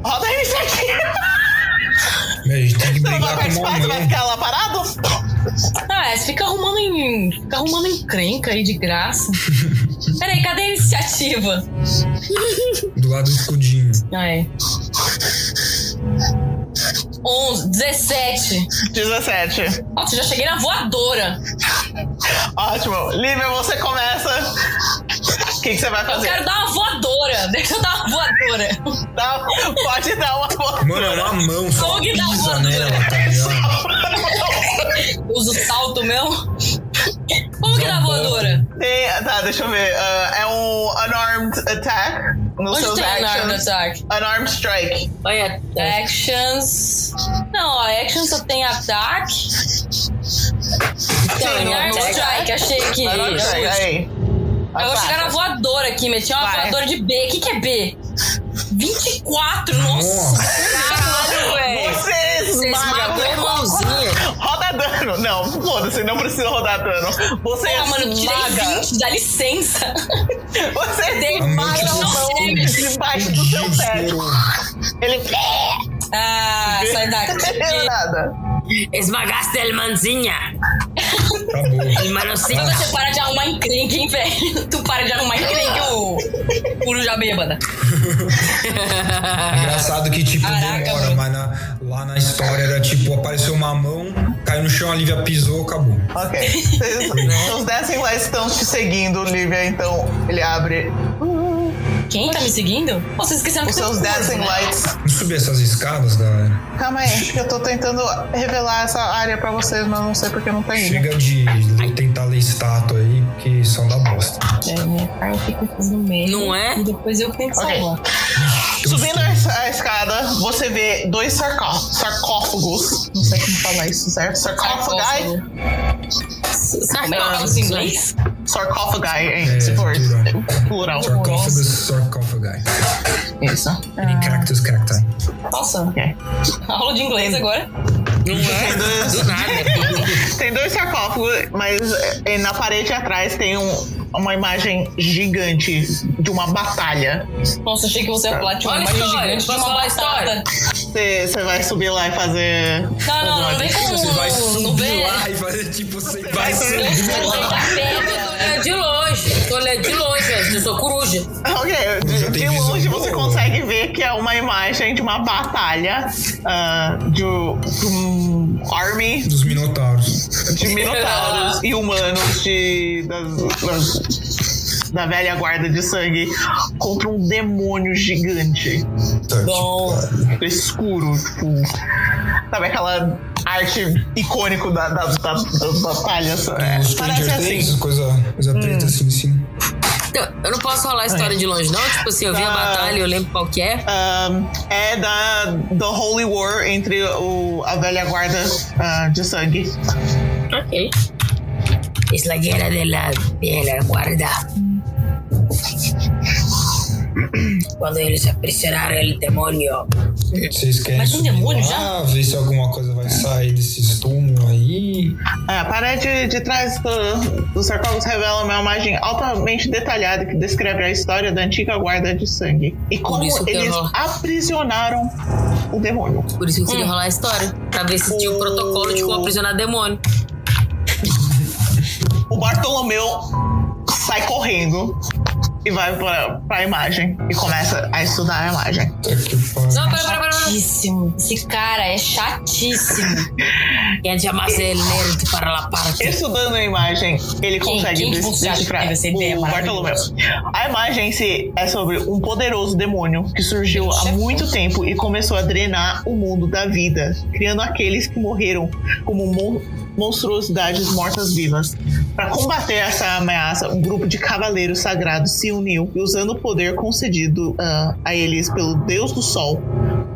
Roda a iniciativa!
Meu, a gente tem que
Você não vai
brigar com uma
participar? Você vai
mão.
ficar lá parado?
Ah, é, você fica arrumando em. Fica arrumando encrenca aí de graça. Peraí, cadê a iniciativa?
Do lado do escudinho.
Ah, é. 11, 17.
17.
Nossa, já cheguei na voadora.
Ótimo. Lívia, você começa. O que, que você vai
Eu
fazer?
quero dar uma voadora. Deixa eu dar uma voadora.
Dá- pode dar uma boa.
Mano, é uma mão. Só
Como que dá
pisa
uma-
nela, tá ligado?
Uso salto meu. Como que dá a voadora?
Tem- tá, deixa eu ver. Ah, é um unarmed attack nos
Onde
seus
tem Leonardo
actions.
Attack?
Unarmed strike.
Olha. É.
Actions. Não, ó, actions só tem ataque.
Tem
Tem Arm
ataque.
Strike, achei aqui.
Unarmed strike, aí.
Eu vou
Ataca.
chegar na voadora aqui, meti uma
Vai.
voadora de B. O que, que é B? 24, nossa!
Nossa.
Caralho, velho.
Você
Você
esmaga.
esmagou a mãozinha.
Roda dano. Não, foda-se, não precisa rodar dano. Você
Porra, mano, eu tirei
esmaga.
20, dá licença.
Você
Dei
A mão
mais
que um
não
você
sei.
debaixo do seu pé.
Estourou.
Ele.
Ah, sai daqui.
nada.
Esmagaste el mancilla.
Acabou.
El mancilla.
Quando você para de arrumar encrenca, hein, velho? Tu para de arrumar encrenca, ô coruja bêbada.
Engraçado que, tipo,
Caraca, mano.
demora, mas na- lá na história era tipo, apareceu uma mão, caiu no chão, a Lívia pisou, acabou.
Né?
Ok. Vocês- Os Dancing Lights estão te seguindo, Lívia, então ele abre
Quem tá me seguindo? Pô, vocês esqueceram
os
que
seus
eu sou gorda,
Dancing
né?
Lights.
Não subir essas escadas, galera.
Calma aí, É, eu tô tentando revelar essa área pra vocês, mas não sei porque não tá indo.
Chega de le- tentar ler estátua aí, porque são da bosta.
É, minha cara fica no meio.
Não é?
E depois eu que tenho que
Ok.
salvar.
Subindo
um
a, a escada, você vê dois sarcó- sarcófagos. Não sei como falar isso, certo? Sarcófagi.
Sarcófago. Como é que eu falo isso em inglês?
Sarcófagi,
É,
hein? Se for plural.
Sarcófagus, sarcófago.
Isso.
Em Cactus Cacti.
Nossa.
Ok.
Aula de inglês agora.
Não é? Do nada.
Tem dois sarcófagos, mas eh, na parede atrás tem um- uma imagem gigante de uma batalha.
Nossa, achei que você ia falar que tinha uma
Olha a
imagem
história,
gigante de
posso
uma
falar a
batata.
história?
Você você vai subir lá e fazer.
Não, não, não vem
Você vai
com... Não
subir
vem...
lá e fazer tipo, você vai
Eu
subir.
sou doida
Tô
pedra.
olhando É de longe. Tô olhando de longe, velho. Eu sou coruja.
Ok, de,
já tem
de
visão
longe você
boa.
consegue ver que é uma imagem de uma batalha ah, de, um- de um army
Dos Minotauros.
de minotauros e humanos de, das- das- da velha guarda de sangue contra um demônio gigante
Tá,
escuro, tipo. Sabe aquela arte icônico da, da, da, das batalhas. É, parece
Os Stranger
assim.
Things, coisa, coisa preta, assim, sim.
Então, eu não posso rolar a história de longe, não. Tipo assim, eu vi a
Tá.
batalha, eu lembro qual que é.
Ahn, é da The Holy War entre o, a velha guarda ah, de sangue.
Ok.
Es la guerra de la, de la guarda. Cuando ellos aprisionaron el demonio.
Vocês querem
Mas tem
subir
demônio
lá, ver se alguma coisa vai sair desses túmulos aí.
É, a parede de trás do, do sarcófago revela uma imagem altamente detalhada que descreve a história da antiga guarda de sangue e como
isso que eu
eles
não-
aprisionaram o demônio.
Por isso que eu queria rolar a história. Pra ver se tinha um protocolo de como aprisionar demônio.
O Bartolomeu sai correndo e vai pra, pra imagem e começa a estudar a imagem.
Tá que pariu.
Não, pera, pera, pera.
Chatíssimo. Esse cara é chatíssimo.
Quer chamar
El nerd para la parte.
Estudando a imagem, ele consegue
quem que
des-
você acha que
decifrar
teve essa ideia
o Bartolomeu.
maravilhosa?
A imagem em si é sobre um poderoso demônio que surgiu há muito tempo e começou a drenar o mundo da vida, criando aqueles que morreram como mon- monstruosidades mortas-vivas. Para combater essa ameaça, um grupo de cavaleiros sagrados se uniu e, usando o poder concedido ah, a eles pelo Deus do Sol,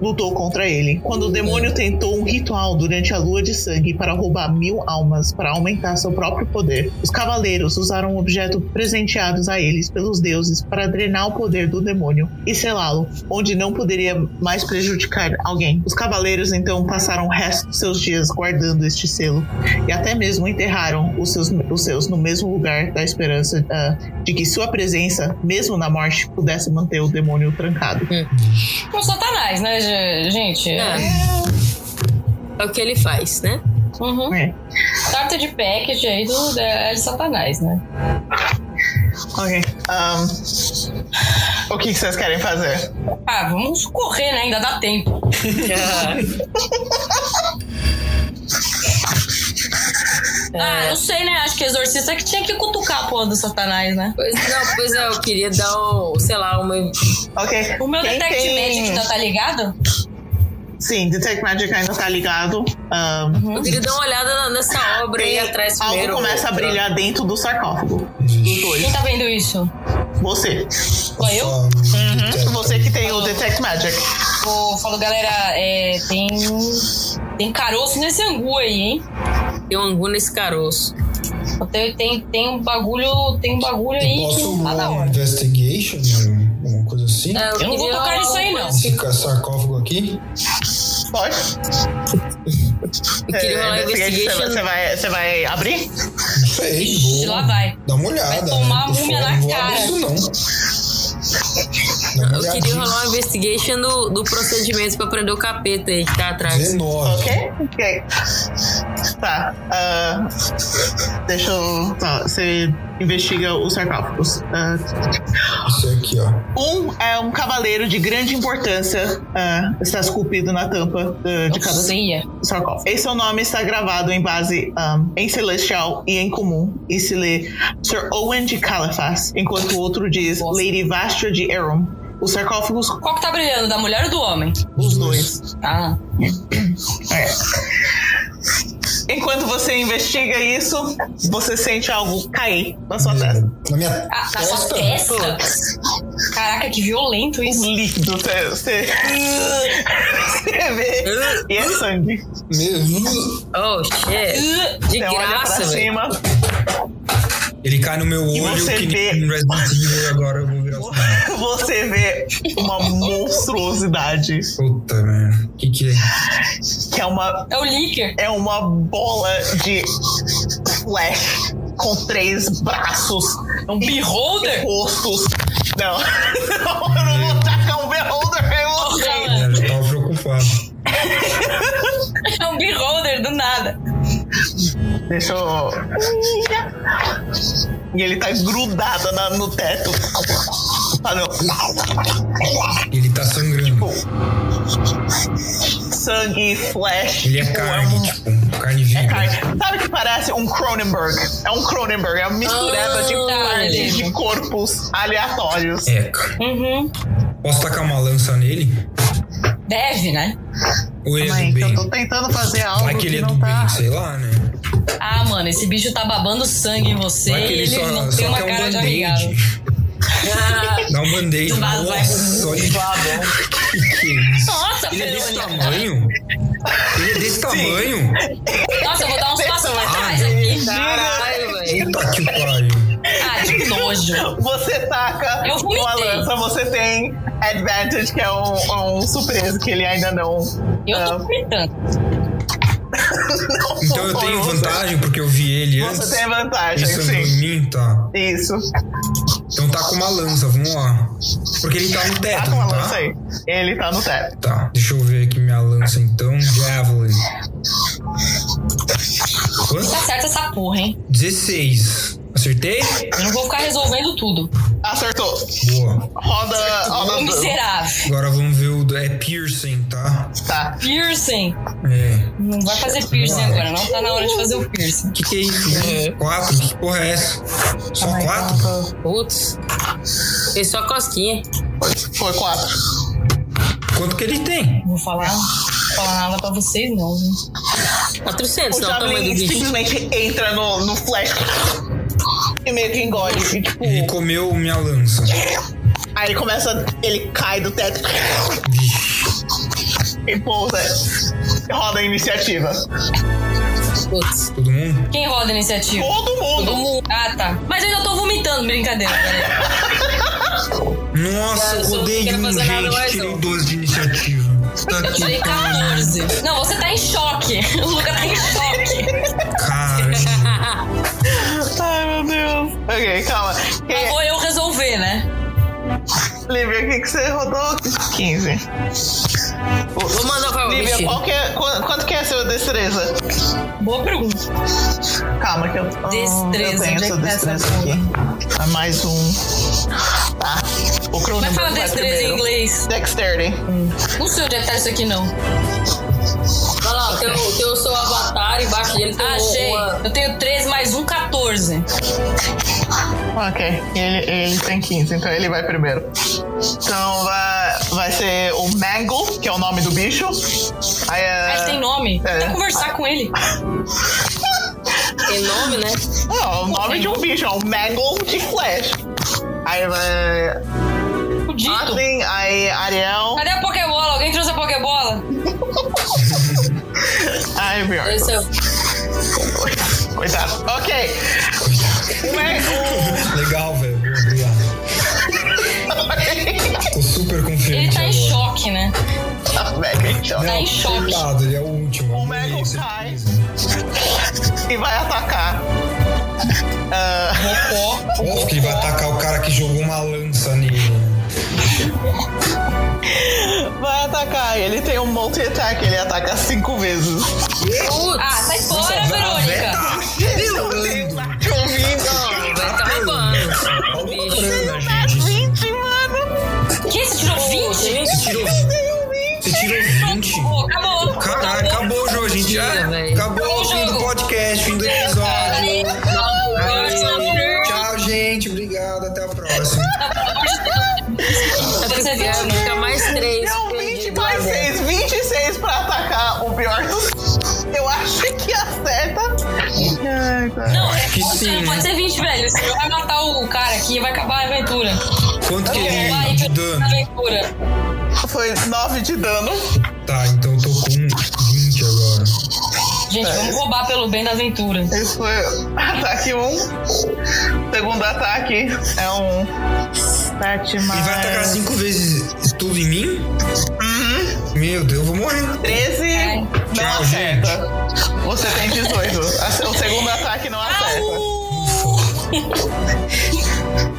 lutou contra ele. Quando o demônio tentou um ritual durante a lua de sangue para roubar mil almas para aumentar seu próprio poder, os cavaleiros usaram um objeto presenteados a eles pelos deuses para drenar o poder do demônio e selá-lo, onde não poderia mais prejudicar alguém. Os cavaleiros então passaram o resto de seus dias guardando este selo e até mesmo enterraram os seus, os seus no mesmo lugar da esperança ah, de que sua presença, mesmo na morte, pudesse manter o demônio trancado.
Um satanás, né, ge- gente?
É. É o que ele faz, né?
Uhum.
É.
Tarta de package aí do, da, é de satanás, né?
Ok. ahn, o que que vocês querem fazer?
Ah, vamos correr, né? Ainda dá tempo.
É.
Ah, não sei, né? Acho que exorcista que tinha que cutucar a porra do satanás, né?
Pois, não, pois é, eu queria dar, um, sei lá, uma.
Ok.
O meu
Quem
Detect
tem-
Magic ainda tá ligado?
Sim, Detect Magic ainda tá ligado. Ahn,
Eu queria dar uma olhada na- nessa obra aí
tem-
Uhum. atrás
É, algo
primeiro.
começa a brilhar dentro do sarcófago. Dos
Quem
dois.
tá vendo isso?
Você.
Sou eu?
Só- Tá,
Você que tem o Detect Magic.
Pô, falou, galera, é, tem. Tem caroço nesse angu aí, hein?
Tem um angu nesse caroço.
Tem, tem, tem um bagulho. Tem um bagulho
Eu
aí que
posso
não tá da
rolar um
hora.
investigation, um- alguma coisa assim?
É,
Eu não vou
queria
tocar
uma-
nisso aí, não.
Esse ca- sarcófago aqui?
Pode?
Eu queria rolar
É,
tá
investigation,
investigation.
Você vai, você vai abrir?
Não sei, vou
lá vai.
dar uma olhada.
Vai tomar
né,
a
por
múmia
fora,
na
não
cara.
Vou abrir isso, não. Dá uma
Eu queria
olhadinha.
rolar uma investigation do, do procedimento pra prender o capeta aí que tá atrás.
19.
Ok? Ok. Tá. ahn, deixa eu. Tá, você investiga os sarcófagos. Uh, Ahn,
Isso aqui, ó.
Um é um cavaleiro de grande importância, ah, está esculpido na tampa ah, de cada
Ceia.
sarcófago. E seu nome está gravado em base ah, em celestial e em comum, e se lê Sir Owen de Caliphas, enquanto o outro diz
Nossa.
Lady Vastra de Arum. Os sarcófagos,
Qual que tá brilhando, da mulher ou do homem?
os dois. É.
Ah.
Enquanto você investiga isso, você sente algo cair na sua testa.
Na minha
Ah, na sua
testa?
testa? Caraca, que violento isso.
Líquido, você, você, você vê. E é sangue.
Meu-
Oh, shit. De
Você olha pra
graça, velho.
cima.
Ele cai no meu
E
olho
você
que
vê-
nem um Resident Evil agora eu vou virar.
Você vê uma monstruosidade
Puta merda. Que que é?
que é uma,
É o Licker.
é uma bola de flash com três braços,
Um
e
beholder?
rostos. Não, não, eu não vou tacar um beholder em você.
É, eu já tava preocupado.
É um beholder do nada.
Deixa eu. E ele tá grudado na- no teto. Ah, não.
Ele tá sangrando.
Tipo, Sangue, flash.
Ele é
tipo,
carne, tipo, carne viva.
É carne. Sabe o que parece um Cronenberg? É um Cronenberg, é uma mistureba de
tá,
partes
beleza.
de corpos aleatórios.
É, cara.
Uhum.
Posso tacar uma lança nele?
Deve, né?
O ex
Calma aí,
do
que eu
bem.
tô tentando fazer algo
Vai que ele é do
não tá...
bem, sei lá, né?
Ah, mano, esse bicho tá babando sangue em você
Vai que
e ele
ele só,
não tem
só
uma
quer um
cara de arregado.
band-aid. Dá um band-aid.
Vai- vai-
Nossa, olha
Tá
que que é isso.
Nossa,
Ele é desse
Verônica.
tamanho? Ele é desse tamanho?
Nossa, eu vou dar uns passos pra trás
Ah,
aqui.
Caralho, velho.
Puta que pariu.
Ah, que nojo.
Você taca
Eu vomitei.
uma lança, você tem advantage, que é um, um surpresa que ele ainda não.
Eu
ah,
tô vomitando.
não
Então eu tenho
contou.
vantagem porque eu vi ele antes.
Você tem vantagem,
Pensando
sim.
em mim, tá.
Isso.
Então tá com uma lança, vamos lá. Porque ele tá no teto,
Tá
tá?
com uma lança aí. Ele tá no teto.
Tá, deixa eu ver aqui minha lança então. Javelin.
Tá
Quanto?
certa Tá essa porra, hein?
16. Acertei?
Eu não vou ficar resolvendo tudo.
Acertou.
Boa.
Roda. roda
Ô, miserável.
Agora vamos ver o. do- É piercing, tá?
Tá.
Piercing.
É.
Não vai fazer piercing agora, não tá na hora de fazer o piercing. Tá
Que que é isso? Quatro? Que porra é essa? Só quatro?
Putz. Fez só cosquinha.
Foi quatro.
Quanto que ele tem?
Não vou falar, não vou falar nada pra vocês, não. viu?
400,
O
não, o tamanho do
Javelin
bicho.
Então, simplesmente entra no, no flash e meio que engole. E, tipo,
Ele comeu minha lança.
aí ele começa. Ele cai do teto
Vixe.
e pousa. Roda a iniciativa.
Putz.
Todo mundo?
Quem roda a iniciativa?
Todo
Todo
mundo!
mundo. Ah, tá. Mas eu ainda tô vomitando, brincadeira. galera.
Nossa,
Cara, eu
eu
só não
rodei
quero
um,
fazer nada
gente.
mais,
Tirei
não.
12 de iniciativa. Tá
Eu tirei
que pariu.
14. Não, você tá em choque. O Luca tá em choque.
Cara,
Ai meu Deus! Ok, calma.
Mas
Quem-
vou eu resolver, né?
Lívia, o que, que você rodou? 15.
Vou mandar pra
Lívia,
mexer.
qual que é, qu- quanto que é a sua destreza?
Boa pergunta.
Calma, que eu. hum,
Destreza,
Eu tenho
onde é
essa
que tá essa
destreza aqui. Ah, Mais um. Tá. O
Mas
cronômetro
fala
vai
destreza em
primeiro.
inglês.
Dexterity.
Não sei onde é que tá isso aqui, não.
Vai lá, tem o, tem o seu avatar, embaixo dele tem
Ah, Achei.
uma...
Eu tenho 13 mais um, 14.
Ok, ele, ele tem 15, então ele vai primeiro. Então vai, vai ser o Mango, que é o nome do bicho. Aí, é-
Aí tem nome.
É.
Vou conversar com ele.
Tem nome, né?
Não, é o nome de um bicho, é o Mango de Flash. Aí vai.
O
Ah,
Dito.
Atlin, aí Ariel,
Cadê a Pokébola? Alguém trouxe a Pokébola?
aí Bjorn.
Esse é...
Coitado. Ok. O Mango.
legal, velho. Obrigado. Tô super confiante.
Ele tá em
agora.
choque, né?
Tá, velho, então.
Tá em choque.
Coitado, ele é tá, o último.
O
eu
Mango
morri, você
cai.
precisa.
E vai atacar. Ah,
Óbvio que ele vai atacar o cara que jogou uma lança nele.
vai atacar. Ele tem um multi-attack, ele ataca cinco vezes.
Putz.
Ah, sai fora, Verônica!
Tá
De um
Não,
vídeo.
vai tá roubando.
Tá Você
20, mano.
Que? Você tirou 20?
Gente,
tirou, você tirou 20?
Pô, acabou.
Caralho, acabou o jogo, a gente. já-
Mentira, velho.
Acabou
Acabou
o
o
fim do
jogo.
podcast, fim do episódio.
Aí, tá
Tchau, gente. Obrigado. Até a próxima.
Tá
Você tá viu?
fica mais três.
Deu 20
perdido.
mais 6. 26 pra atacar o pior dos. Eu acho que acerta. Ai, tá.
Não,
Acho que
pode,
sim,
ser, pode ser 20, velho. Você vai matar o cara aqui e vai acabar a aventura.
Quanto que
Vai,
ele de
a
dano?
aventura.
Foi 9 de dano.
Tá, então eu tô com 20 agora.
Gente, vamos roubar pelo bem da aventura.
Esse foi ataque 1. Segundo ataque é um. 7
Ele vai atacar
mais.
5 vezes tudo em mim?
Uhum.
Meu Deus, eu vou morrer.
13
Ai.
não
Tchau,
acerta. Você tem 18. O segundo ataque não acerta.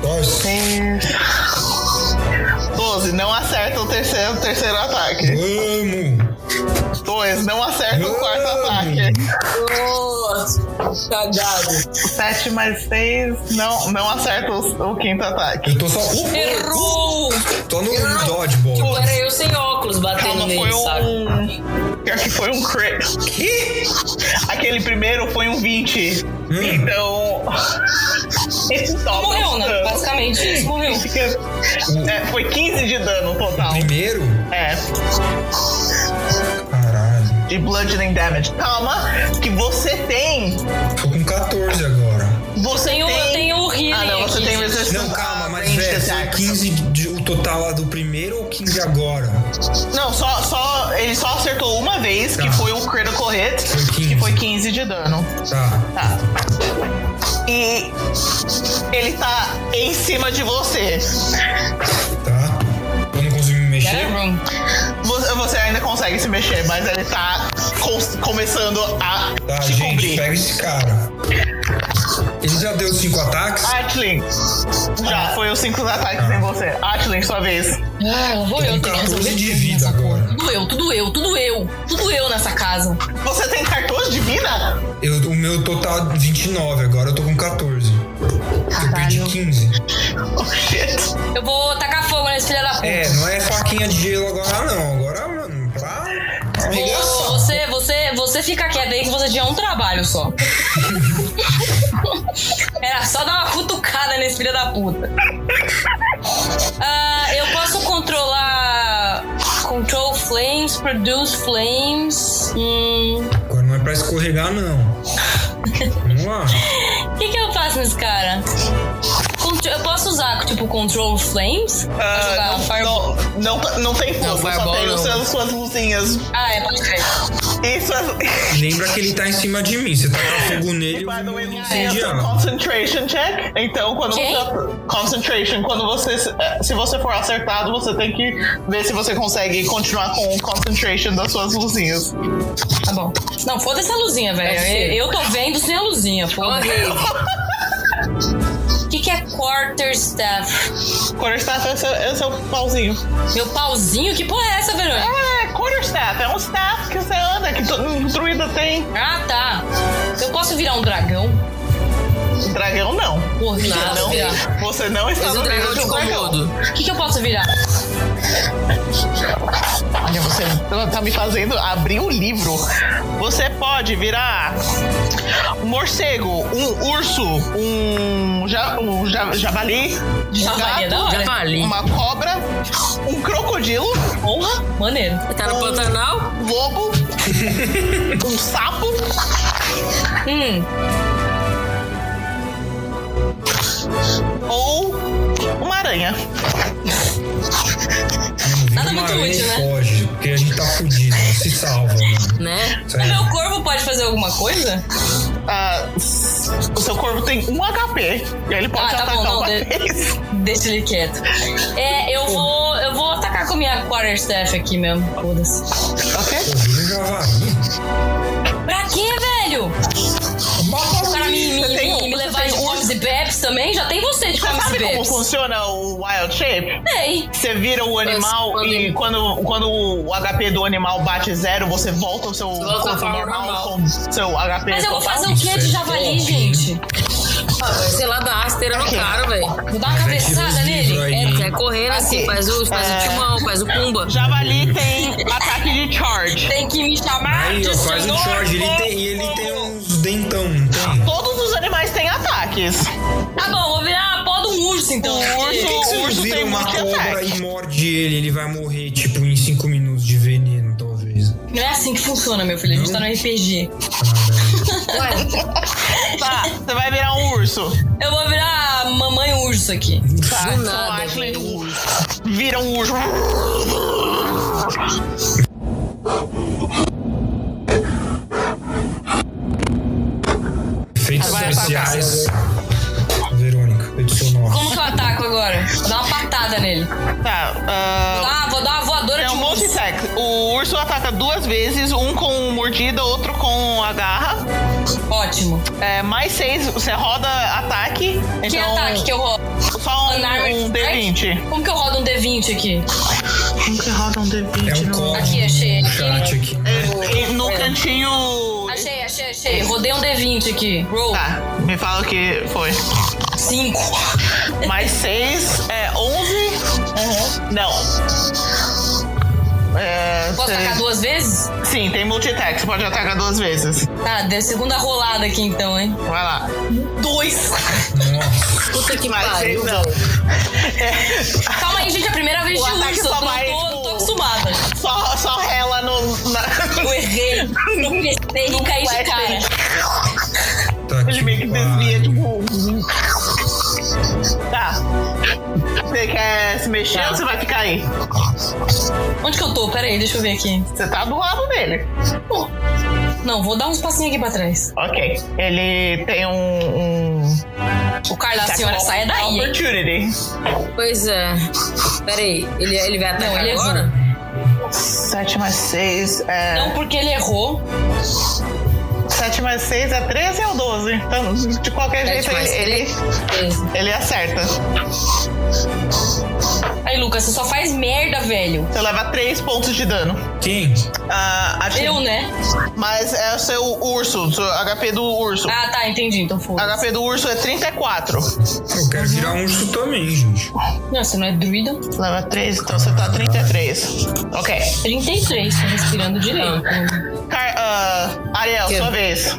Nossa.
12, não acerta o terceiro, o terceiro ataque.
Amo!
2, não acerta É o quarto
Hum.
ataque.
tá
Nossa, cagado.
7 mais 6, não, não acerta o, o quinto ataque.
Eu tô só. uh,
Errou!
Tô no dodgeball.
Agora eu sem óculos batendo
Calma, foi
nele, sabe?
um. Pior que foi um crit. Aquele primeiro foi um 20.
Hum.
Então. Toma
Morreu,
um
né?
dano.
Basicamente, isso morreu.
Fica- É, foi 15 de dano total.
Primeiro?
É.
Caralho.
de bludgeoning damage. Calma, que você tem.
Tô com 14 agora.
Você
Tem o-
tem.
tem o healing
Ah, não, você
aqui,
tem
gente.
resistência.
Não, calma,
a
mas
ranged
velho, foi
attacks.
15 de- o total lá do primeiro ou 15 agora?
Não, só, só. Ele só acertou uma vez,
Tá.
que foi um critical hit,
Foi 15.
que foi 15 de dano.
Tá.
Tá. E ele tá em cima de você.
Tá. Eu não consigo me mexer.
Caramba.
Vo- Você ainda consegue se mexer, mas ele tá cons- começando a
Tá,
te
gente,
cobrir.
pega esse cara. Ele já deu 5 ataques?
Atlin, já foi os cinco ataques
Ah.
em você. Atlin, sua vez.
Ah, vou eu
Com
ter que resolver
14 de vida agora.
tudo eu, tudo eu, tudo eu, tudo eu nessa casa.
Você tem cartões de vida?
Eu, o meu total é 29, agora eu tô com 14. Eu perdi
Caralho.
15.
Oh, shit.
Eu vou tacar fogo nesse filho da puta.
É, não é faquinha de gelo agora não. Agora, mano, tá.
Ô,
Arregaçar.
Você, você, você fica quieto aí que você tinha um trabalho só. Era só dar uma cutucada nesse filho da puta. Ah, eu posso controlar. Control flames, produce flames. Hum.
Agora não é pra escorregar, não. Vamos lá.
O que, que eu faço nesse cara? Contro- Eu posso usar, tipo, control flames? Pra
Ah,
jogar
não,
fireball?
não, não, tá- não tem fogo, só
fireball
tem os
não.
seus- suas luzinhas.
Ah, é, pode crer.
E suas.
Lembra que ele tá em cima de mim. Você taca fogo nele,
E,
eu
by
é
the way,
vou
Lucinha,
Ah.
incendiar.
concentration check. Então, quando
Quem?
você. Concentration. Quando você. Se você for acertado, você tem que ver se você consegue continuar com o concentration das suas luzinhas.
Tá bom. Não, foda essa luzinha,
É
velho.
Deve
assim.
ser.
Eu, eu tô vendo sem a luzinha, foda.
Horrível.
O que, que é quarterstaff?
Quarterstaff é o seu, é o seu pauzinho.
Meu pauzinho? Que porra é essa, Verônica?
É, quarterstaff. É um staff que você anda, que todo um druida tem.
Ah, tá. Eu posso virar um dragão?
Dragão não.
Porra, que
Não,
eu posso
não.
virar?
Você não está
Mas
no
o
nível
dragão
de
de
um dragão.
comodo.
O que, que eu posso virar?
Olha, você tá me fazendo abrir o livro. Você pode virar um morcego, um urso, um, ja- um ja- javali, um
Javali é da hora.
Javali.
uma cobra, um crocodilo, honra,
Maneiro.
Tá no Pantanal?
um lobo, um sapo,
Hum,
ou uma aranha.
Nada
Uma
muito
aranha
útil, né?
foge, porque a gente tá fudido. Se salva, mano.
Né?
Isso aí.
mas É meu corvo pode fazer alguma coisa?
Ah, o seu corvo tem um HP. E ele pode
Ah, tá
atacar
bom, não,
uma
de-
vez.
Deixa ele quieto. É, eu vou. Eu vou atacar com minha quarterstaff aqui mesmo. Foda-se.
Pô, vira um javali.
Pra quê, velho? O cara me, me,
Você tem
me,
um-
me
você
levar
tem
de
um-
comes e bebes também? Já tem você de
Você
comes e
sabe como
bebes.
funciona o Wild Shape?
Sei.
Você vira o animal
Mas
e quando, quando o HP do animal bate zero, você volta o seu
Volta
corpo
a forma
normal,
normal.
com seu HP.
Mas eu vou
total.
fazer o quê de javali, gente?
Ah, velho, Sei lá, dá rasteira no cara, velho.
Vou dar uma
Vai tirar é os
cabeçada nele?
livros aí.
É, sai correndo assim,
Aqui.
faz o, faz
É.
o timão, faz o pumba.
Javali tem um ataque de charge.
Tem que me chamar
Aí,
de
ó, faz um
senhor
charge. Ele
corvo.
tem, ele tem uns dentão, não tem?
Todos os animais têm ataques.
Tá bom, vou virar a pó do urso então.
O urso-
Se
O
ele
urso
vira
tem
uma
muito
cobra
ataque.
e morde ele, ele vai morrer, tipo, em 5 minutos de veneno, talvez.
Não é assim que funciona, meu filho. A gente tá no RPG.
Caralho.
Tá, você vai virar um urso.
Eu vou virar a mamãe urso aqui.
Tá,
Do
então
nada,
Ashley
velho.
vira um urso.
Efeitos
Agora
especiais. Verônica, adicional.
assim. Como que eu ataco agora? Vou dar uma patada nele.
Tá, ah,
Ah, vou dar uma voadora
é
de
um
urso.
multi-sex. O urso ataca duas vezes, um com mordida, outro com a garra.
Ótimo.
É, mais seis, você roda ataque.
Que
então-
ataque que eu rodo?
Só
Unarmed
um, um D20.
Como que eu rodo um D20 aqui?
Como que roda um
É
D20?
um código
Aqui, achei. É.
no chat aqui.
no cantinho.
Achei, achei, achei. Rodei um D20 aqui. Roll.
Tá, me fala o que foi.
5.
Mais 6 é 11.
Uhum.
Não. É,
Posso
cê-
atacar duas vezes?
Sim, tem multitax, pode atacar duas vezes.
Tá, deu segunda rolada aqui então, hein?
Vai lá.
Dois.
Nossa,
Puta que
Mais
pariu.
seis não.
Calma aí, gente, é a primeira vez
O
de
ataque
urso.
só
Eu
vai,
não tô,
tipo,
tô acostumada.
Só, só rela no. na-
Eu errei. Eu pensei e caí de cara.
Tá
Ele
que
meio que desvia,
pariu.
tipo. Tá. Você quer se mexer ou você vai ficar aí?
Onde que eu tô? Pera aí, deixa eu ver aqui.
Você tá do lado dele.
Não, vou dar uns passinhos aqui pra trás.
Ok. Ele tem um. um...
O Carla, a senhora saia daí, hein?
Opportunity.
Pois é. Peraí, ele, ele vai atacar
Não, ele é
agora?
7 mais 6 é.
Não, Então, porque ele errou.
7 mais 6 é 13 ou 12? Então, de qualquer jeito,
Sete mais
ele, ele,
três.
ele acerta.
Aí, Lucas, você só faz merda, velho.
Você leva 3 pontos de dano.
Quem?
Ah, acho-
Eu, né?
Mas é o seu urso, o seu HP do urso.
Ah, tá, entendi. Então foda.
HP do urso é 34.
Eu quero virar um urso também, gente.
Não, você não é druida.
Leva 3, então você tá 33. Ok.
33, tô tá
Ah.
respirando direito.
Car ah, Ariel,
Que-
sua vez.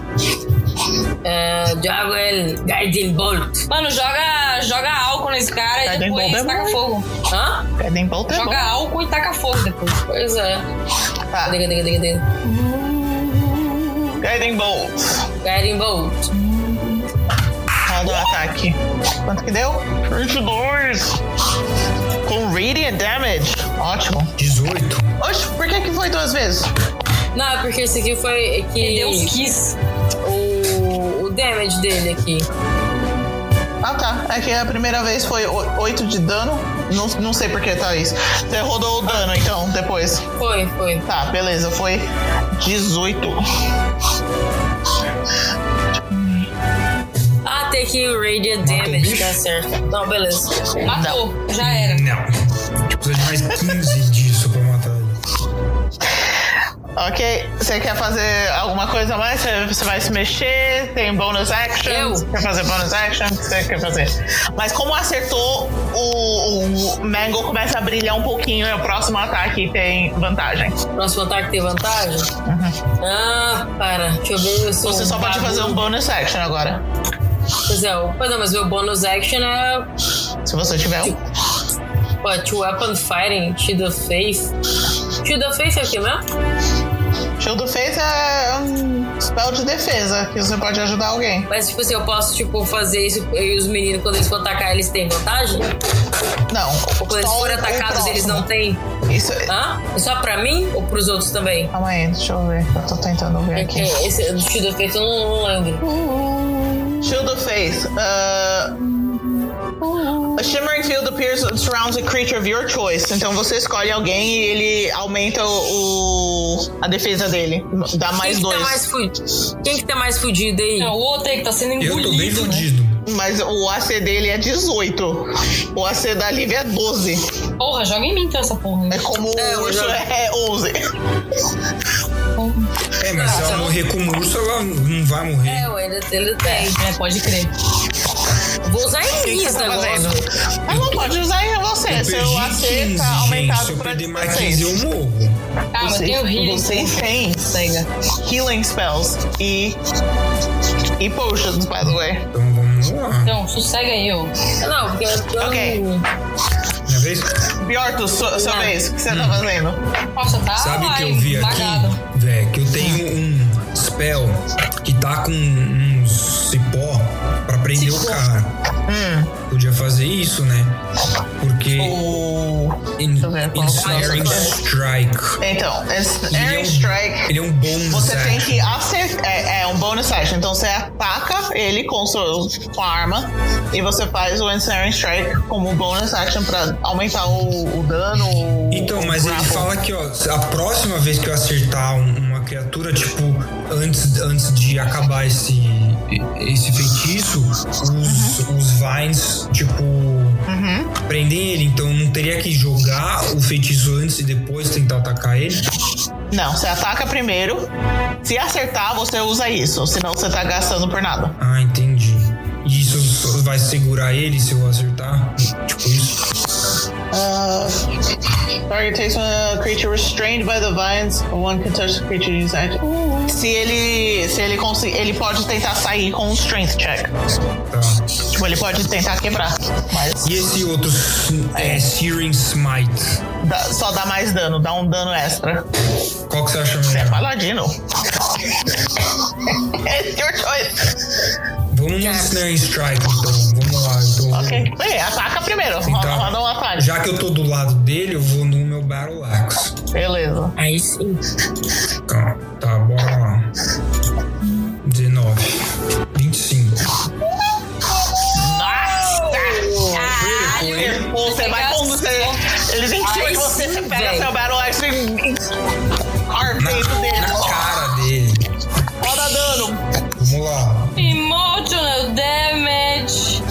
É, jogo ele. Guiding Bolt.
Mano, joga, joga álcool nesse cara
Tá
e
bem
depois
é
bom, tá
taca
bom.
fogo.
Hã?
Pedem volta é bom.
Joga álcool e taca fogo depois.
Pois é.
Tá.
Diga, diga, diga, diga.
Guiding Bolt.
Guiding Bolt.
Roda o Ah, ataque. Quanto que deu? 22. Com Radiant Damage. Ótimo.
18.
Oxe, por que que foi duas vezes?
Não, é porque esse aqui foi. é
Ele
Que
deu
um
uns quis.
o, o damage dele aqui.
Ah, tá. É que a primeira vez foi 8 de dano. Não, não sei por que tá isso. Você rodou o dano, então, depois.
Foi, foi.
Tá, beleza. Foi 18.
Ah, tem aqui o Radiant Damage,
bicho.
tá certo. Não, beleza.
Matou. Já era.
Não. Precisa de mais 15 disso pra matar ele.
Ok. Você quer fazer alguma coisa a mais? Você- Você vai se mexer? Tem bonus action?
Eu?
Quer fazer bonus action? O que você quer fazer? Mas como acertou, o, o Mango começa a brilhar um pouquinho e o próximo ataque tem vantagem.
Próximo ataque tem vantagem? Ah, para. Deixa eu ver. Eu sou
Uhum. Você só pode fazer um
bônus.
bonus action agora.
Pois é, o- pois é, mas meu bônus action é.
Se você tiver um.
What? Weapon Fighting? Shield of Faith? Shield of Faith é o que mesmo?
Shield of Faith é um spell de defesa que você pode ajudar alguém.
Mas, tipo assim, eu posso, tipo, fazer isso e os meninos, quando eles for atacar, eles têm vantagem?
Não.
Ou quando eles
só
forem
o- o
atacados, eles não têm?
próximo. Isso.
Hã? É só pra mim ou pros outros também?
Calma aí, deixa eu ver. Eu tô tentando ver
É
aqui.
que esse do Shield of Faith eu não, não lembro.
Shield of Faith. Uh, a shimmering field appears and surrounds a creature of your choice. Então você escolhe alguém e ele aumenta o, o- a defesa dele. Dá
Quem
mais
que
dois.
tá mais fudido? Quem que tá mais fudido aí?
Não, o outro aí que tá sendo engolido.
Eu tô bem
né?
fudido.
Mas o AC dele é 18. O AC da Liv é 12.
Porra, joga em mim então essa porra.
É
né?
como
É,
o
eu
urso
já-
é 11.
É, mas se ela morrer com o urso, ela não vai morrer.
É, ué, ele, ele tem.
É, pode crer.
Vou usar em mim
que
esse
você tá
negócio.
fazendo? Mas não pode usar em você.
Eu
Seu
perdi
AC
15,
tá
gente.
aumentado
Se eu
pra
perder mais 15,
16.
eu morro.
Ah, mas tem o
é
healing.
Vocês têm
Cega.
healing spells e. E potions, by the way.
Então vamos lá.
Então, sossega aí, eu.
Não, porque eu.
Ok.
Minha vez?
Bjorto, sua, sua
Não.
vez, o que você tá fazendo?
Nossa, tá
Sabe o que eu
live,
vi aqui?
bagado.
Véi, que eu tenho um spell que tá com um cipó pra prender o
Cipó.
cara.
Hum.
Podia fazer isso, né? Porque.
O...
In,
eu ver qual que é o
Ensnaring
negócio.
Strike.
Então, esse
Ele é
Air
um-
Strike.
Ele é um bônus.
Você tem
action.
que acertar. É, é um bonus action. Então você ataca ele com, seu, com a arma e você faz o Ensnaring Strike como bônus action pra aumentar o, o dano. o-
Então,
o
mas ele
grapple.
fala que, ó, a próxima vez que eu acertar um- uma criatura, tipo, antes, antes de acabar esse, esse feitiço, os, os vines, tipo, prendem ele. Então não teria que jogar o feitiço antes e depois tentar atacar ele.
Não, você ataca primeiro. Se acertar, você usa isso. Senão você tá gastando por nada.
Ah, entendi. E isso só vai segurar ele se eu acertar? Tipo isso?
Target takes a creature restrained by the vines. One can touch the creature inside. Se ele. Se ele conseguir. Ele pode tentar sair com um strength check.
Tá.
Tipo, ele pode tentar quebrar. Mas
E esse outro é Searing Smite.
dá- só dá mais dano, dá um dano extra.
Qual que você acha
Você é
melhor?
paladino. It's your choice.
Vamos no Snare Strike, então. Vamos lá. Então,
Ok. Bem, é, ataca primeiro. Roda,
Então,
roda um ataque.
Já que eu tô do lado dele, eu vou no meu Battle Axe.
Beleza.
Aí sim.
Tá, tá, bora lá. 19. 25.
Caralho!
Você vai com você. Ele sentiu
Ai,
que você
sim,
se pega
velho.
seu barulho e carpeito dele.
Na cara dele.
Roda dano.
Vamos lá.
Emotional damage.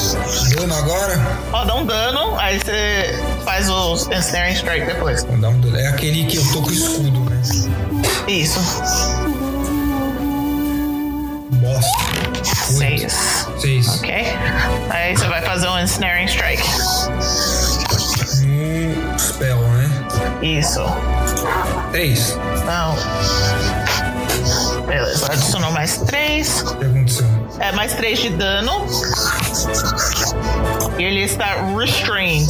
Dano agora?
Roda um dano, aí você faz o Ensnaring Strike depois.
Vamos dar um dano. É aquele que eu tô com escudo, né?
Isso.
Bosta.
Seis.
6.
É Ok? Aí você vai fazer um Ensnaring Strike.
No spell, né? É
Isso.
3.
Então. Beleza, adicionou mais três.
O que aconteceu?
É mais três de dano. E ele está restrained.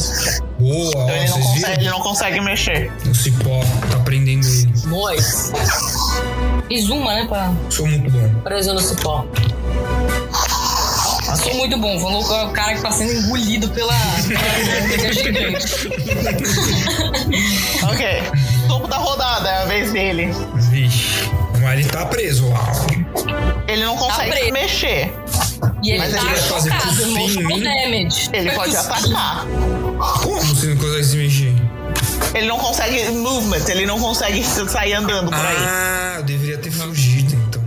Boa, ó,
Então ele não,
vocês
consegue, ele
viram?
não consegue mexer.
O cipó tá prendendo ele.
Boys.
E uma, né? Pra...
Sou muito bom.
Preso no cipó.
Sou muito bom. Falou com o cara que tá sendo engolido pela. pela gigante.
Ok. Topo da rodada é a vez dele.
Vixe. Mas ele tá preso lá.
Ele não consegue
preso.
se mexer.
E ele
Mas
tá
ele
vai fazer
chocado.
cuspir em
Emotional
mim?
damage.
Ele pode atacar.
Como você não consegue se mexer?
Ele não consegue movement, ele não consegue sair andando por aí.
Ah, eu deveria ter fugido então.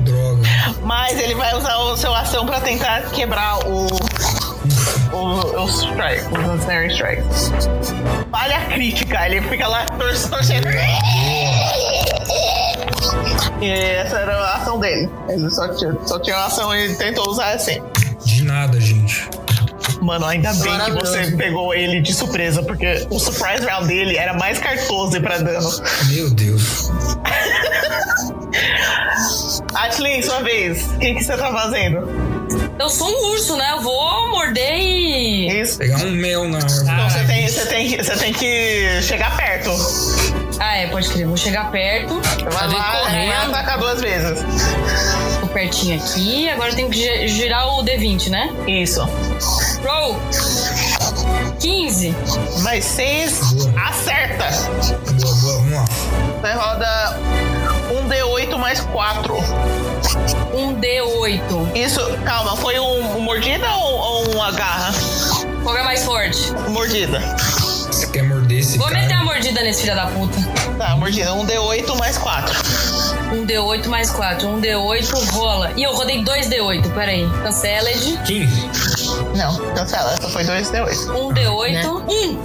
Droga.
Mas ele vai usar o seu ação pra tentar quebrar o. O, o strike, os Unstary Strikes. Falha crítica, ele fica lá tor torcendo. E essa era a ação dele. Ele só tinha, só tinha uma ação e ele tentou usar assim.
De nada, gente.
Mano, ainda bem que
Maravilhoso.
você pegou ele de surpresa, porque o surprise round dele era mais 14 pra dano.
Meu Deus.
Atlin, sua vez. O que, que você tá fazendo?
Eu sou um urso, né? Eu vou morder e.
Isso.
Pegar um mel na árvore.
Então você tem, você, tem, que- você tem que chegar perto.
Ah, é, pode crer. Vou chegar perto.
Vai
vem
lá, né? vai
correndo.
atacar duas vezes.
Tô pertinho aqui. Agora eu tenho que gi- girar o D20, né?
Isso.
Roll! 15.
Mas seis
Boa.
Ah. acerta.
Boa, boa, vamos lá.
Você roda um D8 mais quatro.
Um D8.
Isso, calma, foi um, um mordida ou, ou uma garra?
Qual que é mais forte?
Mordida.
Você quer morder esse
Vou meter uma
cara?
mordida nesse filho da puta.
Tá, mordida. Um D8 mais quatro.
Um D8 mais 4. Um D8 rola. Ih, eu rodei dois D8. Pera aí. Canceled.
15.
Não, cancela. Essa foi dois D8.
Um
Né?
D8. Um.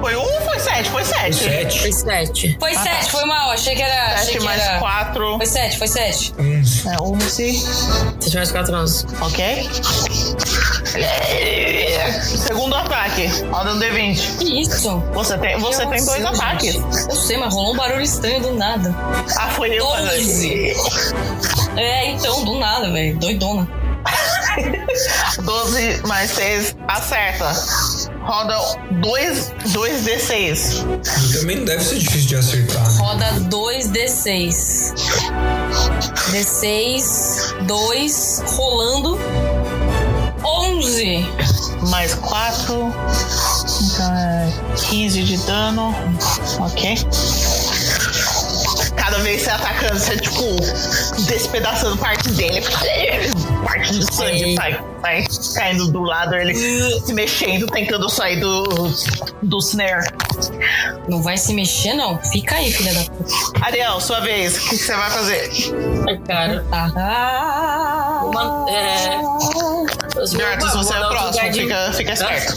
Foi um ou foi sete? Foi sete.
7.
Foi sete.
Ah,
Foi
tá.
sete. Foi mal. Achei que era. achei
Sete
que
mais
era...
quatro.
Foi sete. Foi sete.
11.
É 11,
Sete mais quatro, onze.
ok? Segundo ataque, roda um D20.
Que isso?
Você tem, você
Eu
tem dois
sei,
ataques.
gente. Eu sei, mas rolou um barulho estranho do nada.
Ah, foi eu. falando.
12. É, então, do nada, velho. Doidona.
12 mais 6, acerta. Roda 2, 2D6.
Também não deve ser difícil de acertar. né?
Roda 2d6. D6, 2, rolando. 11.
Mais 4. Então é 15 de dano. Ok. Cada vez você atacando, você tipo despedaçando parte dele. Parte do sangue sai, sai caindo do lado, ele se mexendo, tentando sair do, do snare.
Não vai se mexer, não. Fica aí, filha da puta.
Ariel, sua vez, o que você vai fazer?
Ai, cara.
Ah,
Uma, é... eu sou-
Jartos,
vou
você é
mandar
o
outro
próximo,
guard-
fica, fica esperto.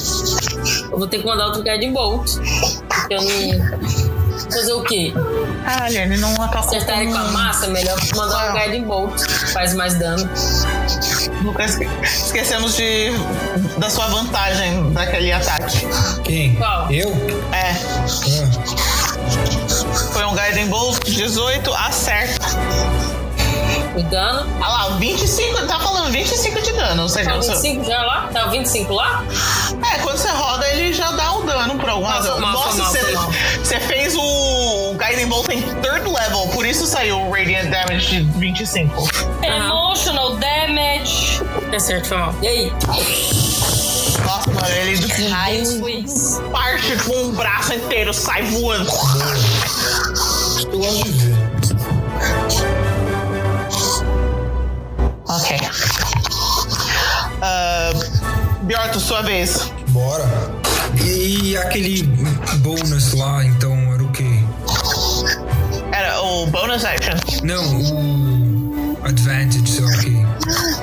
Eu vou ter que mandar outro guard bolt. Porque eu não... Fazer o quê?
Caralho, ele Ah, não tá um- atacou
Acertar ele com a massa, melhor mandar um guard bolt. Faz mais dano.
Nunca esque- esquecemos de, da sua vantagem daquele ataque.
Quem?
Qual?
Eu?
É,
Ah,
foi um Guiding Bolt 18, acerta.
o dano.
Ah lá, 25, tá falando 25 de dano. Ou seja,
Tá
o seu-
25 já lá? Tá 25 lá?
É, quando você roda, ele já dá o dano por alguma
Nossa,
razão.
massa,
Nossa,
massa,
você,
massa.
você fez o Guiding Bolt em third level, por isso saiu o Radiant Damage de 25.
Emotional damage.
É certo, foi mal. E aí?
Nossa, mano, ele
Raio Swiss.
parte com o braço inteiro, sai voando.
Eu gosto de ver.
Ok. Uh, Bjorto, sua vez.
Bora. E aquele bônus lá, então, era o quê?
Era o bonus action.
Não, o advantage, sei lá o quê.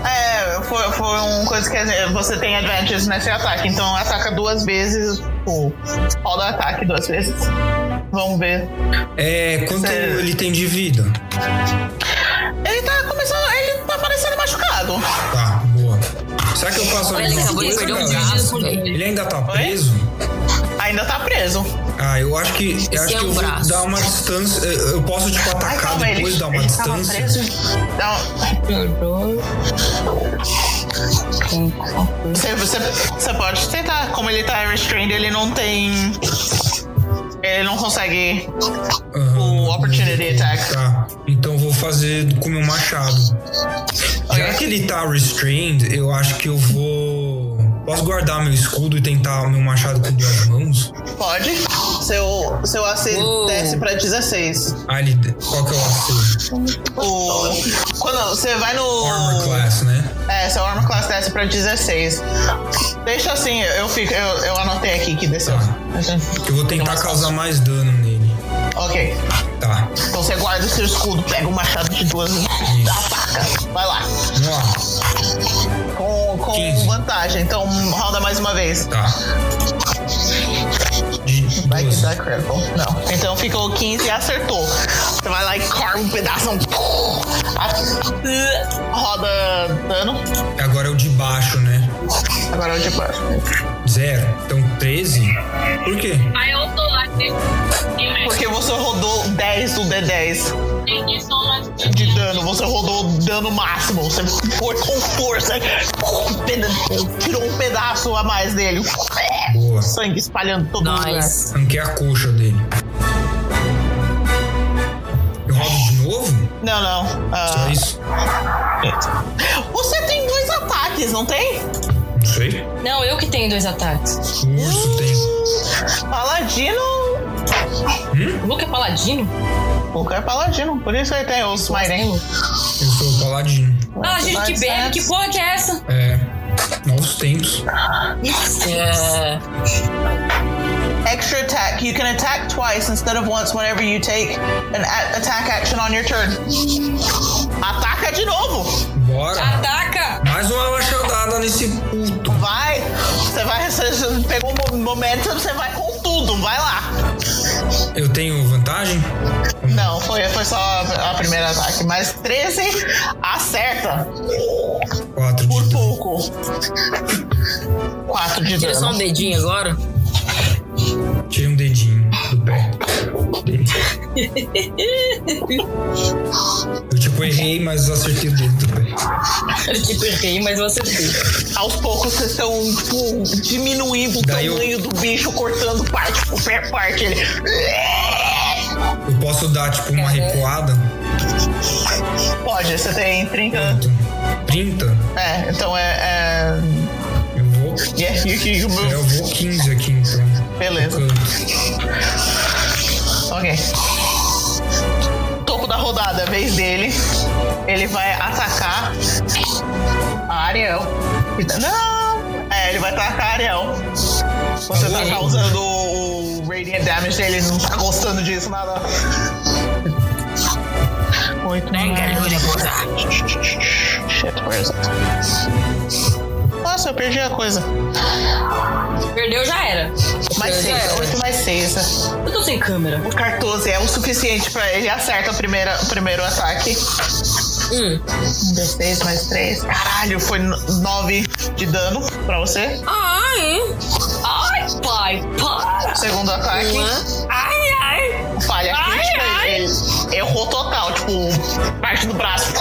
É, foi, foi uma coisa que é, você tem advantage nesse ataque, então ataca duas vezes, tipo, roda o ataque duas vezes. Vamos ver.
É, quanto
Sério?
ele tem de vida?
Ele tá começando, ele tá parecendo machucado.
Tá, boa. Será que eu faço
Olha, ele
alguma
acabou de
coisa,
perder um
cara?
braço, velho.
Ele ainda tá preso?
Ainda tá preso.
Ah, eu acho que, eu acho
é
que
um
eu vou
braço.
dar uma distância. Eu eu posso, tipo,
Ai,
atacar
calma, ele,
depois, dar uma
ele tava
distância?
preso. Não, você, você, você pode tentar. Como ele tá restrained, ele não tem. Ele não consegue. O
Aham, não,
opportunity
não.
attack.
Tá. Então vou fazer com o meu machado. Já que ele tá restrained, eu acho que eu vou. Posso guardar meu escudo e tentar meu machado com duas mãos?
Pode. Seu, seu AC
Uou.
desce pra 16.
Ah, ele. Qual que é o AC?
O, quando você vai no.
Armor class, né?
É, seu armor class desce pra 16. Deixa assim, eu, fico, eu, eu anotei aqui que desceu.
Tá. Eu vou tentar
Então,
causar mais dano nele.
Ok.
Tá.
Então você guarda o seu escudo, pega o machado de duas e ataca. Vai lá.
Vamos lá.
Com, com
15.
vantagem. Então roda mais uma vez.
Tá. De
Vai que
duas.
dá critical. Não. Então ficou 15 e acertou. Você vai lá e corta um pedaço. um- A- Roda dano.
Agora é o de baixo, né?
Agora é eu te passo.
Zero. Então 13? Por quê?
Aí eu tô lá, né?
Porque você rodou 10 do D10
Tem que só uma-
de dano. Você rodou o dano máximo. Você foi com força. um peda- Tirou um pedaço a mais dele.
Boa.
Sangue espalhando todo né? lugar.
Nice.
Ranquei a coxa dele. Eu rodo de novo?
Não, não. Ah,
Só isso?
você tem dois ataques, não tem?
Não sei.
Não, eu que tenho dois ataques.
O urso tem.
Paladino.
O Luke é paladino?
O cara é paladino, por isso ele tem os Smyrene.
Eu sou o paladino.
Ah, gente, que bebe, que porra que é essa?
É. Novos tempos.
É.
Extra attack. You can attack twice instead of once whenever you take an a- attack action on your turn. Ataca de novo.
Bora.
Ataca!
Mais uma machadada nesse puto.
Vai. Você vai. Você pegou o momento, você vai É com tudo. Vai lá.
Eu tenho vantagem?
Não, foi, foi só a, a primeira ataque. Mas 13 acerta.
Quatro de
Por
dano.
pouco. 4 de
Tira só um
dano.
dedinho agora.
Tirei um dedinho do pé. Eu tipo errei, mas acertei o dedo do pé.
Eu te perdi, mas você fez.
Aos poucos vocês estão tipo, diminuindo o
Daí eu-
tamanho do bicho, cortando parte por parte. Ele.
Eu posso dar tipo uma recuada?
Pode, você tem 30.
Quanto? 30?
É, então é. é...
Eu vou. é,
Yeah, you, you, you move.
Eu vou 15 aqui então.
Beleza.
Canto.
Ok. Topo da rodada, vez dele. Ele vai atacar a Ariel. Não! É, ele vai atacar a Ariel. Você tá causando o Radiant Damage dele, ele não tá gostando disso nada. Muito bem. Shit, where is it? Nossa, eu perdi a coisa.
Perdeu, já era.
Mais
Já
seis,
era.
oito mais seis.
Eu tô sem câmera.
O 14 é o suficiente pra ele acerta o primeiro, o primeiro ataque.
Hum.
16 mais 3. Caralho, foi 9 de dano pra você.
Ah, hein?
Ai, pai, para!
Segundo ataque.
Uma. Ai, ai.
Falha
Ai,
crítica.
ai.
Ele errou total.
tal, tipo, parte do braço.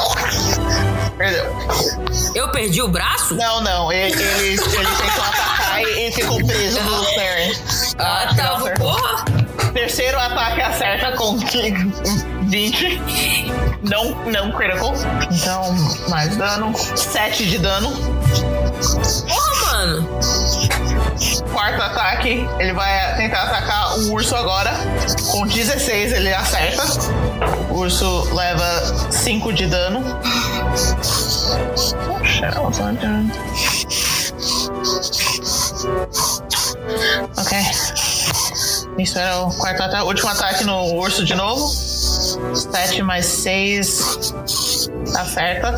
Perdeu.
Eu perdi o braço?
Não, não, ele, ele, ele tentou atacar e, e ficou preso no Snare.
Ah, tá. Porra!
Terceiro ataque acerta com 20. Não, não critical. Então, mais dano. 7 de dano.
Porra, mano!
Quarto ataque, ele vai tentar atacar o urso agora. Com 16 ele acerta. O urso leva 5 de dano. tá Ok. Isso era o quarto ataque. Último ataque no urso de novo. 7 mais 6. Acerta.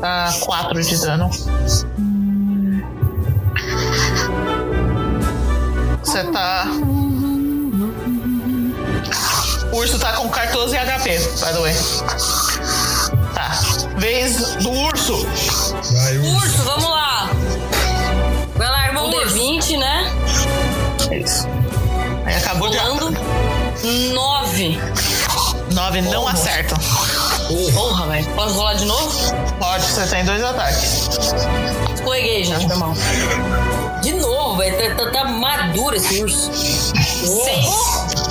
Tá 4 de dano. você tá. O urso tá com 14 HP, by the way. Tá. Vez do urso.
Vai, urso.
Urso, vamos lá! Vai lá, irmão
Um
urso.
D20, né?
É isso. Aí acabou
Rolando. Nove.
de. 9 não acerta.
Porra, velho. Posso rolar de novo?
Pode, você tem dois ataques.
Escorreguei já, foi mal.
De novo, velho. Tá, tá- tá maduro esse urso. Seis.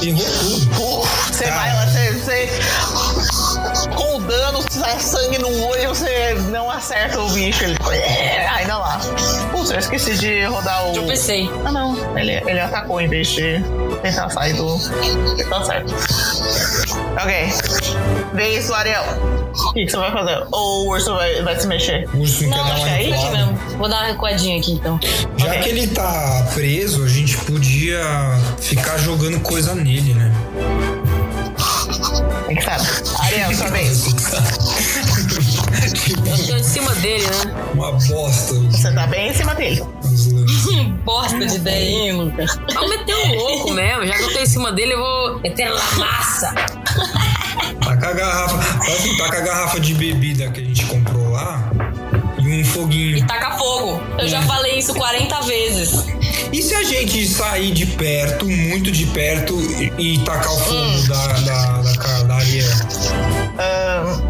Errou tudo.
Uf, Você vai lá, você. você- Com o dano, sai sangue no olho, você não acerta o bicho. Ele. É, Ainda lá. Putz, eu esqueci de rodar o.
assim,
Tropecei.
Ah, não. Ele, ele atacou em vez de tentar sair do. Ele Tá certo. Ok. Vez do Ariel. O que, que você vai fazer? Ou o urso vai, vai se mexer?
O urso não,
Não,
quer
acho
dar
que
uma
é isso
recuada.
mesmo. Vou dar uma recuadinha aqui então.
Já
Ok.
que ele tá preso, a gente podia ficar jogando coisa nele, né?
Tem que saber. Ariel,
Tá
sua vez.
Eu tô em cima dele, né?
Tipo, Uma bosta.
Você tá bem em cima dele.
os lances.
Que bosta de ideia, hein, Lucas?
Vamos meter um louco mesmo. Já que eu tô em cima dele, eu vou meter massa.
Taca Tá a garrafa. Quase taca a garrafa de bebida que a gente comprou lá e um foguinho.
Taca fogo. Eu já falei isso 40 vezes.
E se a gente sair de perto, muito de perto, e, e tacar o fogo da, da, da, ca- da areia?
Ahn,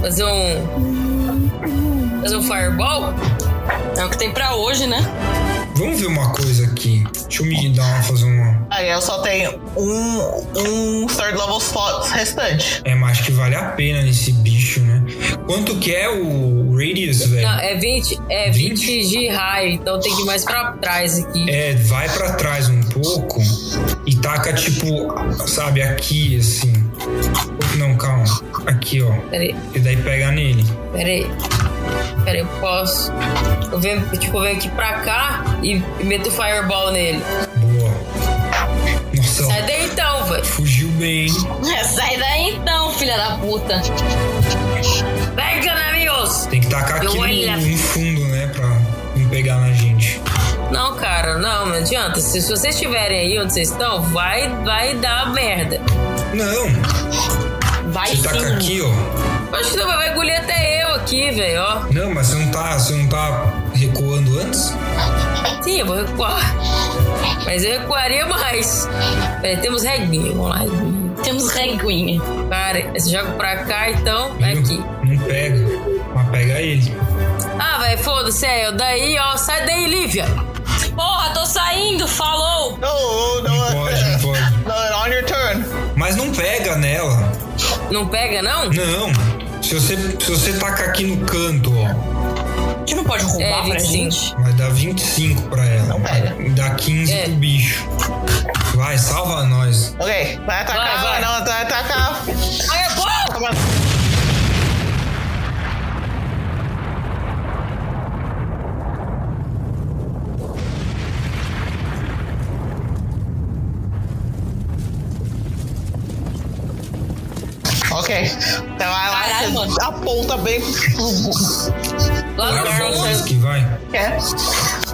Fazer um. Fazer um fireball?
É o que tem pra hoje, né?
Vamos ver uma coisa aqui. Deixa eu me dar uma, fazer uma.
Ariel só tem um, um third level spot restante.
É, mas acho que vale a pena nesse bicho, né? Quanto que é o radius, velho?
Não, é 20. É 20 de raio. Então tem que ir mais pra trás aqui.
É, vai pra trás um pouco e taca tipo, sabe, aqui assim. Não, calma. Aqui, ó.
Peraí,
E daí pega nele.
peraí. Peraí, eu posso. Eu venho, tipo, eu venho aqui pra cá e e meto o fireball nele.
Boa. Nossa,
Sai
ela
daí então, velho.
fugiu bem. hein?
É, Sai daí então, filha da puta.
Pega, né, amigos?
Tem que tacar
Eu
aqui
olho.
no, no fundo, né? Pra não pegar na gente.
Não, cara, não, não adianta. Se, se vocês estiverem aí onde vocês estão, vai, vai dar merda.
Não,
Vai
você taca
sim.
aqui, ó.
Acho que vai engolir até eu aqui, velho, ó.
Não, mas você não tá, você não tá recuando antes?
Sim, eu vou recuar. Mas eu recuaria mais. Peraí, temos reguinha, vamos lá. reguinha.
Temos reguinha.
Cara, você joga pra cá, então, vai
Não-
aqui.
Não pega. Mas pega ele.
Ah, velho, foda-se, é eu. Daí, ó, sai daí, Lívia.
Porra, tô saindo, falou!
Oh,
Não pode, não
no,
pode.
no, é on your turn.
Mas não pega nela.
Não pega, não?
Não. Se você, se você tacar aqui no canto, ó,
Que não pode
É,
roubar pra
25.
gente.
vai dar 25 pra ela.
pega.
Dá 15
É.
pro bicho. Vai, salva nós.
Ok, vai atacar.
Vai, vai.
Não, vai atacar.
Fireball!
Ok. Então vai lá,
Caralho,
você
mano.
aponta bem.
Lá no
Vai,
fundo.
Valesky, vai.
É.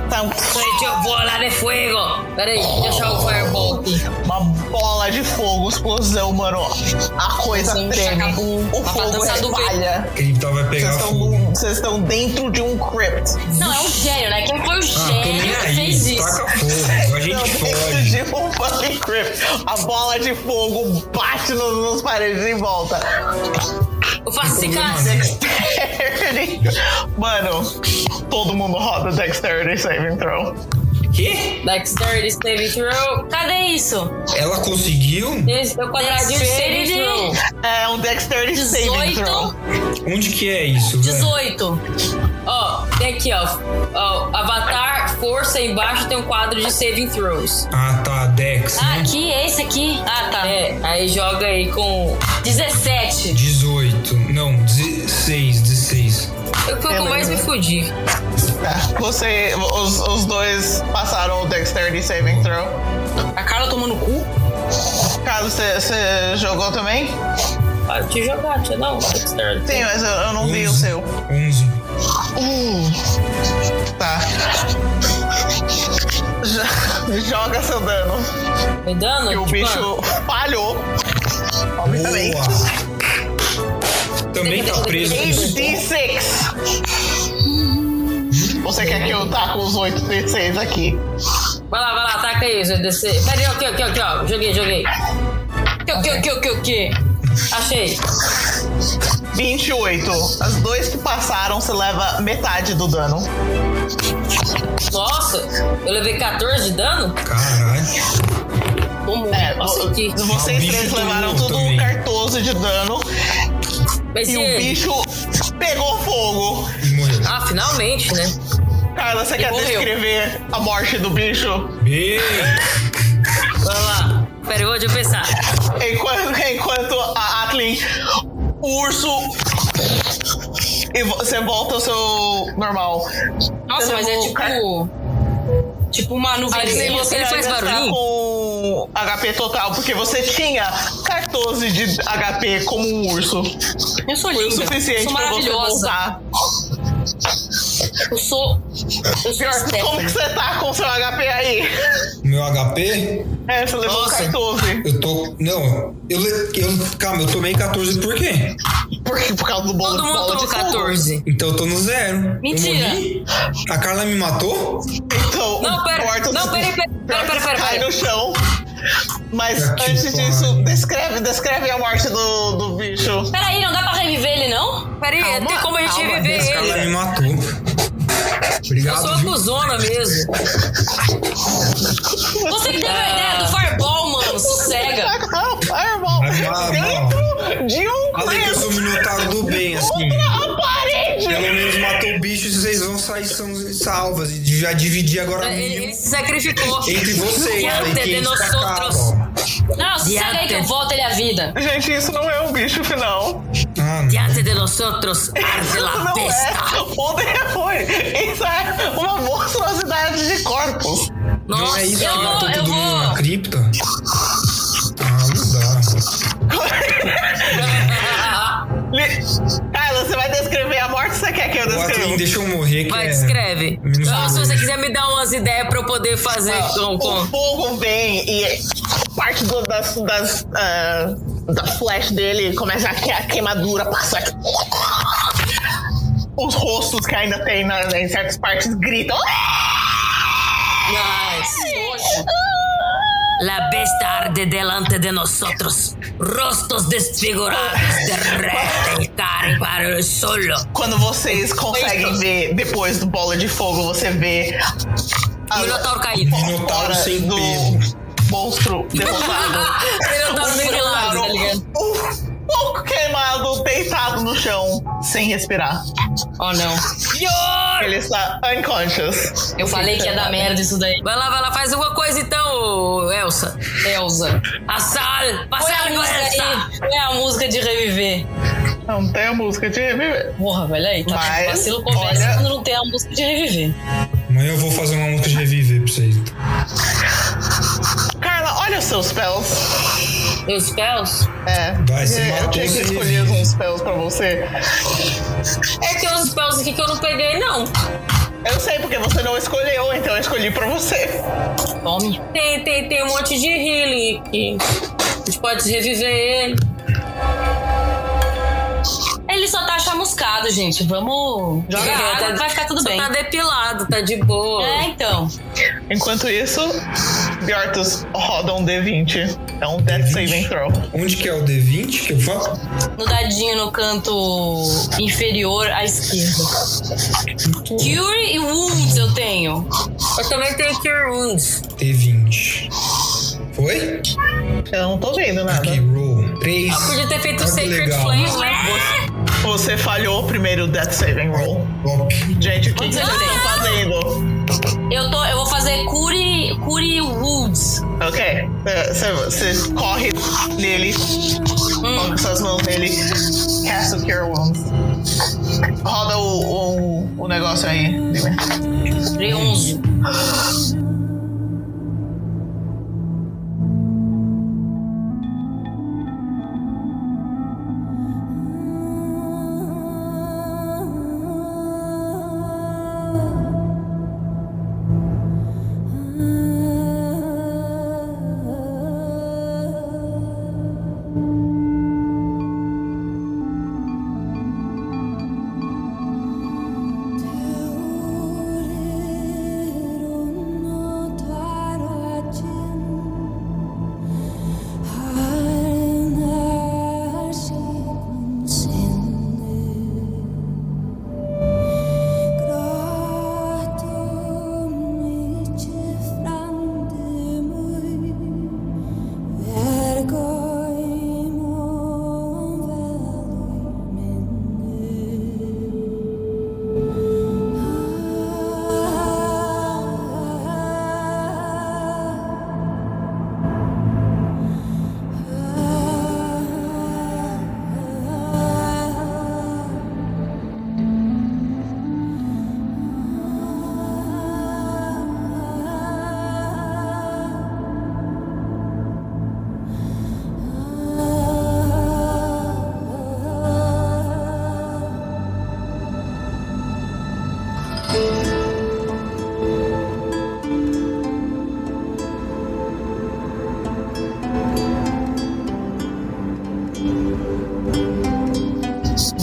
Então,
Gente, eu vou lá de fuego. Peraí, deixa eu achar o fireball aqui.
uma bola bola de fogo, explosão, mano. A coisa
Explosão,
treme.
chacabum,
O
uma
fogo
balança do
espalha.
Krypton tá, vai pegar
Vocês estão
fogo.
num- Vocês estão dentro de um crypt.
Não, é um gênio, né? Quem foi o
Ah, tô nem
gênio que
aí.
fez isso?
Taca fogo. A gente
dentro
foge.
de um fucking crypt. A bola de fogo bate no- nos paredes em volta.
Eu faço esse caso.
Dexterity. Mano, todo mundo roda Dexterity Saving Throw.
Quê?
Dexterity saving throw.
Cadê É isso?
Ela conseguiu?
Esse é o quadradinho de saving
Dexterity.
throw.
É um Dexterity Saving
18,
Throw.
Onde que é isso, velho?
18.
Ó, tem aqui, ó. Ó, Avatar, força, embaixo tem um quadro de saving throws.
Ah, tá. Dex,
Ah,
né?
aqui, esse aqui. Ah, tá.
É, aí joga aí com.
17.
18. Não, 16. 16.
É Eu fui com mais me fudi.
Tá, Você, os, os dois passaram o Dexterity Saving Throw.
A Carla tomou no cu?
Carlos, você- você jogou também?
Para de Ah, jogar, um tia. Não, Dexterity.
Sim, mas eu, eu não vi o
Onze.
seu.
11.
Tá. Jo- Joga seu dano.
Me dando?
E o
tipo,
bicho falhou. Obviamente.
Boa. Também tá preso. com-
8d6. Você quer que eu taque os 8d6 aqui?
ah, Vai lá, vai lá, ataca aí, seu DC. Pera aí, aqui, aqui, aqui, ó. Joguei, joguei.
Que, que, que, que, que?
Achei.
28. As dois que passaram, você leva metade do dano.
Nossa, eu levei 14 de dano?
Caralho.
Como?
É,
Nossa,
vo-
que...
vocês
Ah, o
três
bicho
levaram
tomou
Então, tudo
também.
14 de dano
Mas
e o
ele?
bicho pegou fogo.
E morreu.
Ah, finalmente, né?
Carla, você quer
morreu.
descrever a morte do bicho?
Ei,
Vai lá. Pera, eu- deixa eu pensar.
Enquanto, enquanto a Atlin, o urso. E vo- você volta ao seu normal.
Nossa, mas é
levou-
tipo. Tipo uma nuvem.
Aí
assim.
você- Ele faz
Você tá
barulhinho?
com HP total, porque você tinha 14 de HP como um urso.
Eu sou
Foi o
linda. eu
suficiente
sou
pra você
maravilhosa.
voltar.
Eu sou. Eu sou
Como que
Stephanie.
você tá com seu HP aí?
meu HP?
É, você levou
Nossa.
14.
Eu tô. Não, eu, le- eu. Calma, eu tomei 14 por quê?
Por, quê? por causa do bolo
Todo
de
mundo
bola
tomou
de fogo.
14.
Então eu tô no zero. Eu
Mentira.
morri? A Carla me matou?
Então,
Não,
o
pera.
Portos-
Não, pera, pera, pera, pera, pera,
Cai
pera.
no chão. Mas
Ah, que
antes disso,
pariu.
descreve, descreve a morte do, do bicho.
Peraí, não dá pra reviver ele, não?
Pera aí,
Calma,
tem como a gente
calma,
reviver
A Carla
ele?
me matou.
Eu sou
Obrigado,
uma
viu?
cuzona mesmo.
Você que teve a ideia do fireball, mano. Sossega.
Ah, irmão,
Vai lá,
dentro de um
Falei que eu
clã.
sou um minotauro do bem, assim.
Contra a parede!
Pelo menos matou o bicho e vocês vão sair são salvas. E já dividi agora
É, Ele,
mínimo
ele se sacrificou.
entre vocês.
Quero
Falei
ter
que é
tá
isso
dinossauros.
acaba.
Não, sossega aí que eu volto ele à vida.
Gente, isso não é um bicho final.
Ah, não.
Diante de los otros, arde
Isso
la
não é.
besta.
Ontem foi. Isso é uma monstruosidade de corpos.
Não é
Nossa,
isso que
eu
matou
vou- eu
todo mundo na
vou.
cripta? Ah, não dá.
Li- Carla, você vai descrever a morte ou você quer que eu
O Atlin
descreva?
deixa eu morrer, que
Vai,
é...
descreve.
menos
Ah, se
valor.
você quiser me dar umas ideias pra eu poder fazer
Ah.
com.
O
com-
fogo vem e parte do- das, das, ah, da flash dele começa a que- a queimadura, passa. Os rostos que ainda tem na- né, em certas partes gritam.
Nice.
La besta arde delante de nosotros. Rostros desfigurados derreten cara para el suelo.
Quando vocês conseguem ver depois do bola de fogo, você vê a-
Minotauro caído.
Minotauro
fora
sem
do
pelo.
monstro derrotado.
Minotauro microlado, tá ligado?
Um pouco queimado, deitado no chão, sem respirar.
Oh, não.
Ele está unconscious.
Eu falei que ia dar merda isso daí.
Vai lá, vai lá, faz alguma coisa então, ô, Elsa.
Elza.
Assal,
Põe
passa
a
a
música
Elsa.
aí. Põe a música de reviver.
Não tem é a música de reviver.
Porra, velho, aí. Tá
Mas,
vacilo começa
olha-
quando não tem a música de reviver.
Amanhã eu vou fazer uma música de reviver pra vocês.
Carla, olha os seus spells.
Meus spells?
É.
Vai, você
eu
matou,
tinha que
você
escolher
revive.
uns spells pra você.
É que tem uns spells aqui que eu não peguei, não.
Eu sei, porque você não escolheu, então eu escolhi pra você.
Tome.
Tem, tem, tem um monte de healing que a gente pode reviver ele.
Ele só tá chamuscado, gente. Vamos jogar
É,
água
tá-
que vai ficar tudo
Só
bem.
tá depilado, tá de boa.
É, então.
Enquanto isso, Bjortus roda um D20. É um Death Saving Throw.
Onde que é o D20 que eu falo?
No dadinho no canto inferior à esquerda. Cure e Wounds eu tenho.
Eu também tenho Cure Wounds.
D20. Foi?
Eu não tô vendo nada.
Aqui, roll. 3.
Podia ter feito
Ah,
o
que
Sacred
legal.
Flames, né?
Você falhou o primeiro Death Saving Roll.
Top.
Gente, o que
Onde
vocês
eu dei?
estão
tá
fazendo?
Eu, tô, eu vou fazer Cure, cure e Wounds.
Ok. É, Você corre nele,
Hum.
coloca suas mãos nele, cast o Cure Wounds. Roda o, o, o negócio aí. Lima.
Tirei 11.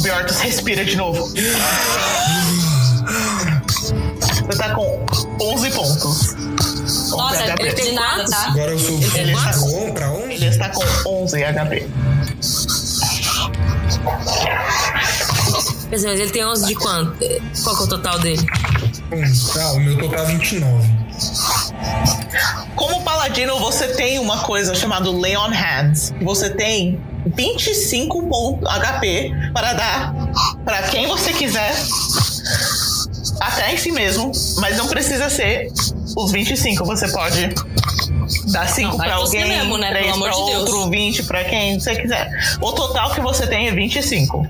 Bjortus respira de novo. Você tá com 11 pontos. 11
Nossa, ele
HP.
tem nada, tá?
Agora eu sou
Ele tá com-
bom pra
Ele
11?
está com 11 HP.
Mas ele tem 11 de quanto? Qual que é o total dele?
11. Tá, o meu total é 29.
Como paladino, você tem uma coisa chamada Lay on Hands. Você tem 25 pontos HP para dar para quem você quiser, até em si mesmo, mas não precisa ser os 25. Você pode dar 5
Não, aí
para
você
alguém,
mesmo, né?
3
Pelo amor
para
de Deus.
outro, 20 para quem você quiser. O total que você tem é 25.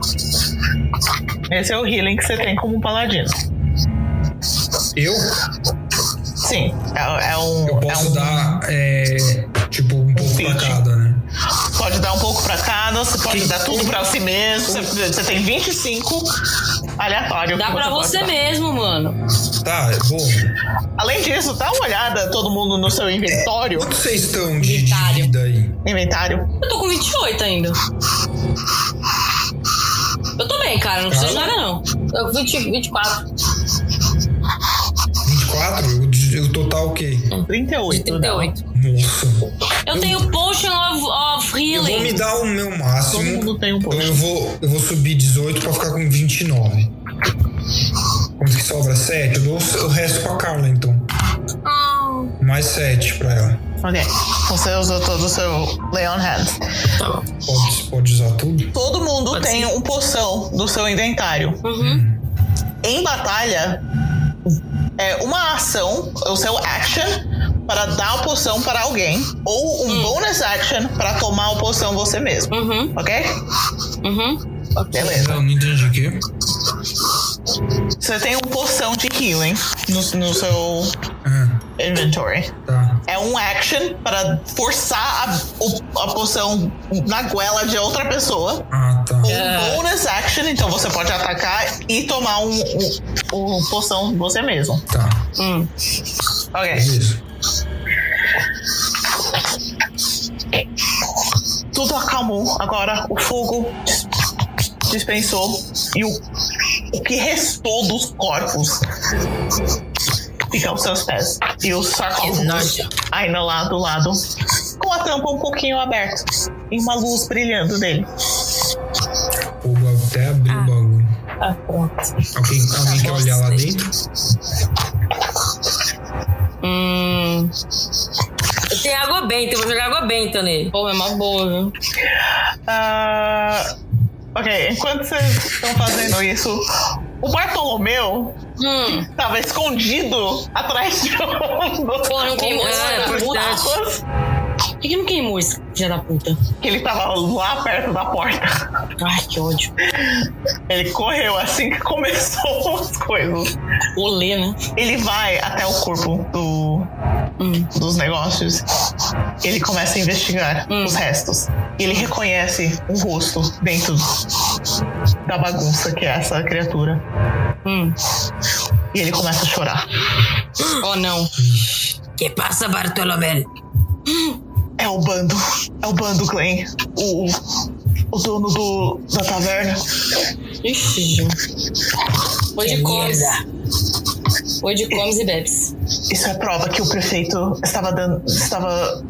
Esse é o healing que você tem como paladino.
Eu?
Sim, é, é um.
Eu
é
posso
um
dar, é, tipo, um pouco pra
feat.
cada, né?
Pode dar um pouco pra cada, você pode
Sim.
dar tudo pra si mesmo. Você, você tem 25 aleatório.
Dá
que
pra
pode
É você
dar.
mesmo, mano.
Tá, é bom.
Além disso, dá uma olhada todo mundo no seu inventório.
Quanto vocês estão de, de
Vitário.
vida aí?
Inventário.
Eu tô com 28 ainda. Eu tô bem, cara. Não preciso de nada, não.
Eu, 20, 24.
24? O, de- o total o quê?
Hum. 38.
38.
Nossa.
Eu tenho Potion of, of
Eu vou me
Healing.
dar o meu
Todo
máximo.
mundo tem um pouco.
Então eu vou, eu vou subir 18 pra ficar com 29. Quanto que sobra? 7? Eu dou o resto pra Carla, então.
Ah.
Mais 7 pra ela.
Ok. Você usou todo o seu Leon Hands.
Tá bom.
Pode, pode usar tudo?
Todo mundo tem um poção do seu inventário.
Uhum.
Em batalha, é uma ação, é o seu action, para dar a poção para alguém, ou um bonus action para tomar a poção você mesmo.
Hum. Uhum,
Ok?
uhum.
Beleza.
É, Não, não entendi o quê.
Você tem um poção de healing no, no seu
Ah,
inventory.
Tá.
É um action para forçar a, o- a poção na goela de outra pessoa.
Ah, tá.
Ou
É.
um bonus action, então você pode atacar e tomar um, um, um poção você mesmo.
Tá. É
Ok.
isso.
Tudo acalmou agora. O fogo dis- dispensou e o, o que restou dos corpos fica aos seus pés. E o sarcófago ainda lá do lado, com a tampa um pouquinho aberta e uma luz brilhando nele.
O bagulho até abriu o bagulho.
Ah, pronto.
Alguém, alguém quer olhar lá dentro?
Hum. Tem água benta, eu vou jogar água benta nele.
Pô, é uma boa, viu?
Ah, ok, enquanto vocês estão fazendo isso, o Bartolomeu
Hum,
tava escondido atrás de um dos
Pô, não queimou
Ah,
esse
é
filho da
importante.
puta.
buracos
Por que que não queimou esse filho da puta?
que ele tava lá perto da porta.
Ai, que ódio.
Ele correu assim que começou as coisas.
Olê, né?
Ele vai até o corpo do, dos negócios. Ele começa a investigar os restos. E ele reconhece um rosto dentro da bagunça que é essa criatura.
Hum.
E ele começa a chorar.
Oh, não.
Que passa, Bartolomé?
É o bando. É o bando, Glenn. O, o dono do, da taverna.
Ixi, gente. Hoje comes. Hoje comes e bebes.
Isso é prova que o prefeito estava dando. estava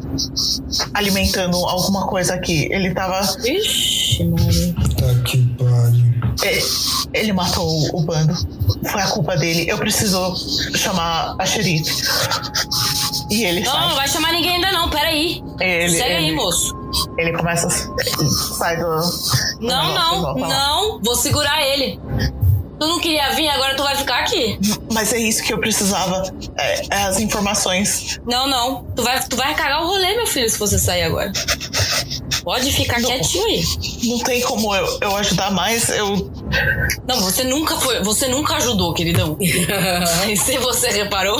alimentando alguma coisa aqui. Ele estava.
Ixi, mano.
Tá que pariu.
Ele, É, ele matou o, o bando. Foi a culpa dele. Eu preciso chamar a xerife. E ele
Não,
sai.
não vai chamar ninguém ainda não, peraí.
Ele,
Segue aí,
ele,
moço.
ele começa. a s- Sai do. do negócio
Não,
e
não,
volta lá.
não. Vou segurar ele. Tu não queria vir, agora tu vai ficar aqui.
Mas é isso que eu precisava. é- é as informações.
Não, não. Tu vai, tu vai cagar o rolê, meu filho, se você sair agora. Pode ficar quietinho aí.
Não tem como eu, eu ajudar mais. Eu
Não, você nunca foi. Você nunca ajudou, queridão. se você reparou.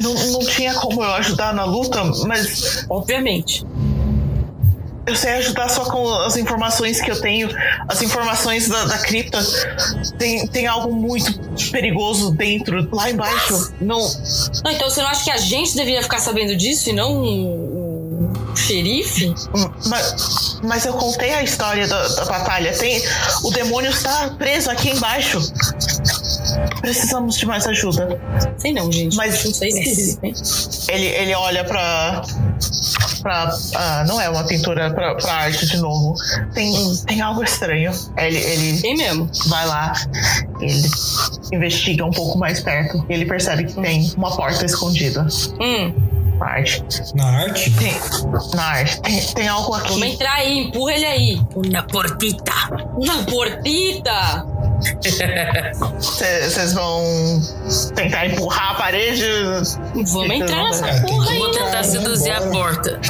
não, não tinha como eu ajudar na luta, mas
Obviamente.
Eu sei ajudar só com as informações que eu tenho, as informações da, da cripta. Tem, tem algo muito perigoso dentro, lá embaixo. Não.
Não, então você não acha que a gente deveria ficar sabendo disso e não o, o xerife?
Mas, mas eu contei a história da, da batalha. Tem, o demônio está preso aqui embaixo. Precisamos de mais ajuda.
Sei não, gente.
Mas-
não sei se.
Ele, ele olha pra. pra ah, não é uma pintura, pra, pra arte de novo. Tem, tem algo estranho. Ele, ele
Tem mesmo.
vai lá, ele investiga um pouco mais perto. Ele percebe que tem uma porta escondida
Hum,
na arte.
Na arte?
Tem, na arte. Tem, tem algo
vamos
aqui.
entrar aí, empurra ele aí.
Una portita.
Uma portita!
Vocês vão tentar empurrar a parede.
Vamos entrar
É,
nessa
tem
porra
que-
Vou
aí.
tentar seduzir a porta.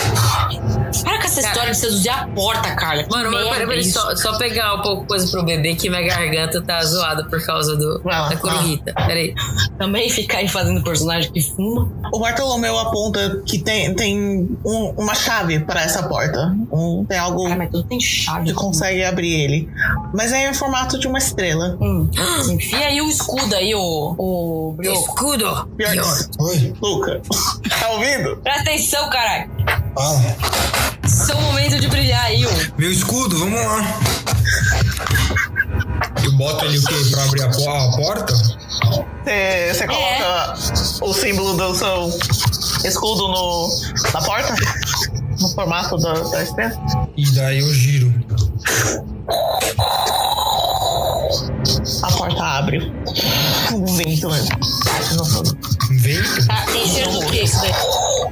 Para com essa história de seduzir a porta, Carla. Que
Mano, mas
merda
peraí, peraí,
isso.
só, só pegar um pouco coisa pro bebê que minha garganta tá zoada por causa do,
Vai lá,
da corujita. Peraí.
Também ficar aí fazendo personagem que fuma.
O Bartolomeu aponta que tem, tem um- uma chave para essa porta. Um- tem algo
Cara, mas tudo tem chave.
que consegue abrir ele. Mas é em formato de uma estrela.
Hum. Enfia aí o escudo aí, ô. ô Brioco.
Escudo!
Pior que-
Oi?
Luca, tá ouvindo?
Presta atenção, caralho.
Fala.
Seu momento de brilhar aí, ô.
Meu escudo, vamos lá. Eu boto ele o quê? Pra abrir a, po- a porta?
Você coloca o símbolo do seu escudo no, na porta? No formato da, da estrela?
E daí eu giro. Um
A porta abre. Um vento né? bate no fundo.
Vento?
Tá, tem cheiro do que isso daí?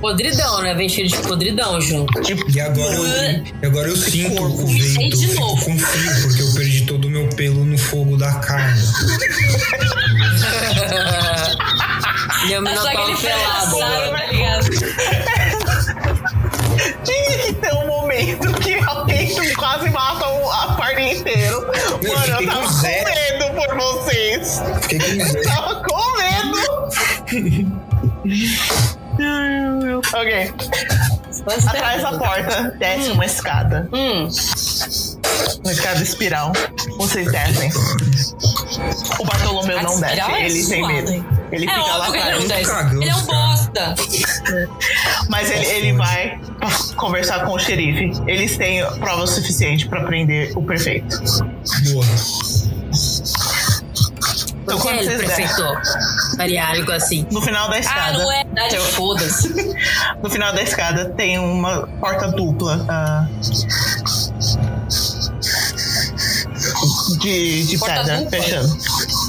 Podridão, né? Vem cheiro de podridão junto.
Tipo,
E agora eu, e agora eu sinto o vento.
de
Eu fico
novo.
com frio, porque eu perdi todo o meu pelo no fogo da carne.
Meu
Só aquele
minotauro pelado.
pedaçado, tá ligado?
Tinha que ter um momento que alguém quase mata o- a parte inteira. Mano, eu
fiquei
tava
com
com
zero.
medo por vocês.
Então,
Fiquei com
Eu
medo.
tava com medo.
Vamos
Atrás da
esperar.
porta, desce uma escada.
Hum,
Uma escada espiral. Vocês descem.
então,
O Bartolomeu
a
não desce,
espiral é
ele tem
suado,
medo.
hein?
Ele
é
fica lá
óbvio que ele
atrás.
não desce.
cagão,
Ele é um
esse cara.
bosta.
Mas ele, ele vai conversar com o xerife. Eles têm prova suficiente pra prender o prefeito.
Boa.
Então,
é,
Porque
quando
ele,
vocês descem,
prefeito, faria algo assim.
no final da
Ah,
escada,
não é verdade, foda-se.
no final da escada tem uma porta dupla ah, de, de
Porta
pedra
dupla? Hum.
fechando.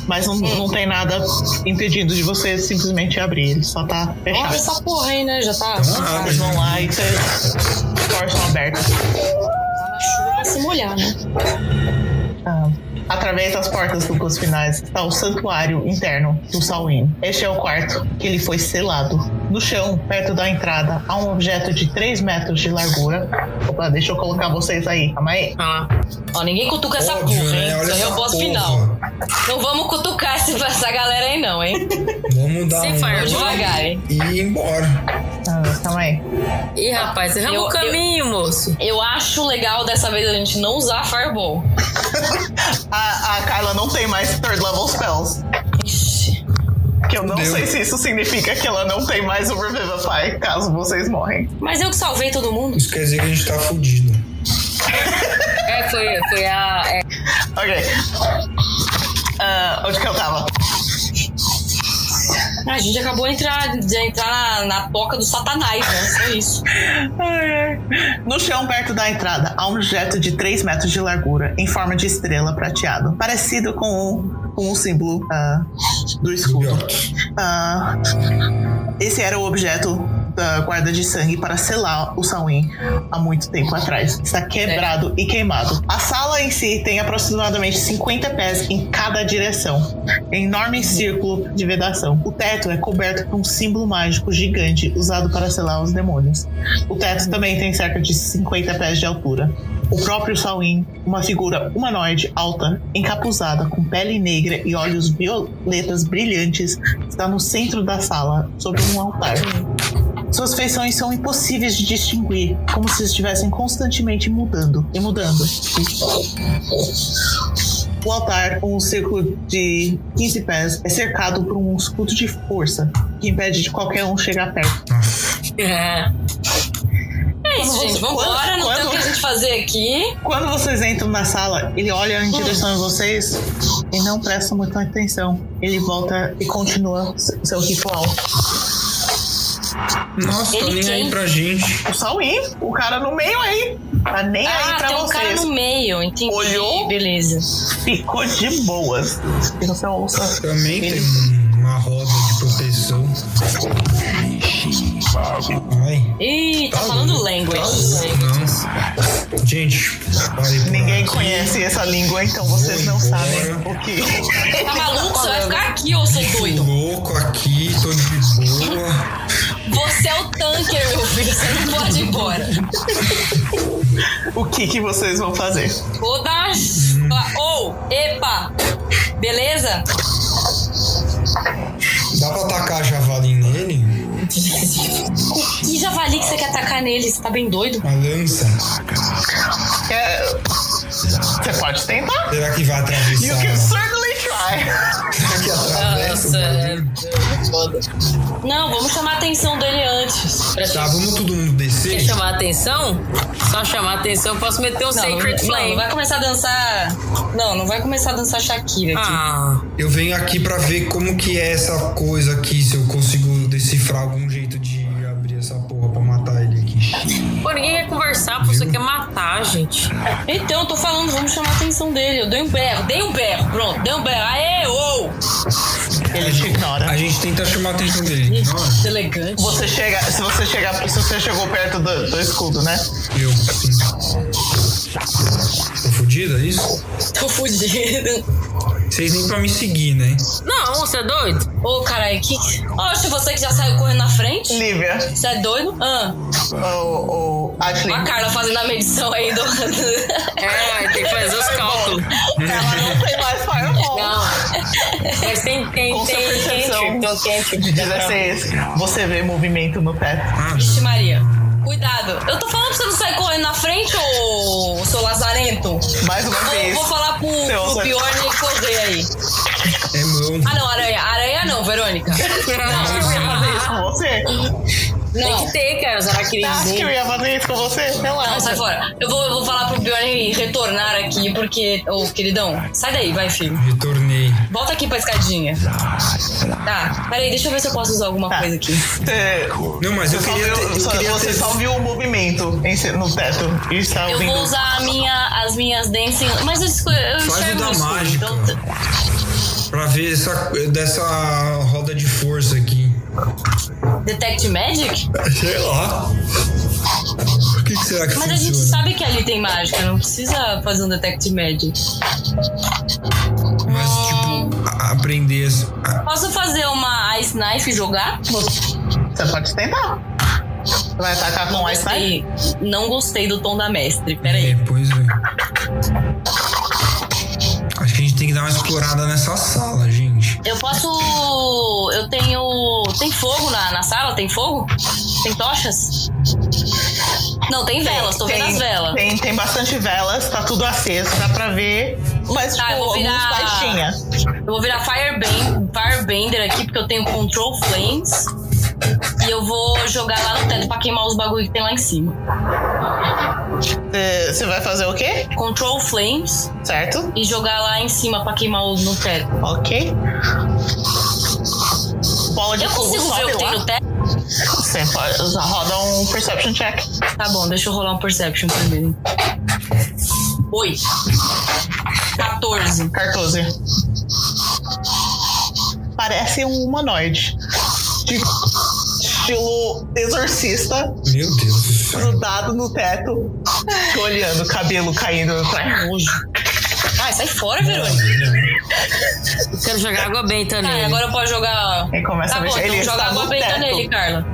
Mas não, não tem nada impedindo de você simplesmente abrir, ele só tá
Abre
fechado.
essa porra aí, né? Já tá
Então, abre.
Vocês vão lá e vocês forçam aberto.
na chuva pra se molhar, né?
Ah, Através das portas duplas finais está o santuário interno do Salwin. Este é o quarto que lhe foi selado. No chão, perto da entrada, há um objeto de 3 metros de largura. Opa, deixa eu colocar vocês aí. tá Calma aí.
Ah,
Ó, ninguém cutuca essa
Óbvio,
porra, hein?
né? Olha
Isso aí é
essa
o boss
porra.
final. Não vamos cutucar esse- essa galera aí, não, hein?
Vamos dar
Sem
um
firewall.
Devagar, hein?
e ir embora.
Ah, calma aí.
Ih, rapaz, erramos
Eu-
o caminho, moço.
Eu acho legal dessa vez a gente não usar Fireball.
A, a Carla não tem mais third level spells.
Ixi.
Que eu não
Meu.
sei se isso significa que ela não tem mais o Revivify caso vocês morrem.
Mas eu que salvei todo mundo.
Isso quer dizer que a gente tá fudido.
É, foi, foi a. é,
Ok. Ah, onde que eu tava?
A gente acabou de entrar, de entrar na, na toca do satanás, né? Só isso.
Ai, ai. É. No chão perto da entrada há um objeto de 3 metros de largura em forma de estrela prateado, parecido com o, com o símbolo ah, do escudo.
Idiotas.
Ah, esse era o objeto da guarda de sangue para selar o Samhain há muito tempo atrás. Está quebrado e queimado. A sala em si tem aproximadamente 50 pés em cada direção. Enorme círculo de vedação. O teto é coberto por um símbolo mágico gigante usado para selar os demônios. O teto também tem cerca de 50 pés de altura. O próprio Salin, uma figura humanoide alta, encapuzada, com pele negra e olhos violetas brilhantes, está no centro da sala, sobre um altar. Suas feições são impossíveis de distinguir, como se estivessem constantemente mudando e mudando. O altar, com um círculo de 15 pés, é cercado por um escudo de força que impede de qualquer um chegar perto.
É isso, gente. Vambora, não tem o que a gente fazer aqui.
Quando vocês entram na sala, ele olha em direção a vocês e não presta muita atenção. Ele volta e continua se- seu ritual.
Nossa, tá
Ele
nem
quem?
aí pra gente.
O Salim, o cara no meio aí, tá nem aí
Ah,
pra
tem um cara
vocês.
no meio, entendi.
Olhou?
Beleza.
Ficou de boas. E você ouça.
Também
ele-
tem um- uma roda de proteção. Ai.
Ih, tá falando language.
Não. Gente, parei por
Ninguém
aqui.
conhece essa língua, então vocês não
Vou
sabem
embora.
o que.
Tá maluco? Você vai ficar aqui ou seu
Tô
doido?
louco aqui, tô de boa.
Você é o tanker, meu filho. Você não pode ir embora.
O que, que vocês vão fazer?
Vou dar uma- Ou, epa! Beleza?
Dá pra tacar javali nele?
Que javali que você quer atacar nele? Você tá bem doido?
A lança?
É, Você pode tentar.
Será que vai
You can
atravessar?
certainly try.
Será que atravessa o
Nossa,
bagulho?
Não, vamos chamar a atenção dele antes.
Tá, vamos todo mundo
Quer
descer?
chamar a atenção? Só chamar a atenção, eu posso meter um
Não, não,
Sacred
não,
Flame.
não vai começar a dançar. Não, não vai começar a dançar Shakira aqui.
Ah,
Eu venho aqui pra ver como que é essa coisa aqui, se eu consigo decifrar algum jeito de abrir essa porra pra matar ele aqui.
pô, ninguém quer conversar, pô, você quer matar, gente.
Então, eu tô falando, vamos chamar a atenção dele. Eu dei um berro, dei um berro, pronto, dei um berro. Aê, ou!
Ele te ignora.
A gente tenta chamar a atenção dele. Não,
Elegante.
Você chega, se você chegar, se você chegou perto do, do escudo, né?
eu, sim. Tô fudida, é isso?
Tô tá fudido.
Vocês nem pra me seguir, né?
Não, você é doido?
Ô, caralho, que. Oxe, você que já saiu correndo na frente?
Lívia,
Você é doido? Ah,
ou, ou Ashley,
ó a Carla fazendo a medição aí do.
É, tem que fazer os cálculos.
Ela não tem mais fireball.
Não. Mas tem, tem,
Com sua
tem
percepção.
é
cantrip, tem um cantrip.
De 16, você vê movimento no teto.
Ah,
Vixe, Maria. Cuidado.
aconteceu.
O
sabe?
Bjorn e correr aí.
É mão.
Ah, não, aranha. Aranha não, Verônica.
Você acha que eu ia fazer isso com você?
Tem que ter, cara, os
Você
Tá.
acha que eu
araquiris.
ia fazer isso com você?
Não,
Relaxa.
sai fora. Eu vou, eu vou falar pro Bjorn retornar aqui, porque. Ô, queridão, sai daí, vai, filho.
Retornei.
Volta aqui pra escadinha. Tá, peraí, deixa eu ver se eu posso usar alguma
Tá.
coisa aqui.
Você,
Não, mas eu
você só
queria
viu,
ter, eu
só-
queria
você
ter-
só viu o movimento em si- no teto. E está
Eu vou
ouvindo.
usar a minha, as minhas dancing. Mas eu, esco- eu
Faz o
enxergo
da
no escuro,
mágica.
então-
tá.
Pra ver essa, dessa roda de força aqui.
Detect Magic?
Sei lá. O que, que será que
Mas a
funciona?
gente sabe que ali tem mágica, não precisa fazer um Detect Magic.
Mas,
é.
tipo, a- aprender. as- a-
Posso fazer uma Ice Knife e jogar?
Você pode tentar. Vai atacar com o Ice
Gostei. Não gostei do tom da mestre,
É,
Uhum.
peraí.
pois é. Acho que a gente tem que dar uma explorada nessa sala, gente.
Eu posso. Eu tenho. Tem fogo na, na sala? Tem fogo? Tem tochas? Não, tem velas, tô vendo as é velas.
Tem, tem bastante velas, tá tudo aceso, dá pra ver. Mas,
Tá, eu
tipo,
vou
algumas
virar-
baixinhas.
Eu vou virar Firebend- Firebender aqui, porque eu tenho Control Flames. E eu vou jogar lá no teto pra queimar os bagulho que tem lá em cima.
Você- Você vai fazer o quê?
Control Flames
Certo?
e jogar lá em cima pra queimar os no teto.
Ok. Bola de
Eu
fogo
consigo ver
sobe
o que tem
lá.
no teto?
Você pode roda um perception check.
Tá bom, deixa eu rolar um Perception primeiro. Oi. 14.
14. Parece um humanoide. De estilo exorcista,
Meu Deus do céu.
grudado no teto, te olhando, cabelo caindo no trás.
Nojo. Ai, sai fora, Verônica.
Eu quero jogar água
Tá,
benta
e
nele.
agora eu posso jogar.
Ele começa
Tá
a
bom,
mexer.
então
ele
joga
está
água
no
benta
teto.
nele, Carla.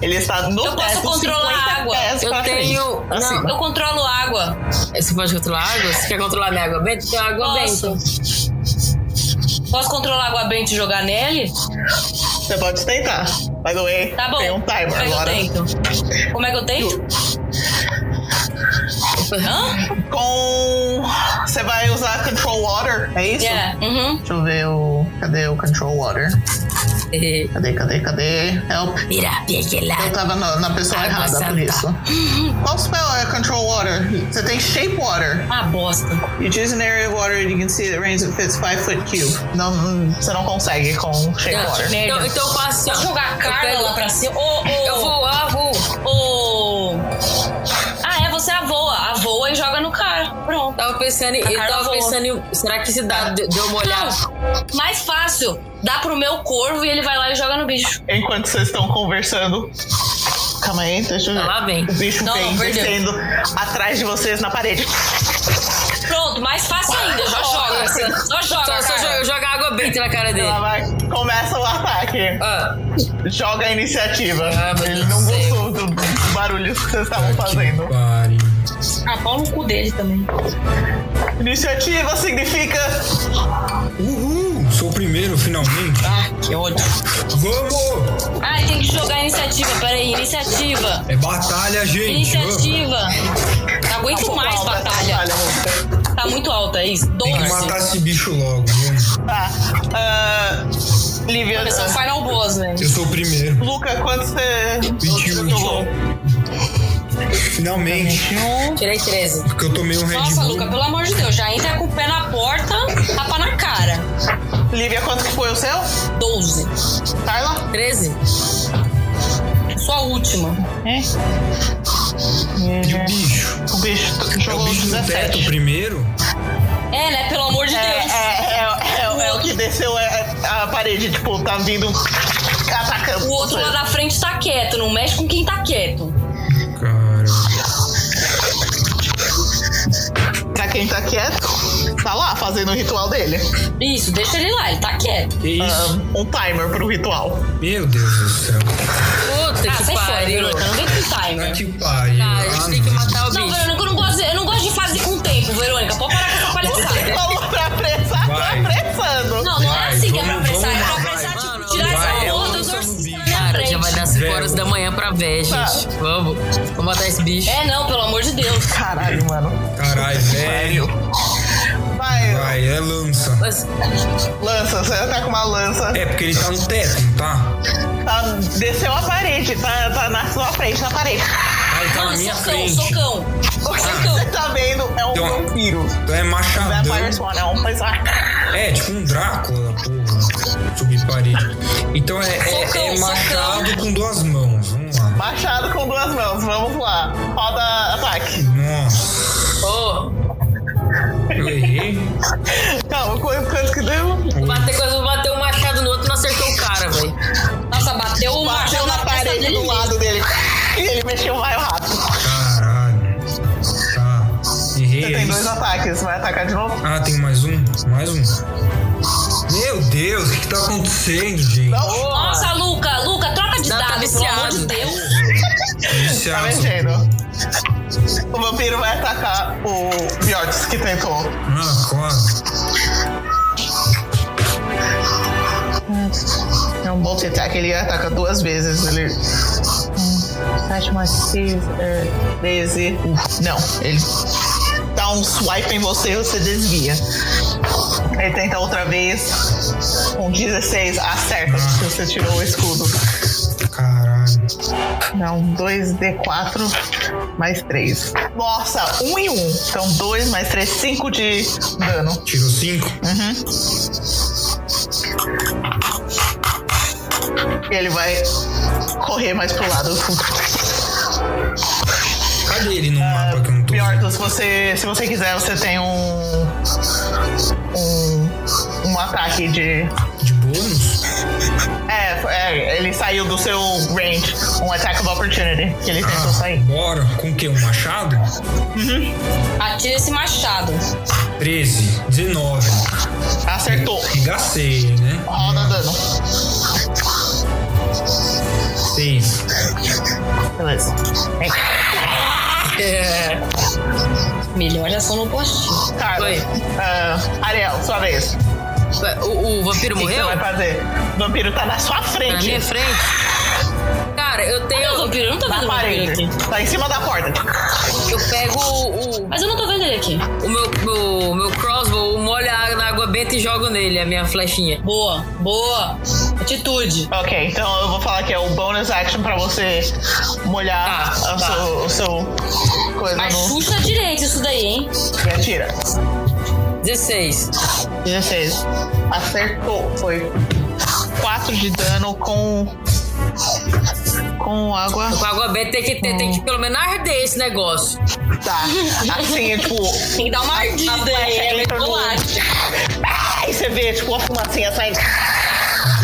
Ele está no
Eu posso
teto.
controlar a
50
água.
pés
Eu
pra
tenho-
frente, Assim,
não,
acima.
Eu controlo água.
Você pode controlar a água? Você quer controlar minha água benta? Tem água
Posso.
benta.
Posso controlar a água benta e jogar nele?
Você pode tentar. By the way,
Tá bom.
tem um timer
Como é que
agora.
eu tento? Como é que eu tento? Hã?
Com. Você vai usar Control Water, é isso?
Yeah. Uhum.
Deixa eu ver o. Cadê o Control Water? Cadê, cadê, cadê? Help.
Mira,
Eu
pieguela.
tava na, na pessoa
Água
errada por
tá.
santa.
isso. Qual spell é Control Water? Você tem Shape Water.
Ah, bosta.
You choose an area of water you can see that rains and fits 5 foot cube. Não, não- você não consegue com Shape Water.
Então, então eu faço
Posso
assim, ó.
jogar a Carla
Eu pego-
lá pra cima? Ô, ô,
Eu vou, ah, vou.
ô. Ah, é, você avoa. Avoa e joga no cara. Pronto.
Tava pensando em.
A
Eu
Carla
tava
voa.
pensando em. Será que se dá de, de eu molhar?
Não, mais fácil. Dá pro meu corvo e ele vai lá e joga no bicho.
Enquanto vocês estão conversando. Calma aí, deixa eu ver.
Lá vem.
O bicho
Não,
vem
não, perdeu.
descendo atrás de vocês na parede.
Pronto, mais fácil ainda. Já joga. assim. Só
Só,
joga.
só
cara.
jogar jogar água benta na cara dele.
Ela vai. Começa o ataque.
Ah,
Joga a iniciativa.
Ah, meu
Ele
Deus
não
do céu.
gostou do, do barulho que vocês estavam fazendo.
Que pariu.
Ah, pau no cu dele também.
Iniciativa significa.
Uhul! Sou o primeiro, finalmente.
Ah, que ódio.
Vamos!
Ah, tem que jogar a iniciativa. Peraí, iniciativa.
É batalha, gente. Vamos.
Iniciativa. Não aguento mais
Alta,
batalha.
você.
Tá muito alta, é isso.
Tem que
12.
matar esse bicho logo. Vamos.
Tá. Ah, Lívia.
Começou o
ah,
final boss, um velho.
Eu sou o primeiro.
Luca, quanto você.
21.
você jogou?
Finalmente.
tirei 13.
Porque eu tomei um Red
Nossa,
Bull.
Luca, pelo amor de Deus, já entra com o pé na porta, tapa na cara.
Lívia, quanto que foi o seu?
12.
Carla?
13?
Sua última.
E o bicho?
O bicho
É o
jogou
bicho no teto
17.
primeiro?
É, né? Pelo amor de
É,
Deus.
é, é, é, é o que desceu é, a parede, tipo, tá vindo atacando.
O outro lá da frente tá quieto, não mexe com quem tá quieto.
Cara.
Pra quem tá quieto, tá lá fazendo o ritual dele.
Isso, deixa ele lá, ele tá quieto.
Que isso?
Ah, um timer pro ritual.
Meu Deus do céu.
Puta
Ah,
que
sai fora,
pariu.
Verônica, não vem com
Tá
timer.
que pariu.
Ah, a gente tem que matar o
Não,
bicho.
Verônica, eu não gosto, eu não gosto de fazer com o tempo, Verônica. Pode parar com essa
Você
palhaçada.
falou pra apressar, tá
Vai.
apressando.
Não, não é
Vai,
assim que é pra
vamos,
apressar. É pra
vamos,
apressar,
vai.
tipo, tirar
Vai,
essa
eu
porra
não
dos
sou um
orcista
bicho.
na
Cara, já vai
frente.
dar 5
Velho.
horas da manhã pra ver, gente. Vamos. Vamos matar esse bicho.
É, não, pelo amor de Deus.
Caralho, mano.
Caralho, velho.
Vai,
Vai, é lança.
Mas,
lança. Você tá com uma lança.
É, porque ele tá no teto, não tá?
Tá, desceu a parede. Tá, tá na sua frente, na parede.
Ah, ele tá na
mano,
minha
socão,
frente.
socão.
O que você tá vendo é um
Então-
vampiro.
Então é
Vampire
machadão.
Swan, é um faz uma-
É, tipo um Drácula, porra. Subir parede. Então é, é- é
Socão,
machado com duas mãos. Vamos lá.
Machado com duas mãos, vamos lá. Roda ataque.
Nossa,
Ô,
eu errei.
Calma, quanto, quanto que deu?
bater coisa, bateu o machado no outro não acertou o cara, velho.
Nossa, bateu
Bateu
o machado
na parede do lado dele. E ele mexeu mais rápido.
Caralho. Tá.
Você
Errei. é
tem dois
isso?
ataques, vai atacar de novo?
Ah, tem mais um? Mais um. Meu Deus, o que que tá acontecendo, gente?
Não,
Nossa, Luca, Luca, troca de
Não, tá
dado, pelo amor de
viciado.
Deus.
Esse
tá
é-
mexendo. O vampiro vai atacar o Bjorks que tentou.
Ah, quase.
É um bolt attack, ele ataca duas vezes. Ele. 7 mais 6, 13. Não, ele dá um swipe em você e você desvia. Ele tenta outra vez. Com 16, acerta, porque você tirou o escudo.
Caralho.
Não, 2d4 mais 3. Nossa, 1 um e 1. Um. Então 2 mais 3, 5 de dano.
Tirou cinco?
E ele vai correr mais pro lado.
Cadê ele no mapa que eu não tô
Pior,
vendo?
então, se você, se você quiser, você tem um. Um. Um ataque de.
De bônus?
É, é, ele saiu do seu range. Um attack of opportunity que ele tentou sair.
Ah, bora. Com o quê? Um machado?
Atira esse machado.
13, 19.
Acertou.
Engacei, né?
Roda dano.
6.
Beleza.
É.
Melhor ação no postinho.
Carlos.
Oi.
ah, Ariel, sua vez. O
O, o vampiro
que que você
morreu?
vai fazer? O vampiro tá na sua
Na minha
frente.
frente? Cara, eu
Eu,
tenho.
vampiro, eu Ah, não tô
Na
vendo o vampiro
parede.
aqui.
Tá em cima da porta.
Eu pego o, o-
Mas eu não tô vendo ele aqui.
o meu, meu, meu crossbow, molho a- na água benta e jogo nele a minha flechinha.
Boa, boa. Atitude.
Ok, então eu vou falar que é o bonus action pra você molhar
Tá,
a
tá.
Seu, o seu coisa
Mas
no.
Xuxa direito isso daí, hein?
E atira.
16.
16. Acertou. Foi 4 de dano com. Com água.
Com a água benta tem que, ter, tem que pelo menos arder esse negócio.
Tá. Assim, é tipo.
Tem que dar uma ardida aí.
flecha
É
entra no-
chocolate.
Aí você vê, tipo, uma fumacinha saindo.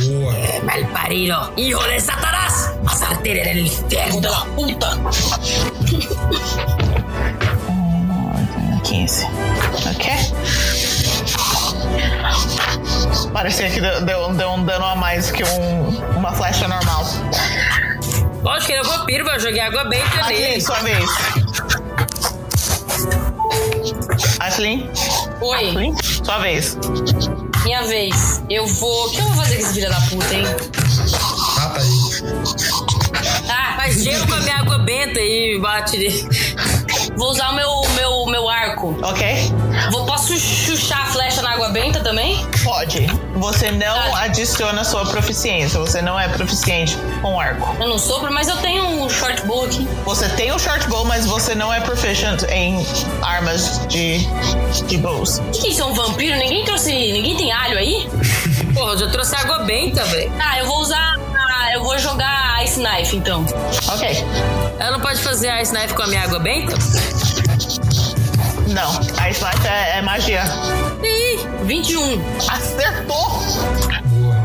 Boa.
Malparido, hijo de Satanás, vas a arder en el infierno.
Puta.
15. Ok? Parecia que deu, deu, deu um dano a mais que um, uma flecha normal.
Lógico que ele é vampiro, vai jogar água benta
Atlin,
nele.
sua vez. Atlin,
Oi,
Atlin, sua vez.
minha vez. Eu vou. O que eu vou fazer com esse filho da puta, hein?
Mata aí.
Ah, faz gelo com a minha água benta e bate nele.
Vou usar o meu, meu, meu arco.
Ok?
Vou, posso chuchar a flecha na água benta também?
Pode. Você não
Ah.
adiciona sua proficiência. Você não é proficiente com arco.
Eu não sopro, mas eu tenho um short bow aqui.
Você tem o short bow, mas você não é proficient em armas de, de bows.
O que, que é isso é um vampiro? Ninguém trouxe. Ninguém tem alho aí?
Porra, eu já trouxe água benta, velho.
Ah, eu vou usar. ah, eu vou jogar Ice Knife então.
Ok.
Ela não pode fazer a snipe com a minha água benta?
Não. A snipe é, é magia.
Ih, 21.
Acertou!
Boa.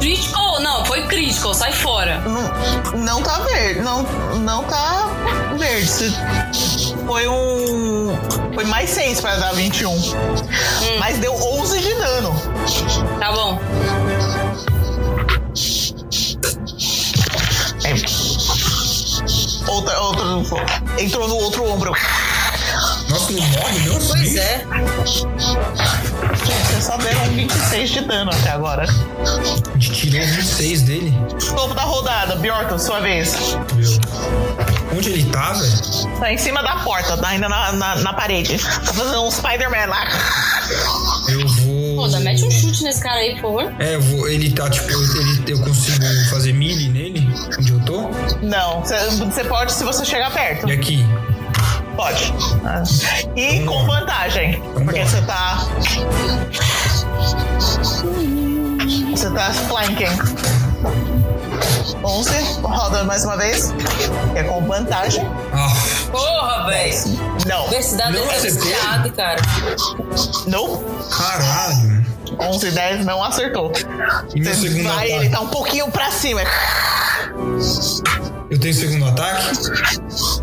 Critical? oh, Não, foi critical, sai fora.
Não, não tá verde. Não, não tá verde. Se- Foi um. Foi mais 6 pra dar 21. Mas deu 11 de dano.
Hum. Tá bom.
É. Outra, outro, entrou no outro ombro.
Nossa, não morre, não?
Pois é.
Gente, vocês só deram 26 de dano até agora.
A gente tirou 26 dele. Tipo,
Topo da rodada, Bjorton, sua vez.
Meu. Onde ele tá, velho?
Tá em cima da porta, tá ainda na, na, na parede. Tá fazendo um Spider-Man lá.
Eu vou.
Pô, dá mete um chute nesse cara aí, por favor.
É, eu vou. Ele tá, tipo, eu, ele, eu consigo fazer melee nele? Onde eu tô?
Não, você pode se você chegar perto.
E aqui.
Pode. Ah. E com vantagem. Porque
embora.
você tá. Você tá flanking. 11, roda mais uma vez. É com vantagem.
Ah,
Porra, velho.
Não,
Universidade
Não
é
acertei.
viciado, cara.
não.
caralho.
11 e 10 não acertou.
E meu
Você
segundo
vai,
ataque?
ele tá um pouquinho pra cima. um-
Eu tenho segundo ataque?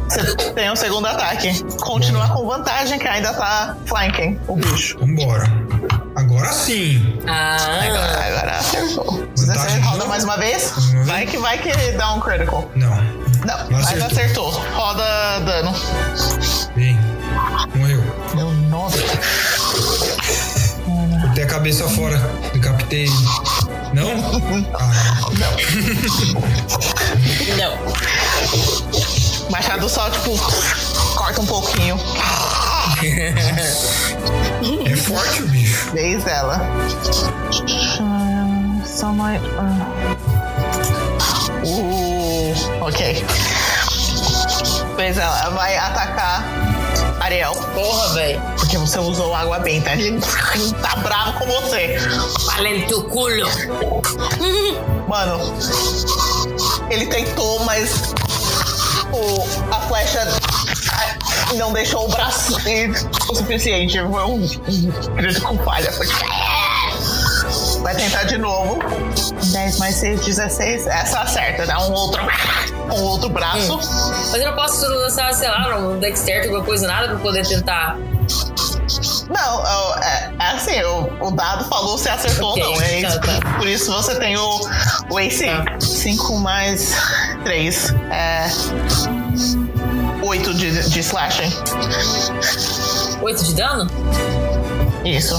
Você tem um segundo ataque. Continua com vantagem, que ainda tá flanking o bicho.
Vambora. Agora sim.
Ah,
Agora acertou. 16
É. de
roda
novo?
mais uma vez.
Mais uma
Vai
vez?
É que vai que dá um critical.
Não.
Não,
Não
mas
acertou.
acertou. Roda dano.
Bem, morreu.
Meu nossa.
Cortei a cabeça fora. Decapitei ele. Não? Ah,
não.
O machado só, tipo, corta um pouquinho.
é forte o bicho.
Vez ela. Ah, Só mais. ah. Uh, ok. Vez ela vai atacar Ariel.
Porra, velho.
Porque você usou água benta. Ele tá bravo com você.
Valen tu culo.
Mano, ele tentou, mas o, a flecha a- não deixou o braço dele o suficiente. Foi um um crítico falha. Foi- tipo, "Ah!" Vai tentar de novo. 10 mais 6, 16. Essa acerta, dá um outro, um outro braço.
Mas eu não posso lançar, sei lá, um Dexter, alguma coisa, nada pra poder tentar.
Não, é- é, é assim, o, o dado falou se acertou
Ok,
ou não. É
tá,
isso.
tá.
Por isso você tem o, o AC. 5 mais 3 é 8 de, de slashing.
Oito de dano?
Isso.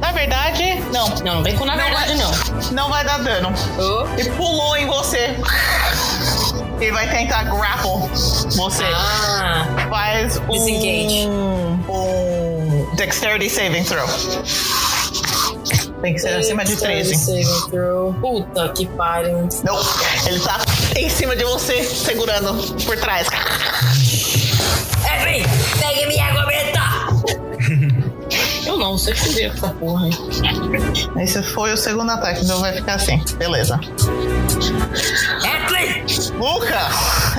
Na verdade, não.
Não, não vem com na verdade, não.
Não vai dar dano.
Oh.
E pulou em você. E vai tentar grapple você.
Ah,
Faz um.
Disengage.
Um. Dexterity saving throw. Tem que ser acima de 13.
Saving throw. Puta que pariu.
Não, ele tá em cima de você, segurando por trás.
Evelyn, pegue minha água benta!
Eu não, você fudeu com essa porra, hein?
Esse foi o segundo ataque, então vai ficar assim. Beleza.
Evelyn!
Luca!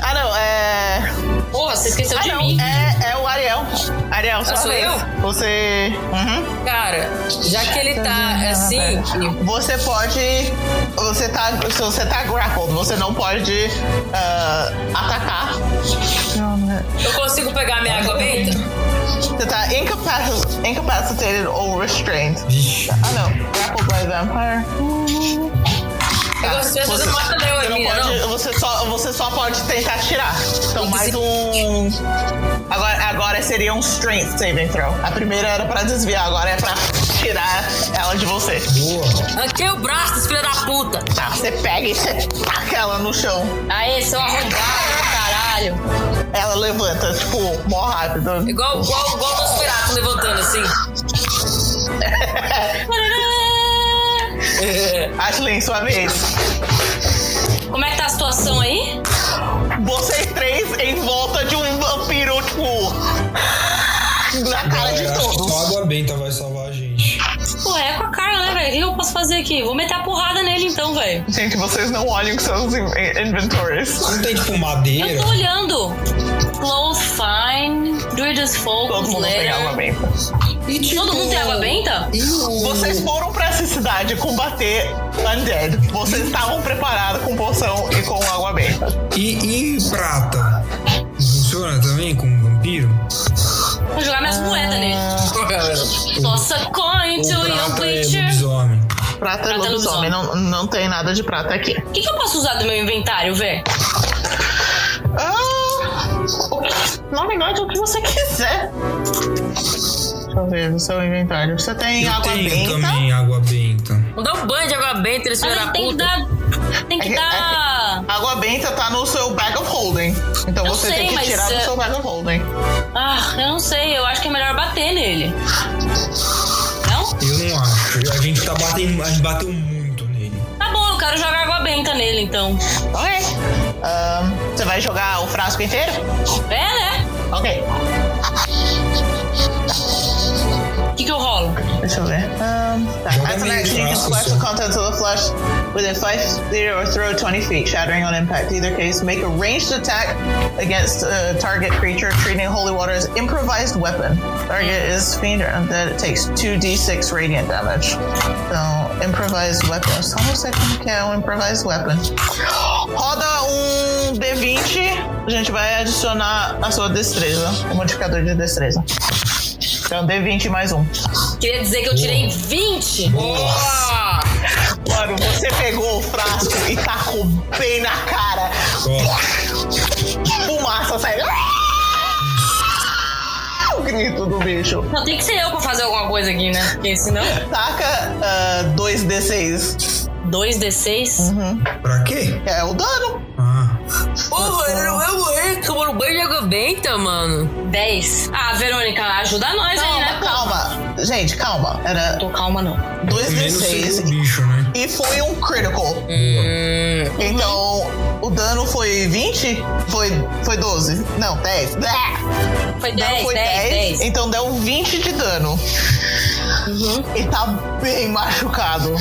Ah, não, é.
Porra, você esqueceu
Ah,
de
não,
mim.
é, é o Ariel. Ariel, só
Ah, sou eu?
Você. Uhum.
Cara, já que ele tá assim,
Você pode. Você tá. Se você tá grappled, você não pode ah, atacar.
eu consigo pegar minha água benta?
Você tá incapac- incapacitated ou restrained.
Vixe.
Ah, não. Grappled by vampire.
Eu gosto de fazer uma também,
Você, não
Evelyn,
pode,
não?
Você, só, você só pode tentar tirar. Então, mais um. Agora, agora seria um strength saving throw. A primeira era pra desviar, agora é pra tirar ela de você.
Boa.
Aqui o braço, desse filho da puta!
Tá, você pega e você taca ela no chão.
Aê, seu arrombado, caralho.
Ela levanta, tipo, mó rápido.
Igual, igual, igual o Nosferatu levantando assim.
Ashley, sua vez.
Como é que tá a situação aí?
Vocês três em volta de um vampiro, tipo. Na cara de
Galera,
todos.
Só água benta vai salvar a gente.
Pô, é com a Carla, né, velho? O que eu posso fazer aqui? Vou meter a porrada nele então, velho.
Gente, vocês não olham com seus in- inventories.
Não tem, tipo,
Eu
madeira?
tô olhando. Close, fine. Druid's
Todo
Folk,
mundo tem água
Lair.
benta.
E, tipo,
Todo mundo tem água benta?
E o...
Vocês foram pra essa cidade combater Undead. Vocês estavam preparados com poção e com água benta.
E, e prata? Funciona também com vampiro?
Vou jogar minhas moedas nele. Nossa, coin to
Ou
your
prata é
witcher.
lobisomem?
Prata é
Prata é
lobisomem,
lobisomem.
não, não tem nada de prata aqui.
O que, que eu posso usar do meu inventário, velho?
Ah, o que- na verdade, o que você quiser. Deixa eu ver no seu inventário. Você tem
Eu
água
tenho
benta.
também água benta.
Não dá um banho de água benta nesse filho
Mas
da
Ah, tem que
puta.
dar. Tem
É que-
que
é
dar.
Água benta tá no seu bag of holding.
Então
Eu
você
sei,
tem que
mas,
tirar do
eh,
seu Vega Holding.
Ah, eu não sei. Eu acho que é melhor bater nele. Não?
Eu não acho. A gente tá batendo. A gente bateu muito nele.
Tá bom, eu quero jogar água benta nele, então.
Ok. Ahn, você vai jogar o frasco inteiro?
É, né?
Ok.
O que, que eu rolo?
Deixa eu ver. Um, tá.
Joga
As an
meio
action, you can
braço
splash
só.
the contents of the flask within 5 feet or throw 20 feet, shattering on impact. Either case, make a ranged attack against a target creature, treating holy water as improvised weapon. Target is fiend or undead. It takes 2d6 radiant damage. So, improvised weapon. Só não sei como que é um improvised weapon. Roda um D20. A gente vai adicionar a sua destreza, o modificador de destreza. Então, D20 mais um.
Queria dizer que eu tirei 20.
Boa!
Mano, você pegou o frasco e tacou bem na cara.
Ó,
Fumaça saiu. Ah! O grito do bicho.
Não, Então tem que ser eu pra fazer alguma coisa aqui, né? Porque senão...
Taca ah, 2d6.
2d6.
Uhum.
pra quê?
É o dano.
Ah.
Porra, eu não vai morrer tomando banho de água benta, mano.
10. Ah, Verônica, ajuda nós aí, né?
Calma, calma. Gente, calma. Era
Tô calma, não.
Menos o
2d6
bicho, né?
e foi um critical.
Hum,
Então, o dano foi 20? Foi, foi 12? Não, 10. Ah!
Foi
Dano
10,
foi
10, 10.
Então deu 20 de dano. E tá bem machucado.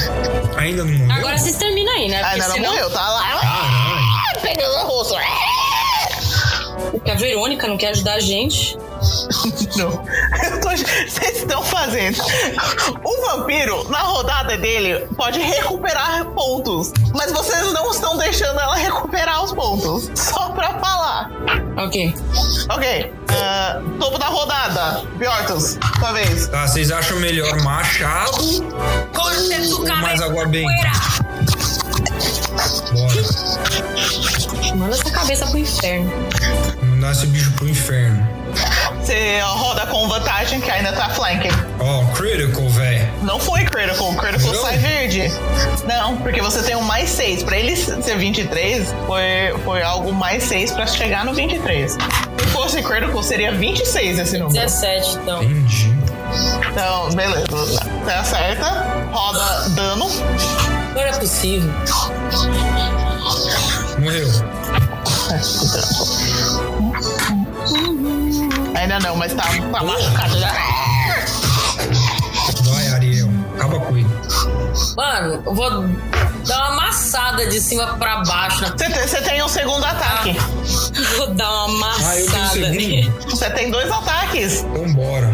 Ainda não morreu?
Agora vocês terminam aí, né?
Ah,
Porque
não, não
senão
morreu, tá lá.
Caralho.
Ah, Pegando o rosto.
porque a Verônica não quer ajudar a gente.
Não. Eu tô- Vocês estão fazendo. O vampiro, na rodada dele, pode recuperar pontos. Mas vocês não estão deixando ela recuperar os pontos. Só pra falar.
Ok.
Ok. ah, topo da rodada. Bjortus, sua vez.
Tá, vocês acham melhor machado ou
é
mais água benta? Bora.
Manda essa cabeça pro inferno.
Mandar esse bicho pro inferno.
Você roda com vantagem, que ainda tá flanking.
Ó, critical, velho.
Não foi critical. Critical
Não?
sai verde. Não, porque você tem um mais 6. Pra ele ser 23, foi, foi algo mais 6 pra chegar no 23. Se fosse critical, seria 26 esse número.
17, então.
Entendi.
Então, beleza. Você acerta, roda dano.
Não era é possível.
Morreu.
Ainda não, mas tá, tá machucado já.
Vai, Ariel. Acaba com ele.
Mano, eu vou dar uma amassada de cima pra baixo. né? na-
Você tem, você tem um segundo ataque.
Vou dar uma
Ah, eu tenho
amassada nele.
segundo?
Você tem dois ataques.
Então bora.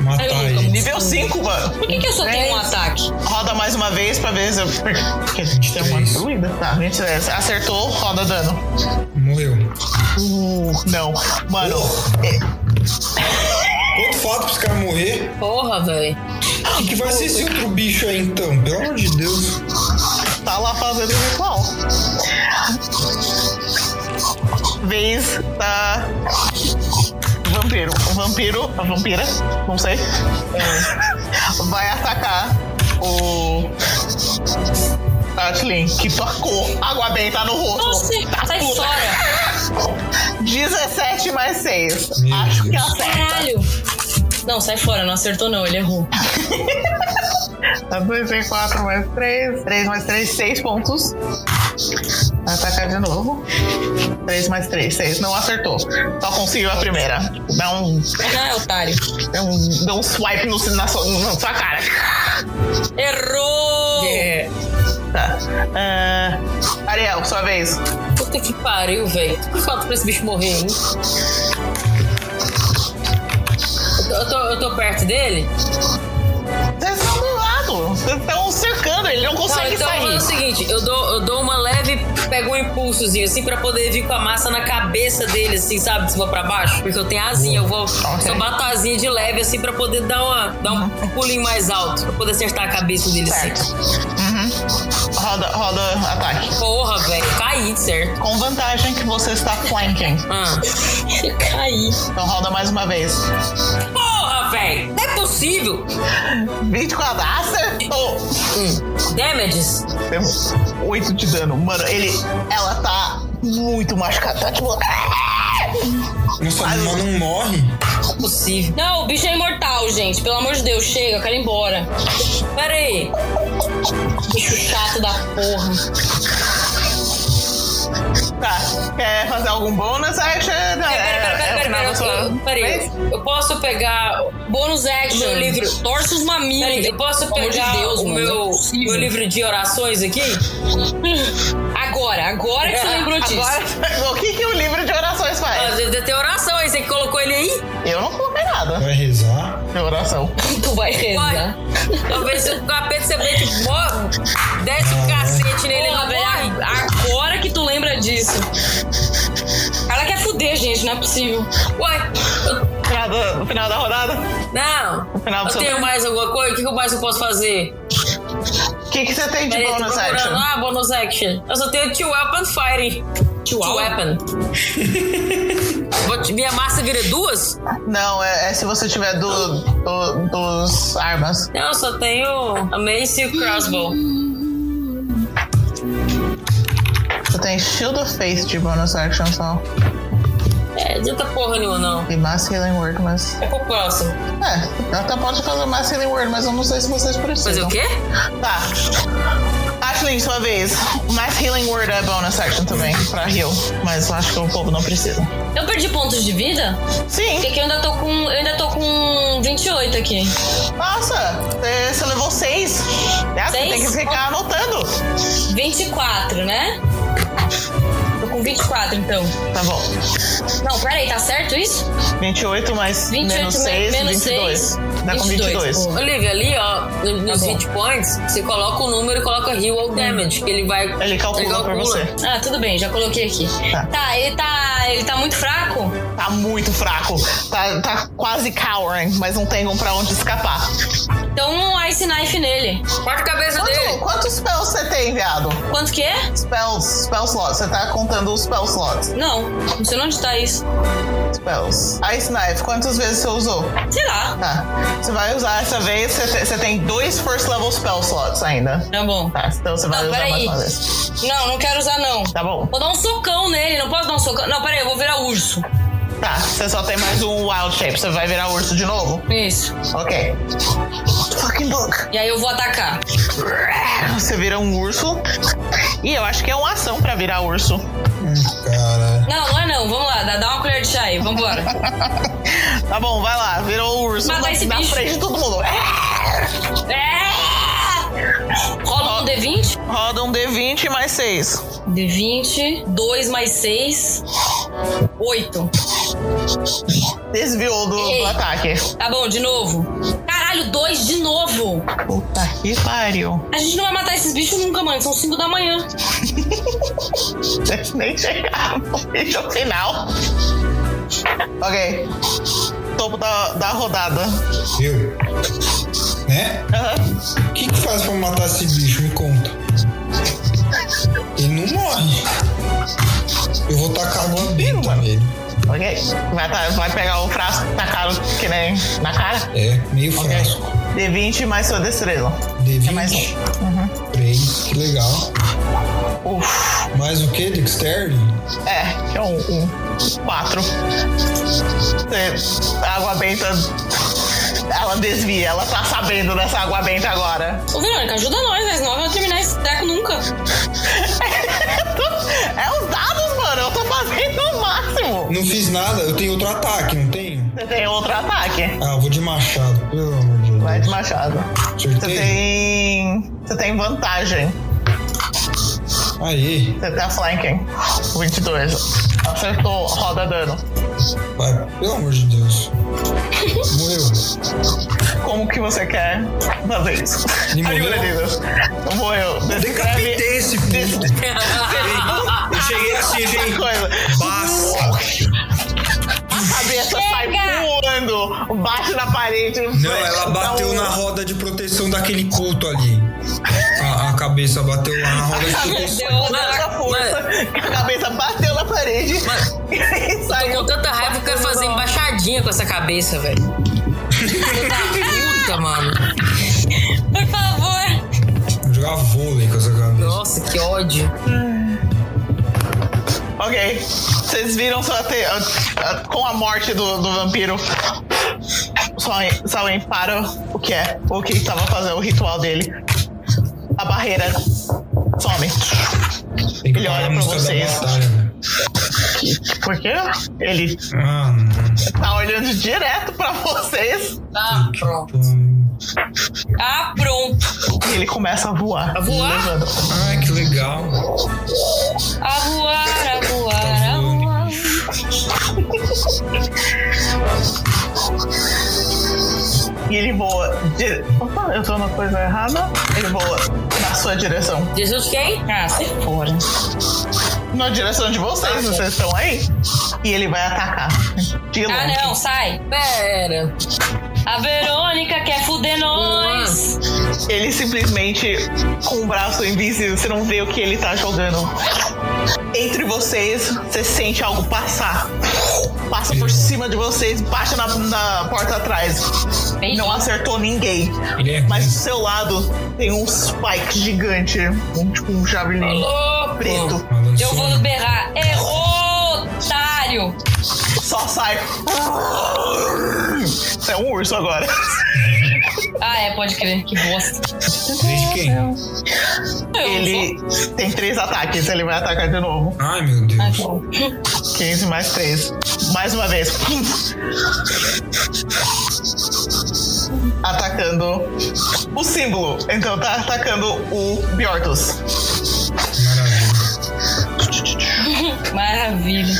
Matar
Aí,
ele.
Nível 5, mano.
Por que, que eu só tenho um ataque?
Roda mais uma vez pra ver se. Porque a gente tem uma
23.
dúvida. Tá, 23. Acertou, roda dano.
Morreu.
Uh, não. Mano, é-
Outro fato pra esse cara morrer.
Porra, velho.
O que vai ser esse outro bicho aí então? Pelo amor de Deus.
tá lá fazendo o ritual. Vez da vampiro. O vampiro, a vampira, não sei, é, vai atacar o Tatlin, que tocou água benta no rosto.
Nossa, sai
puta.
fora.
17 mais 6.
Meu
Acho que é.
Deus.
acerta.
Caralho. Não, sai fora. Não acertou, não. Ele errou.
Tá 2 e 4 mais 3. 3 mais 3, 6 pontos. Vai Atacar de novo. 3 mais 3, 6. Não acertou. Só conseguiu a primeira. Dá um,
Ah, otário.
dá um, dá um swipe no, na, sua, na sua cara.
Errou!
É.
Tá. Ah, Ariel, sua vez.
Puta que pariu, velho. O que falta pra esse bicho morrer, hein? Eu tô, eu tô- eu tô perto dele?
Vocês estão do lado. Vocês estão cercando. Ele não
Não,
consegue
então eu vou fazer o
sair.
seguinte, eu dou, eu dou uma leve, pego um impulsozinho assim pra poder vir com a massa na cabeça dele, assim, sabe? De cima pra baixo. Porque eu tenho asinha, eu vou. Só bato a asinha de leve, assim, pra poder dar, uma, dar um pulinho mais alto. Pra poder acertar a cabeça dele, assim.
Roda, roda ataque.
Porra, velho. Caí, certo?
Com vantagem que você está flanking.
Ah.
Eu caí.
Então roda mais uma vez.
Porra, velho. Não é possível.
24. Acertou!
Hum. Damages?
Temos 8 de dano. Mano, ele. Ela tá muito machucada. Tá tipo. "Ah!"
Nossa, a Luma não morre?
Não é possível.
Não, o bicho é imortal, gente. Pelo amor de Deus, chega, eu quero ir embora.
Pera aí.
Bicho chato da porra.
Tá. Quer fazer algum bônus, Aisha?
É,
É,
Pera, pera, pera, pera, pera, eu- eu- pera aí. Eu posso pegar
Bônus action.
Meu livro.
Torce os mamilos.
Eu posso
Pelo amor
pegar
de Deus,
o
mano, não é
meu,
possível.
meu livro de orações aqui?
Agora, agora que você lembrou disso.
Agora, o que, que o livro de orações
Ah,
faz?
Deve ter oração aí, você que colocou ele aí?
Eu não coloquei nada
Vai rezar?
de oração.
Tu vai rezar.
Pode. Talvez o capeta você mete o morro, desce o cacete nele, ele
Porra,
não morre.
velho, agora que tu lembra disso. Ela quer fuder, gente, não é possível.
Ué, eu-
No final da- no final da rodada, final
não.
do
Eu
seu
tenho
turno.
mais alguma coisa? O que que mais eu posso fazer?
o que, que você tem de
Peraí, tô
bônus,
procurando.
Aisha?
Ah, bonus action. Eu só tenho two weapon fighting. Two, weapon. Vou te- Minha massa vira duas?
Não, é, é se você tiver do, do- dos armas.
Não, eu só tenho a mace e o crossbow.
Você tem Shield of Faith de bônus action só.
É, adianta porra nenhuma, não.
E Mass Healing Word, mas.
É pro próximo.
É, ela até pode fazer Mass Healing Word, mas eu não sei se vocês precisam.
Fazer o quê?
Tá.
é-
Ashley, sua vez. Mass Healing Word é bonus action também, pra heal. Mas eu acho que o povo não precisa.
Eu perdi pontos de vida?
Sim.
Porque aqui eu ainda tô com. Eu ainda tô com 28 aqui.
Nossa, você- você levou seis. Ah, Você
Seis?
tem que ficar anotando.
24, né? Tô com 24, então.
Tá bom.
Não, peraí, tá certo isso?
28 mais
28
menos
me-
6,
menos
22.
seis,
Dá é com 22.
22, pô.
Olivia, ali, ó, no- nos
Tá bom.
hit points, você coloca o número e coloca heal ou damage, que ele vai.
É.
Ele calcula pra você.
Ah, tudo bem, já coloquei aqui.
Tá.
Tá, ele tá. Ele tá muito fraco?
Tá muito fraco. Tá, tá quase cowering, mas não tem um pra onde escapar.
Então um Ice Knife nele.
Corta a cabeça
Quanto,
dele.
quantos spells você tem, viado?
Quanto que é?
Spells, spell slots. Você tá contando os spell slots.
Não, não sei onde tá isso.
Spells. Ice Knife, quantas vezes você usou?
Sei lá.
Tá. Você vai usar essa vez, você te- você tem dois first level spell slots ainda.
Tá bom.
Tá, então você vai
Não,
usar mais
peraí.
uma vez.
Não, não quero usar, não.
Tá bom.
Vou dar um socão nele, não posso dar um socão. Não, peraí, eu vou virar urso.
Tá, você só tem mais um wild shape. Você vai virar urso de novo?
Isso.
Ok. Fucking book.
E aí eu vou atacar.
Você vira um urso. E eu acho que é uma ação pra virar urso.
Hum, cara.
Não, não é não. Vamos lá, dá, dá uma colher de chá aí. Vambora.
Tá bom, vai lá. Virou o urso
Matar
na,
esse
na
bicho.
frente de todo mundo.
é! Rola um D20.
Roda um D20 mais 6.
D20. 2 mais 6. 8.
Desviou do,
Ei.
do ataque.
Tá bom, de novo. Caralho, 2 de novo.
Puta que pariu.
A gente não vai matar esses bichos nunca, mano. São 5 da manhã.
Vocês nem chegaram no final. Ok. Topo da, da rodada.
Eu? Né?
Aham.
O que, que faz pra matar esse bicho? Me conta. Ele não morre. Eu vou tacar água
Tá
benta nele.
Ok. Vai, tá- vai pegar o frasco, tacar o que nem na cara.
É, meio
Ok.
frasco.
D20 mais sua destreza. É mais
D20.
um.
3, que legal.
Uf.
Mais o que? Dexterity?
É, que é um, um quatro. Você- a água benta. Ela desvia, ela tá sabendo dessa água benta agora.
Ô, Verônica, ajuda nós, né? Senão eu vou terminar esse treco nunca.
é os dados, mano. Eu tô fazendo o máximo.
Não fiz nada, eu tenho outro ataque, não tenho?
Você tem outro ataque.
Ah, eu vou de machado, pelo amor de Deus.
Vai de machado. Você
Acertei?
tem. Você tem vantagem.
Aí,
Você tá flanking. 22. Acertou, roda dano.
vai, pelo amor de Deus. Morreu.
Como que você quer fazer isso?
Ele
Aí,
morreu?
beleza. Morreu. Descreve
Decapitei esse puto. Eu cheguei assim,
essa
gente.
coisa.
Basta.
A cabeça sai voando, bate na parede. um
Não, ela bateu
então-
na roda de proteção daquele culto ali. A, a cabeça bateu lá na roda de proteção.
Deu
Deu
tá
essa força, a cabeça bateu na parede e
Tô
saiu.
com tanta raiva que eu quero fazer embaixadinha com essa cabeça, velho. Puta, mano.
Por favor.
Vou jogar vôlei com essa cabeça.
Nossa, que ódio.
Ok. Vocês viram só te- a- a- com a morte do, do vampiro. Salem, Salem para o que é, o que estava fazendo, o ritual dele. A barreira some.
Tem que
Ele
parar
olha
a
pra
música
vocês.
da batalha, né?
Por quê? Ele
Ah, não.
tá olhando direto pra vocês
Tá pronto. Tá pronto.
e ele começa a voar.
A voar?
Levando.
Ah, que legal. Tá
A voar, a voar, a voar.
E ele voa. Dire... Opa, eu tô na coisa errada. Ele voa na sua direção.
Jesus quem?
Ah, sai fora.
Na direção de
Ah,
vocês, vocês estão aí? E ele vai atacar. De
Ah,
longe.
não, sai.
Pera.
A Verônica quer fuder nós.
Ele simplesmente, com o braço invisível, você não vê o que ele tá jogando. Entre vocês, você sente algo passar. Passa por cima de vocês, bate na, na porta atrás.
Ei.
Não acertou ninguém.
Ele é
Mas do seu lado tem um spike gigante. Um, tipo um
Ah,
javelin
Alô?
preto.
malandro.
Eu vou berrar. É otário.
Só sai. Você é um urso agora.
Ah, é, pode crer. Que bosta.
Desde quem?
Eu
Ele tem três ataques, ele vai atacar de novo.
Ai, meu Deus.
vou-
15 mais 3. Mais uma vez. Atacando o símbolo. Então tá atacando o Bjortus.
Maravilha.
Maravilha.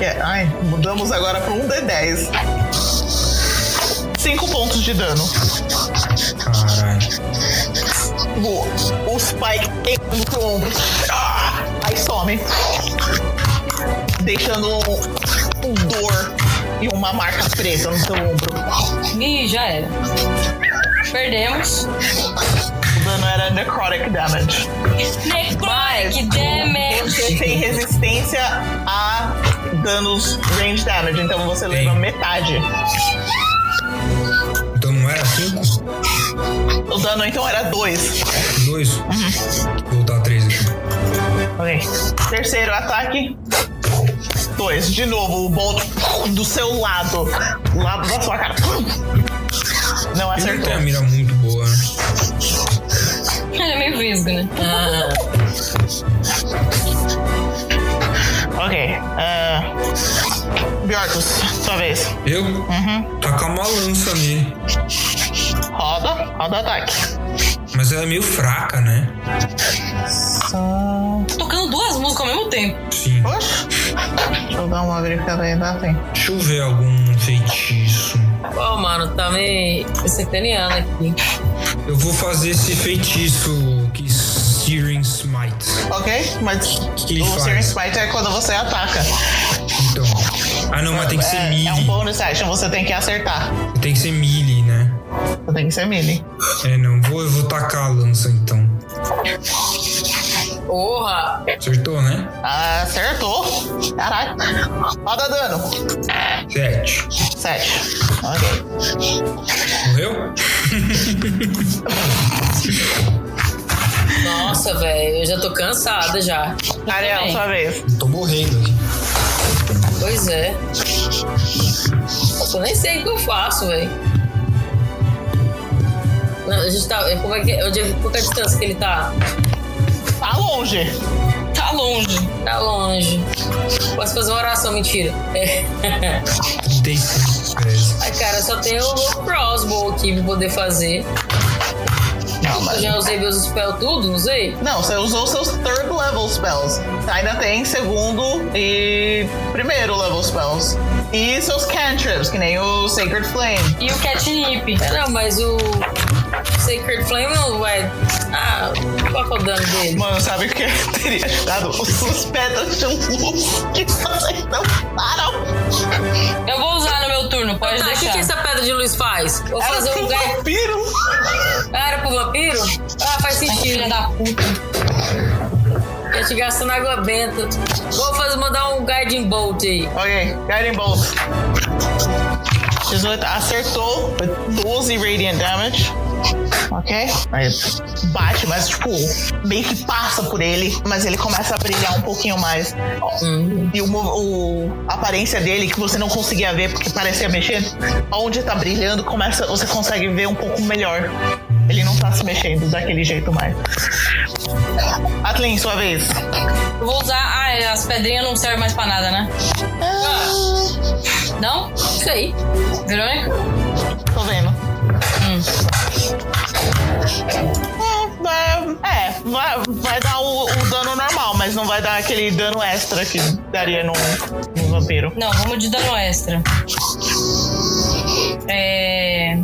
É, ai, mudamos agora para um D10. 5 pontos de dano.
Caralho.
O, o Spike entra no tronco. Ah, aí some. Deixando um, um dor e uma marca preta no seu ombro.
Ih, já era. Perdemos.
O dano era necrotic damage.
Necrotic damage.
Você tem resistência a danos range damage, então você leva metade.
Então não era cinco?
O dano então era 2.
Dois? Vou Voltar três aqui.
Ok. Terceiro ataque. 2. De novo, o bolt do seu lado. Do lado da sua cara. Não
Ele não tem
acertou.
a mira muito boa, né?
Ele é meio visgo, né?
Ok. Uh, Bjorkus, sua vez.
Eu? Uhum. Tacar uma lança nele.
Roda, roda ataque.
Mas ela é meio fraca, né?
Tô tocando duas músicas ao mesmo tempo.
Sim.
Oxe. Deixa eu dar uma verificada aí, dá tem.
Deixa eu ver algum feitiço.
Ó, mano, tá me sacaneando aqui.
Eu vou fazer esse feitiço que Searing Smite.
Ok, mas
que ele
o
faz?
Searing Spite é quando você ataca.
Então. Ah não, mas tem que ser
É,
melee.
é um bonus action, você tem que acertar.
Tem que ser melee, né?
Você tem que ser melee.
É, não. Vou, eu vou tacar a lança então.
Porra!
Acertou, né?
Acertou. Caraca. Roda dano.
Sete.
Sete. Ok.
Morreu?
Nossa, velho, eu já tô cansada já.
Ariel,
bem.
sua vez.
Tô morrendo aqui.
Pois é. Nossa, eu nem sei o que eu faço, velho. Não, a gente tá. Como é que. Onde é, qual que é a distância que ele tá?
Tá longe.
Tá longe.
Tá longe. Posso fazer uma oração, mentira. É.
35. É.
Ai, cara, só tem o meu crossbow aqui pra poder fazer.
Não,
Eu
mas...
já usei meus spells tudo, não usei?
Não, você usou seus third level spells. Ainda tem segundo e primeiro level spells. E seus cantrips, que nem o Sacred Flame.
E o catnip.
É, não, mas o. Sacred Flame não vai. Ah, qual que é o dano dele?
Mano, sabe o que eu teria ajudado? Os pétalas de luz que vocês não param.
Eu vou usar no meu turno, pode
Tá, o que,
deixar.
que essa pedra de luz faz? Vou
Era
fazer
pro
um lugar.
vampiro.
Ah, era pro vampiro? Ah, faz
Ai,
sentido.
Filha da puta.
Eu te gastando água benta. Vou fazer, mandar um Guiding Bolt aí.
Ok, Guiding Bolt.
18 acertou, 12 radiant damage. Ok? Mas bate, mas tipo, meio que passa por ele, mas ele começa a brilhar um pouquinho mais. Ó,
Hum.
E o, mo- o- a aparência dele, que você não conseguia ver porque parecia mexer, onde tá brilhando, começa, você consegue ver um pouco melhor. Ele não tá se mexendo daquele jeito mais. Atlin, sua vez.
Eu vou usar. Ah, as pedrinhas não servem mais pra nada, né? Ah. Não? Isso aí. Verônica?
Tô vendo. Hum. É, vai- É, vai, vai dar o, o dano normal, mas não vai dar aquele dano extra que daria no, no vampiro.
Não, vamos de dano extra. É.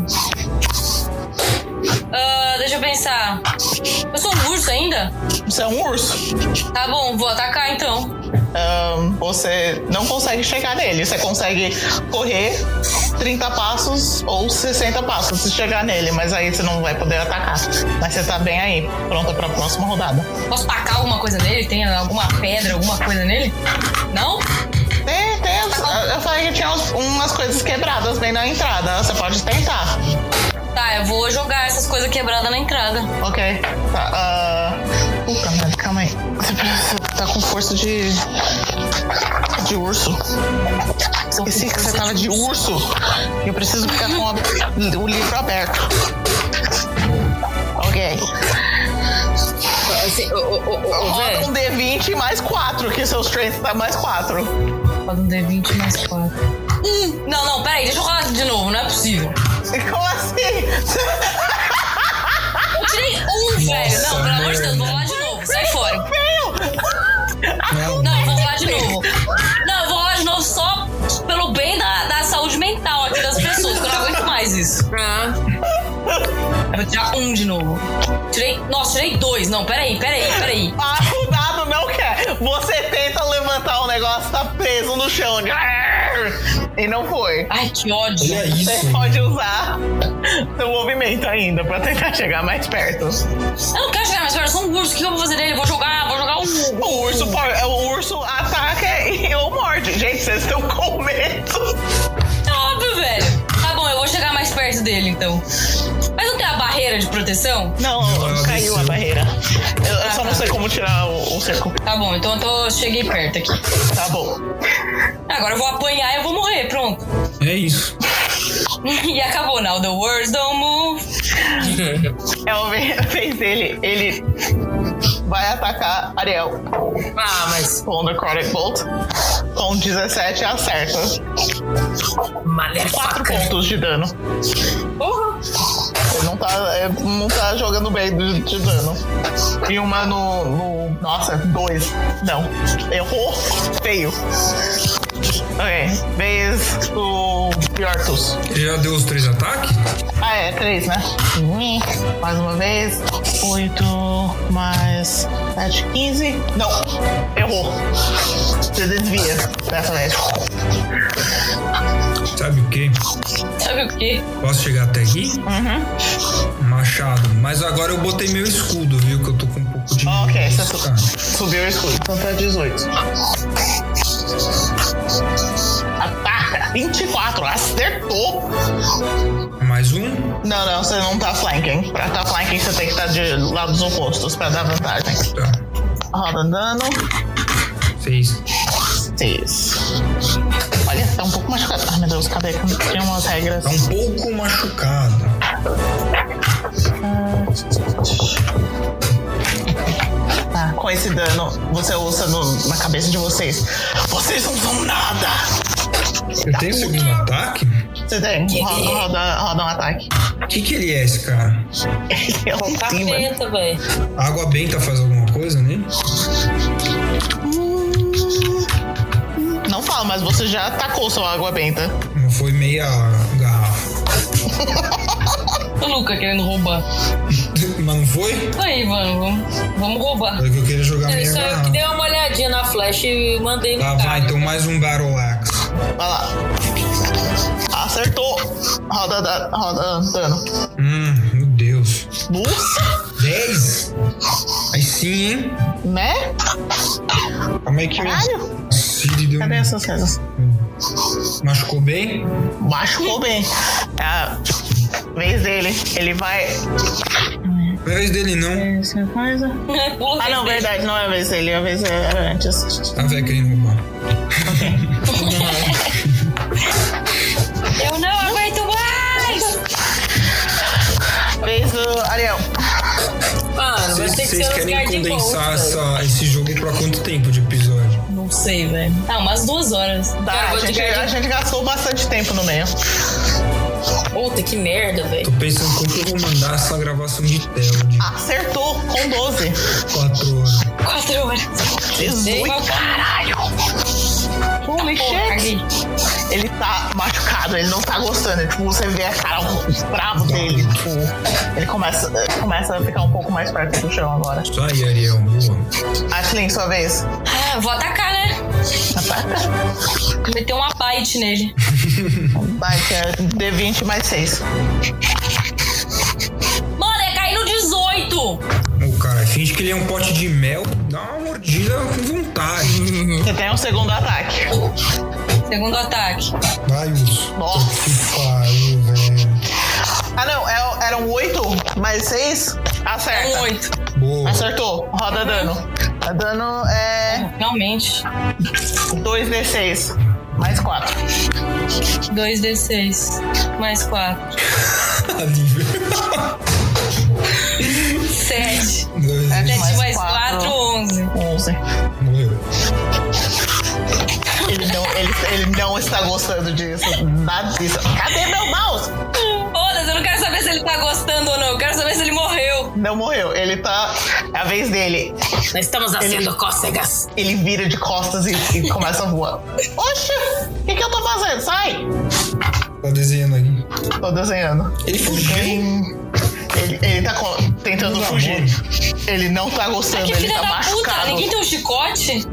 Ah, deixa eu pensar. Eu sou um urso ainda?
Você é um urso.
Tá bom, vou atacar então.
Ahn, você não consegue chegar nele. Você consegue correr 30 passos ou 60 passos se chegar nele, mas aí você não vai poder atacar. Mas você tá bem aí, pronta pra próxima rodada.
Posso tacar alguma coisa nele? Tem alguma pedra, alguma coisa nele? Não?
Tem, tem. as- Eu falei que tinha uns- umas coisas quebradas bem na entrada. Você pode tentar.
Tá, eu vou jogar essas coisas quebradas na entrada.
Ok. Tá, ah, Puta merda, calma aí. Você precisa- tá com força de. de urso. Esqueci que você tava de urso. Eu preciso ficar com a- o livro aberto. Ok.
Assim, ô, ô, ô, ô, ô,
Roda
véi.
um D20 mais 4, que seu strength tá mais 4.
Roda um D20 mais 4. Hum, não, não, peraí, deixa eu rolar de novo, não é possível.
Como assim?
Eu tirei um, velho. Não, pelo amor de Deus, vou rolar de novo, sai fora. Não, eu vou rolar de novo. Não, eu vou rolar de novo só pelo bem da, da saúde mental aqui das pessoas, que eu não aguento mais isso.
Ah,
Eu vou tirar um de novo. Tirei. Nossa, tirei dois. Não, peraí, peraí, peraí.
Ah, o dado não quer. Você tenta levantar o negócio, tá preso no chão. E não foi.
Ai, que ódio.
Olha É isso.
Você pode usar seu movimento ainda pra tentar chegar mais perto.
Eu não quero chegar mais perto, eu sou um urso. O que eu vou fazer dele? Eu Vou jogar, vou jogar um.
O urso, po- é, o urso ataca e eu morde. Gente, vocês estão com medo.
É óbvio, velho. Tá bom, eu vou chegar mais perto dele então. Mas não tem a barreira de proteção?
Não,
ela
caiu
desceu.
a barreira. Eu, eu só não sei como tirar o, o cerco.
Tá bom, então eu tô, cheguei perto aqui.
Tá bom.
Agora eu vou apanhar e eu vou morrer, pronto.
É isso.
E acabou, now the words don't move.
Ela ve- É fez ele. Ele vai atacar Ariel.
ah, mas.
Com o Necrotic Bolt. Com 17 acerta.
Motherfucker.
4 pontos de dano. Ele não tá, é, não tá jogando bem de, de dano. E uma no, no- Nossa, dois. Não. Errou. Feio. Ok. Vez o Yortus.
Ele já deu os três ataques?
Ah, é, três, né? Hum, Mais uma vez. Oito mais sete, quinze. Não. Errou. Você desvia dessa vez.
Sabe o quê?
Sabe o quê?
Posso chegar até aqui?
Uhum.
Machado. Mas agora eu botei meu escudo, viu? Que eu tô com um pouco de.
Ok, é você su-
Ah.
subiu o escudo. Então tá 18. Ataca! 24, acertou!
Mais um?
Não, não, você não tá flanking. Pra tá flanking, você tem que estar de lados opostos pra dar vantagem.
Tá.
Roda dano.
Seis.
Seis. Olha, tá um pouco machucado. Ai, meu Deus, cadê? Tem umas regras.
Tá um pouco machucado.
Tá, com esse dano, você usa no- na cabeça de vocês. Vocês não são nada!
Eu tenho um segundo ataque?
Você tem? Roda, roda, roda um ataque.
O que, que ele é, esse cara?
É um demon.
Eita, velho.
A água benta faz alguma coisa nele?
Não fala, mas você já atacou sua água benta.
Não foi meia garrafa.
O Luca querendo roubar.
Mas não foi?
Isso aí, mano, vamos, vamos roubar.
Foi que eu queria jogar meia
Só eu que
garrafa.
dei uma olhadinha na flash e mandei no
Tá,
cara.
vai, então mais um Battle Axe.
Vai lá. Acertou. Roda, da, roda dano.
Hum, meu Deus.
Nossa,
Dez? Aí sim, hein?
né?
Como é que
Caralho.
o Cid deu
Cadê
um-
essas coisas?
Machucou bem?
Machucou bem. É a vez dele. Ele vai.
Não é vez dele, não.
Ah, não, verdade, não é a vez dele, a vez era antes.
Tá velho querendo roubar.
Eu não aguento mais!
Vez do Ariel.
Mano, vai ter que
Vocês
ser nos
querem
Guardian
condensar
Goals, velho.
essa- esse jogo pra quanto tempo de episódio?
Não sei, velho.
Ah, umas duas horas.
Tá,
Cara,
a
vou
gente,
de Guardian-
a gente gastou bastante tempo no meio.
Puta, que merda, velho.
Tô pensando como que eu vou mandar essa gravação de tela de
Acertou com 12.
4 horas.
Quatro horas.
18.
Holy shit!
Ele tá machucado, ele não tá gostando. Tipo, você vê a cara bravo dele. Tipo, ele começa, começa a ficar um pouco mais perto do chão agora.
Isso aí, Ariel, boa.
Ashley, sua vez.
Ah, vou atacar, né? Meter uma bite nele.
Vai, que é D20 mais 6.
Mano, é cair no 18!
O cara finge que ele é um pote de mel, dá uma mordida com vontade.
Você tem um segundo ataque.
Segundo ataque.
Vai, Wilson.
Nossa.
Que pariu, velho.
Ah, não, é- eram 8 mais 6?
Um
Acerta.
8.
Boa.
Acertou. Roda dano. O Dano Tá é
Realmente.
2d6 mais 4.
2d6. Mais 4.
Alívio.
7.
Dois,
É,
7 mais
quatro.
4, 11.
11.
Morreu.
Ele não, ele, ele não está gostando disso. Nada disso. Cadê meu mouse?
Foda-se, eu não quero saber se ele tá gostando ou não. Eu quero saber se ele morreu.
Não morreu. Ele tá. É a vez dele.
Nós estamos haciendo cócegas.
Ele vira de costas e, e começa a voar. Oxe! O que, que eu tô fazendo? Sai!
Tá desenhando aqui.
Tô desenhando.
Ele fugiu.
Ele, ele tá co- tentando
Pelo
fugir.
amor.
Ele não tá gostando,
Que
ele
filha
tá
da puta!
machucado.
Ninguém tem um chicote?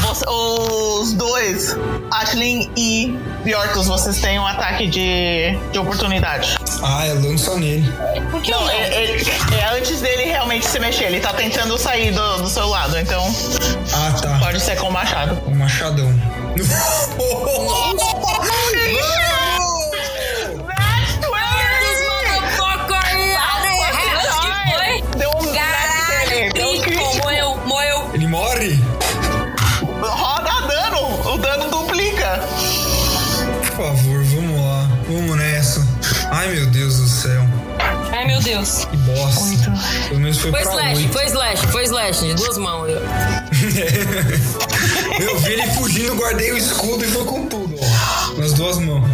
Você- os dois, Ashlyn e Bjortus, vocês têm um ataque de, de oportunidade.
Ah, é lança nele.
Por que eu
Não,
não?
é, é- é antes dele realmente se mexer. Ele tá tentando sair do, do seu lado, então
Ah, tá.
pode ser com o machado.
O machadão.
Acho que foi.
Deu um
Caralho,
nele, deu um
Pico,
crítico.
moeu, moeu.
Ele morre?
Roda dano, o dano duplica.
Por favor, vamos lá. Vamos nessa. Ai, meu Deus do céu.
Ai, meu Deus.
Que bosta. Pelo menos foi
Foi
pra
slash,
oito.
foi slash, foi slash. De duas mãos. Eu.
Eu vi ele fugindo, guardei o escudo e foi com tudo. ó. Nas duas mãos.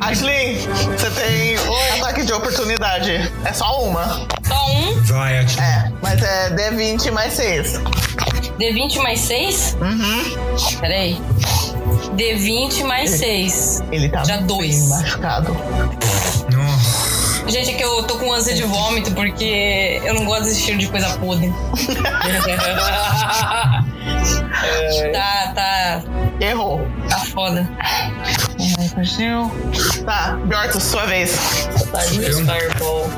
Ashlyn, você tem um ataque de oportunidade. É só uma.
Só um.
Vai, Ati.
É, mas é D20 mais 6.
D20 mais 6? Uhum. Peraí. D20 mais 6.
Ele tá
Já
bem
dois.
machucado.
Nossa.
Gente, é que eu tô com ânsia de vômito porque eu não gosto desse cheiro de coisa podre. Tá, tá.
Errou.
Tá foda.
Tá, Bjorto, sua vez.
Eu?
Fireball.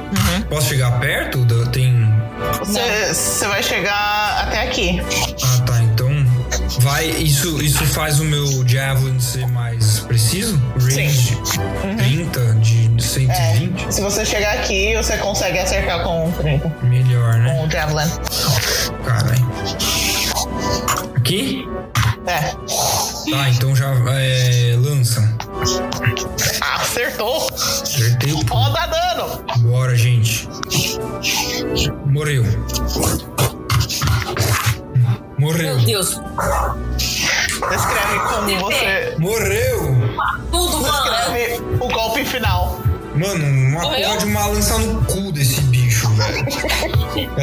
Posso chegar perto? Da- Tem.
Você você vai chegar até aqui.
Ah, tá. Então. Vai. Isso, isso faz o meu Javelin ser mais preciso? Range de 30 de
É.
120?
Se você chegar aqui, você consegue acertar com, um com
Melhor, né?
o Javelin.
Caralho. Aqui?
É.
Tá, então já. É, lança.
Ah, Acertou!
Acertei o ponto.
Roda dano!
Bora, gente. Morreu. Morreu.
Meu Deus,
Descreve como você.
Morreu!
tudo, mano.
Descreve o golpe final.
Mano, uma
Morreu?
porra de uma lança no cu desse bicho, velho.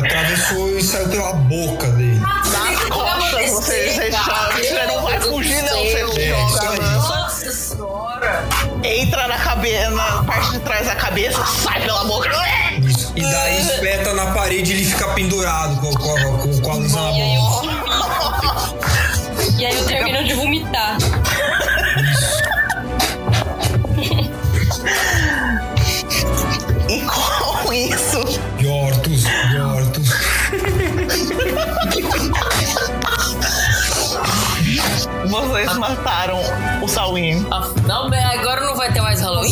Atravessou e saiu pela boca dele.
Nas costas, você, você joga. Você não vai fugir, não. Você
É, isso
joga a
aí.
lança,
Nossa senhora.
entra na, cabe na parte de trás da cabeça, sai pela boca.
Isso. E daí espeta na parede e ele fica pendurado com, com- com- com a lança na
E aí
boca.
eu. E aí eu termino de vomitar.
E com isso,
Yortus, Yortus.
Ah. vocês mataram o Salwin.
A agora não vai ter mais Halloween?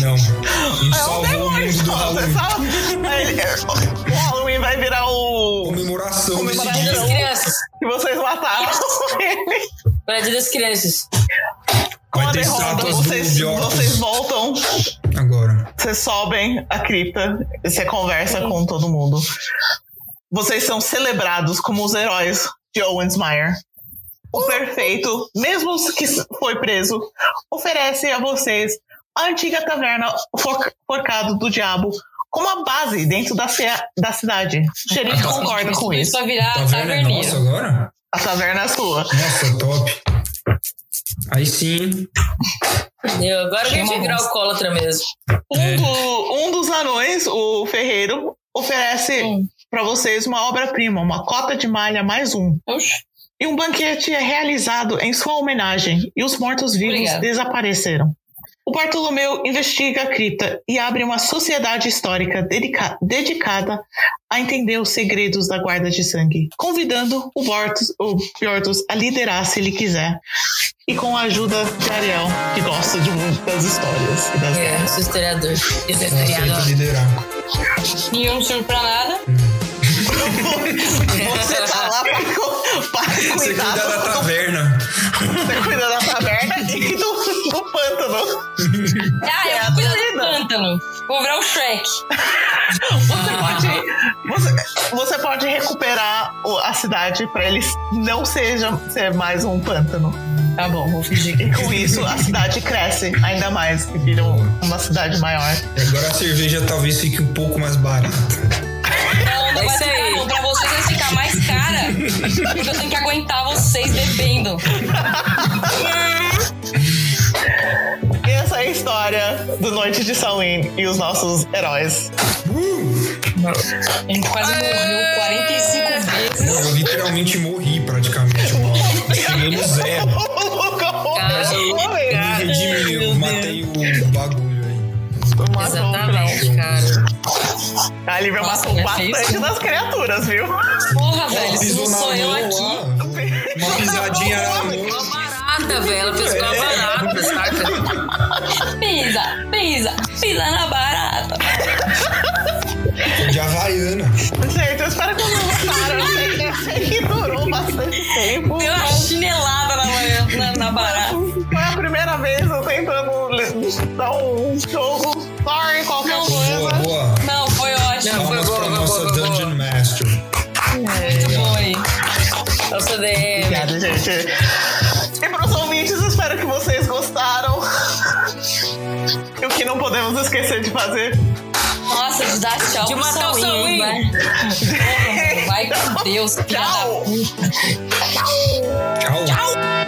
Não. Um Não
É um
salvou o
demônio
mundo do
só, você
Halloween.
fala. Aí, O Halloween vai virar o.
Comemoração desse
Dia das
dia.
crianças.
que vocês mataram ele.
Pra dia das crianças.
Com a
Vai ter
derrota,
estátuas do
vocês, vocês
Biocas
voltam,
agora.
vocês sobem a cripta, você conversa com todo mundo. Vocês são celebrados como os heróis de Owensmeyer. O perfeito, mesmo os que foi preso, oferece a vocês a antiga taverna for- Forcado do Diabo como a base dentro da, cea- da cidade. O xerife concorda com isso.
Vai virar
Tá vendo? É
taverneiro.
nossa agora?
A taverna é sua.
Nossa, top. Aí sim.
Entendeu? Agora que a gente vai virar alcoólatra mesmo.
Um,
É.
do- um dos anões, o ferreiro, oferece pra vocês uma obra-prima, uma cota de malha mais um.
Oxe.
E um banquete é realizado em sua homenagem e os mortos-vivos
Obrigada.
desapareceram. O Bartolomeu investiga a cripta e abre uma sociedade histórica dedica- dedicada a entender os segredos da guarda de sangue, convidando o Bortus, o Bjortus a liderar se ele quiser, e com a ajuda de Ariel, que gosta de muitas histórias e das
É, sou historiador. Eu sou
Não aceita
historiador.
liderar.
Nenhum surto pra nada.
Você tá lá pra, cu- pra
Você
cuidar,
cuida é da
do,
taverna.
você cuida da taverna e do, do pântano.
Ah,
É
eu
a
vou cuidar
minha
do
vida.
pântano. Vou virar o Shrek.
Você pode, você, você pode recuperar o- a cidade pra eles não sejam ser mais um pântano.
Tá bom, vou fingir
E com isso a cidade cresce ainda mais e vira um- uma cidade maior.
E agora a cerveja talvez fique um pouco mais barata.
Ela não
É
vai
isso
ficar,
aí.
não. Pra vocês vai ficar mais cara. Porque eu tenho que aguentar vocês bebendo.
E essa é a história do Noite de Samhain e os nossos heróis.
A gente quase morreu 45 vezes.
Eu literalmente morri praticamente. Mano. Cheguei no zero.
Ah,
Eu me redimi, eu matei o bagulho aí.
Exatamente, cara.
A Lívia
Nossa,
matou
né? Fez
bastante
um-
das criaturas, viu?
Porra, velho,
Ó,
se não
pisou na
sou eu
mão
aqui.
lá, Uma pisadinha na mão.
Uma barata, velho. Ela fez com uma barata, saca?
Pisa, pisa, pisa na barata.
De Havaiana.
Gente, eu espero que não gostaram. Eu sei que- Eu sei que né? durou bastante tempo.
Deu uma É um chinelada na, na, na barata.
Foi a primeira vez eu tentando le- dar um jogo. Sorry, qualquer um
Não,
Boa,
coisa.
boa.
Não, foi ótimo.
Não, foi
Palmas
boa,
pra
foi
nossa
boa, foi boa.
Dungeon Master.
Muito bom aí.
Nossa DM.
Obrigada, gente. E pros ouvintes, espero que vocês gostaram. E o que não podemos esquecer de fazer.
Nossa, de dar tchau
De
pro
matar o
Saulinho,
Saulinho.
Vai Vai com Deus, filha da
Tchau!
Tchau.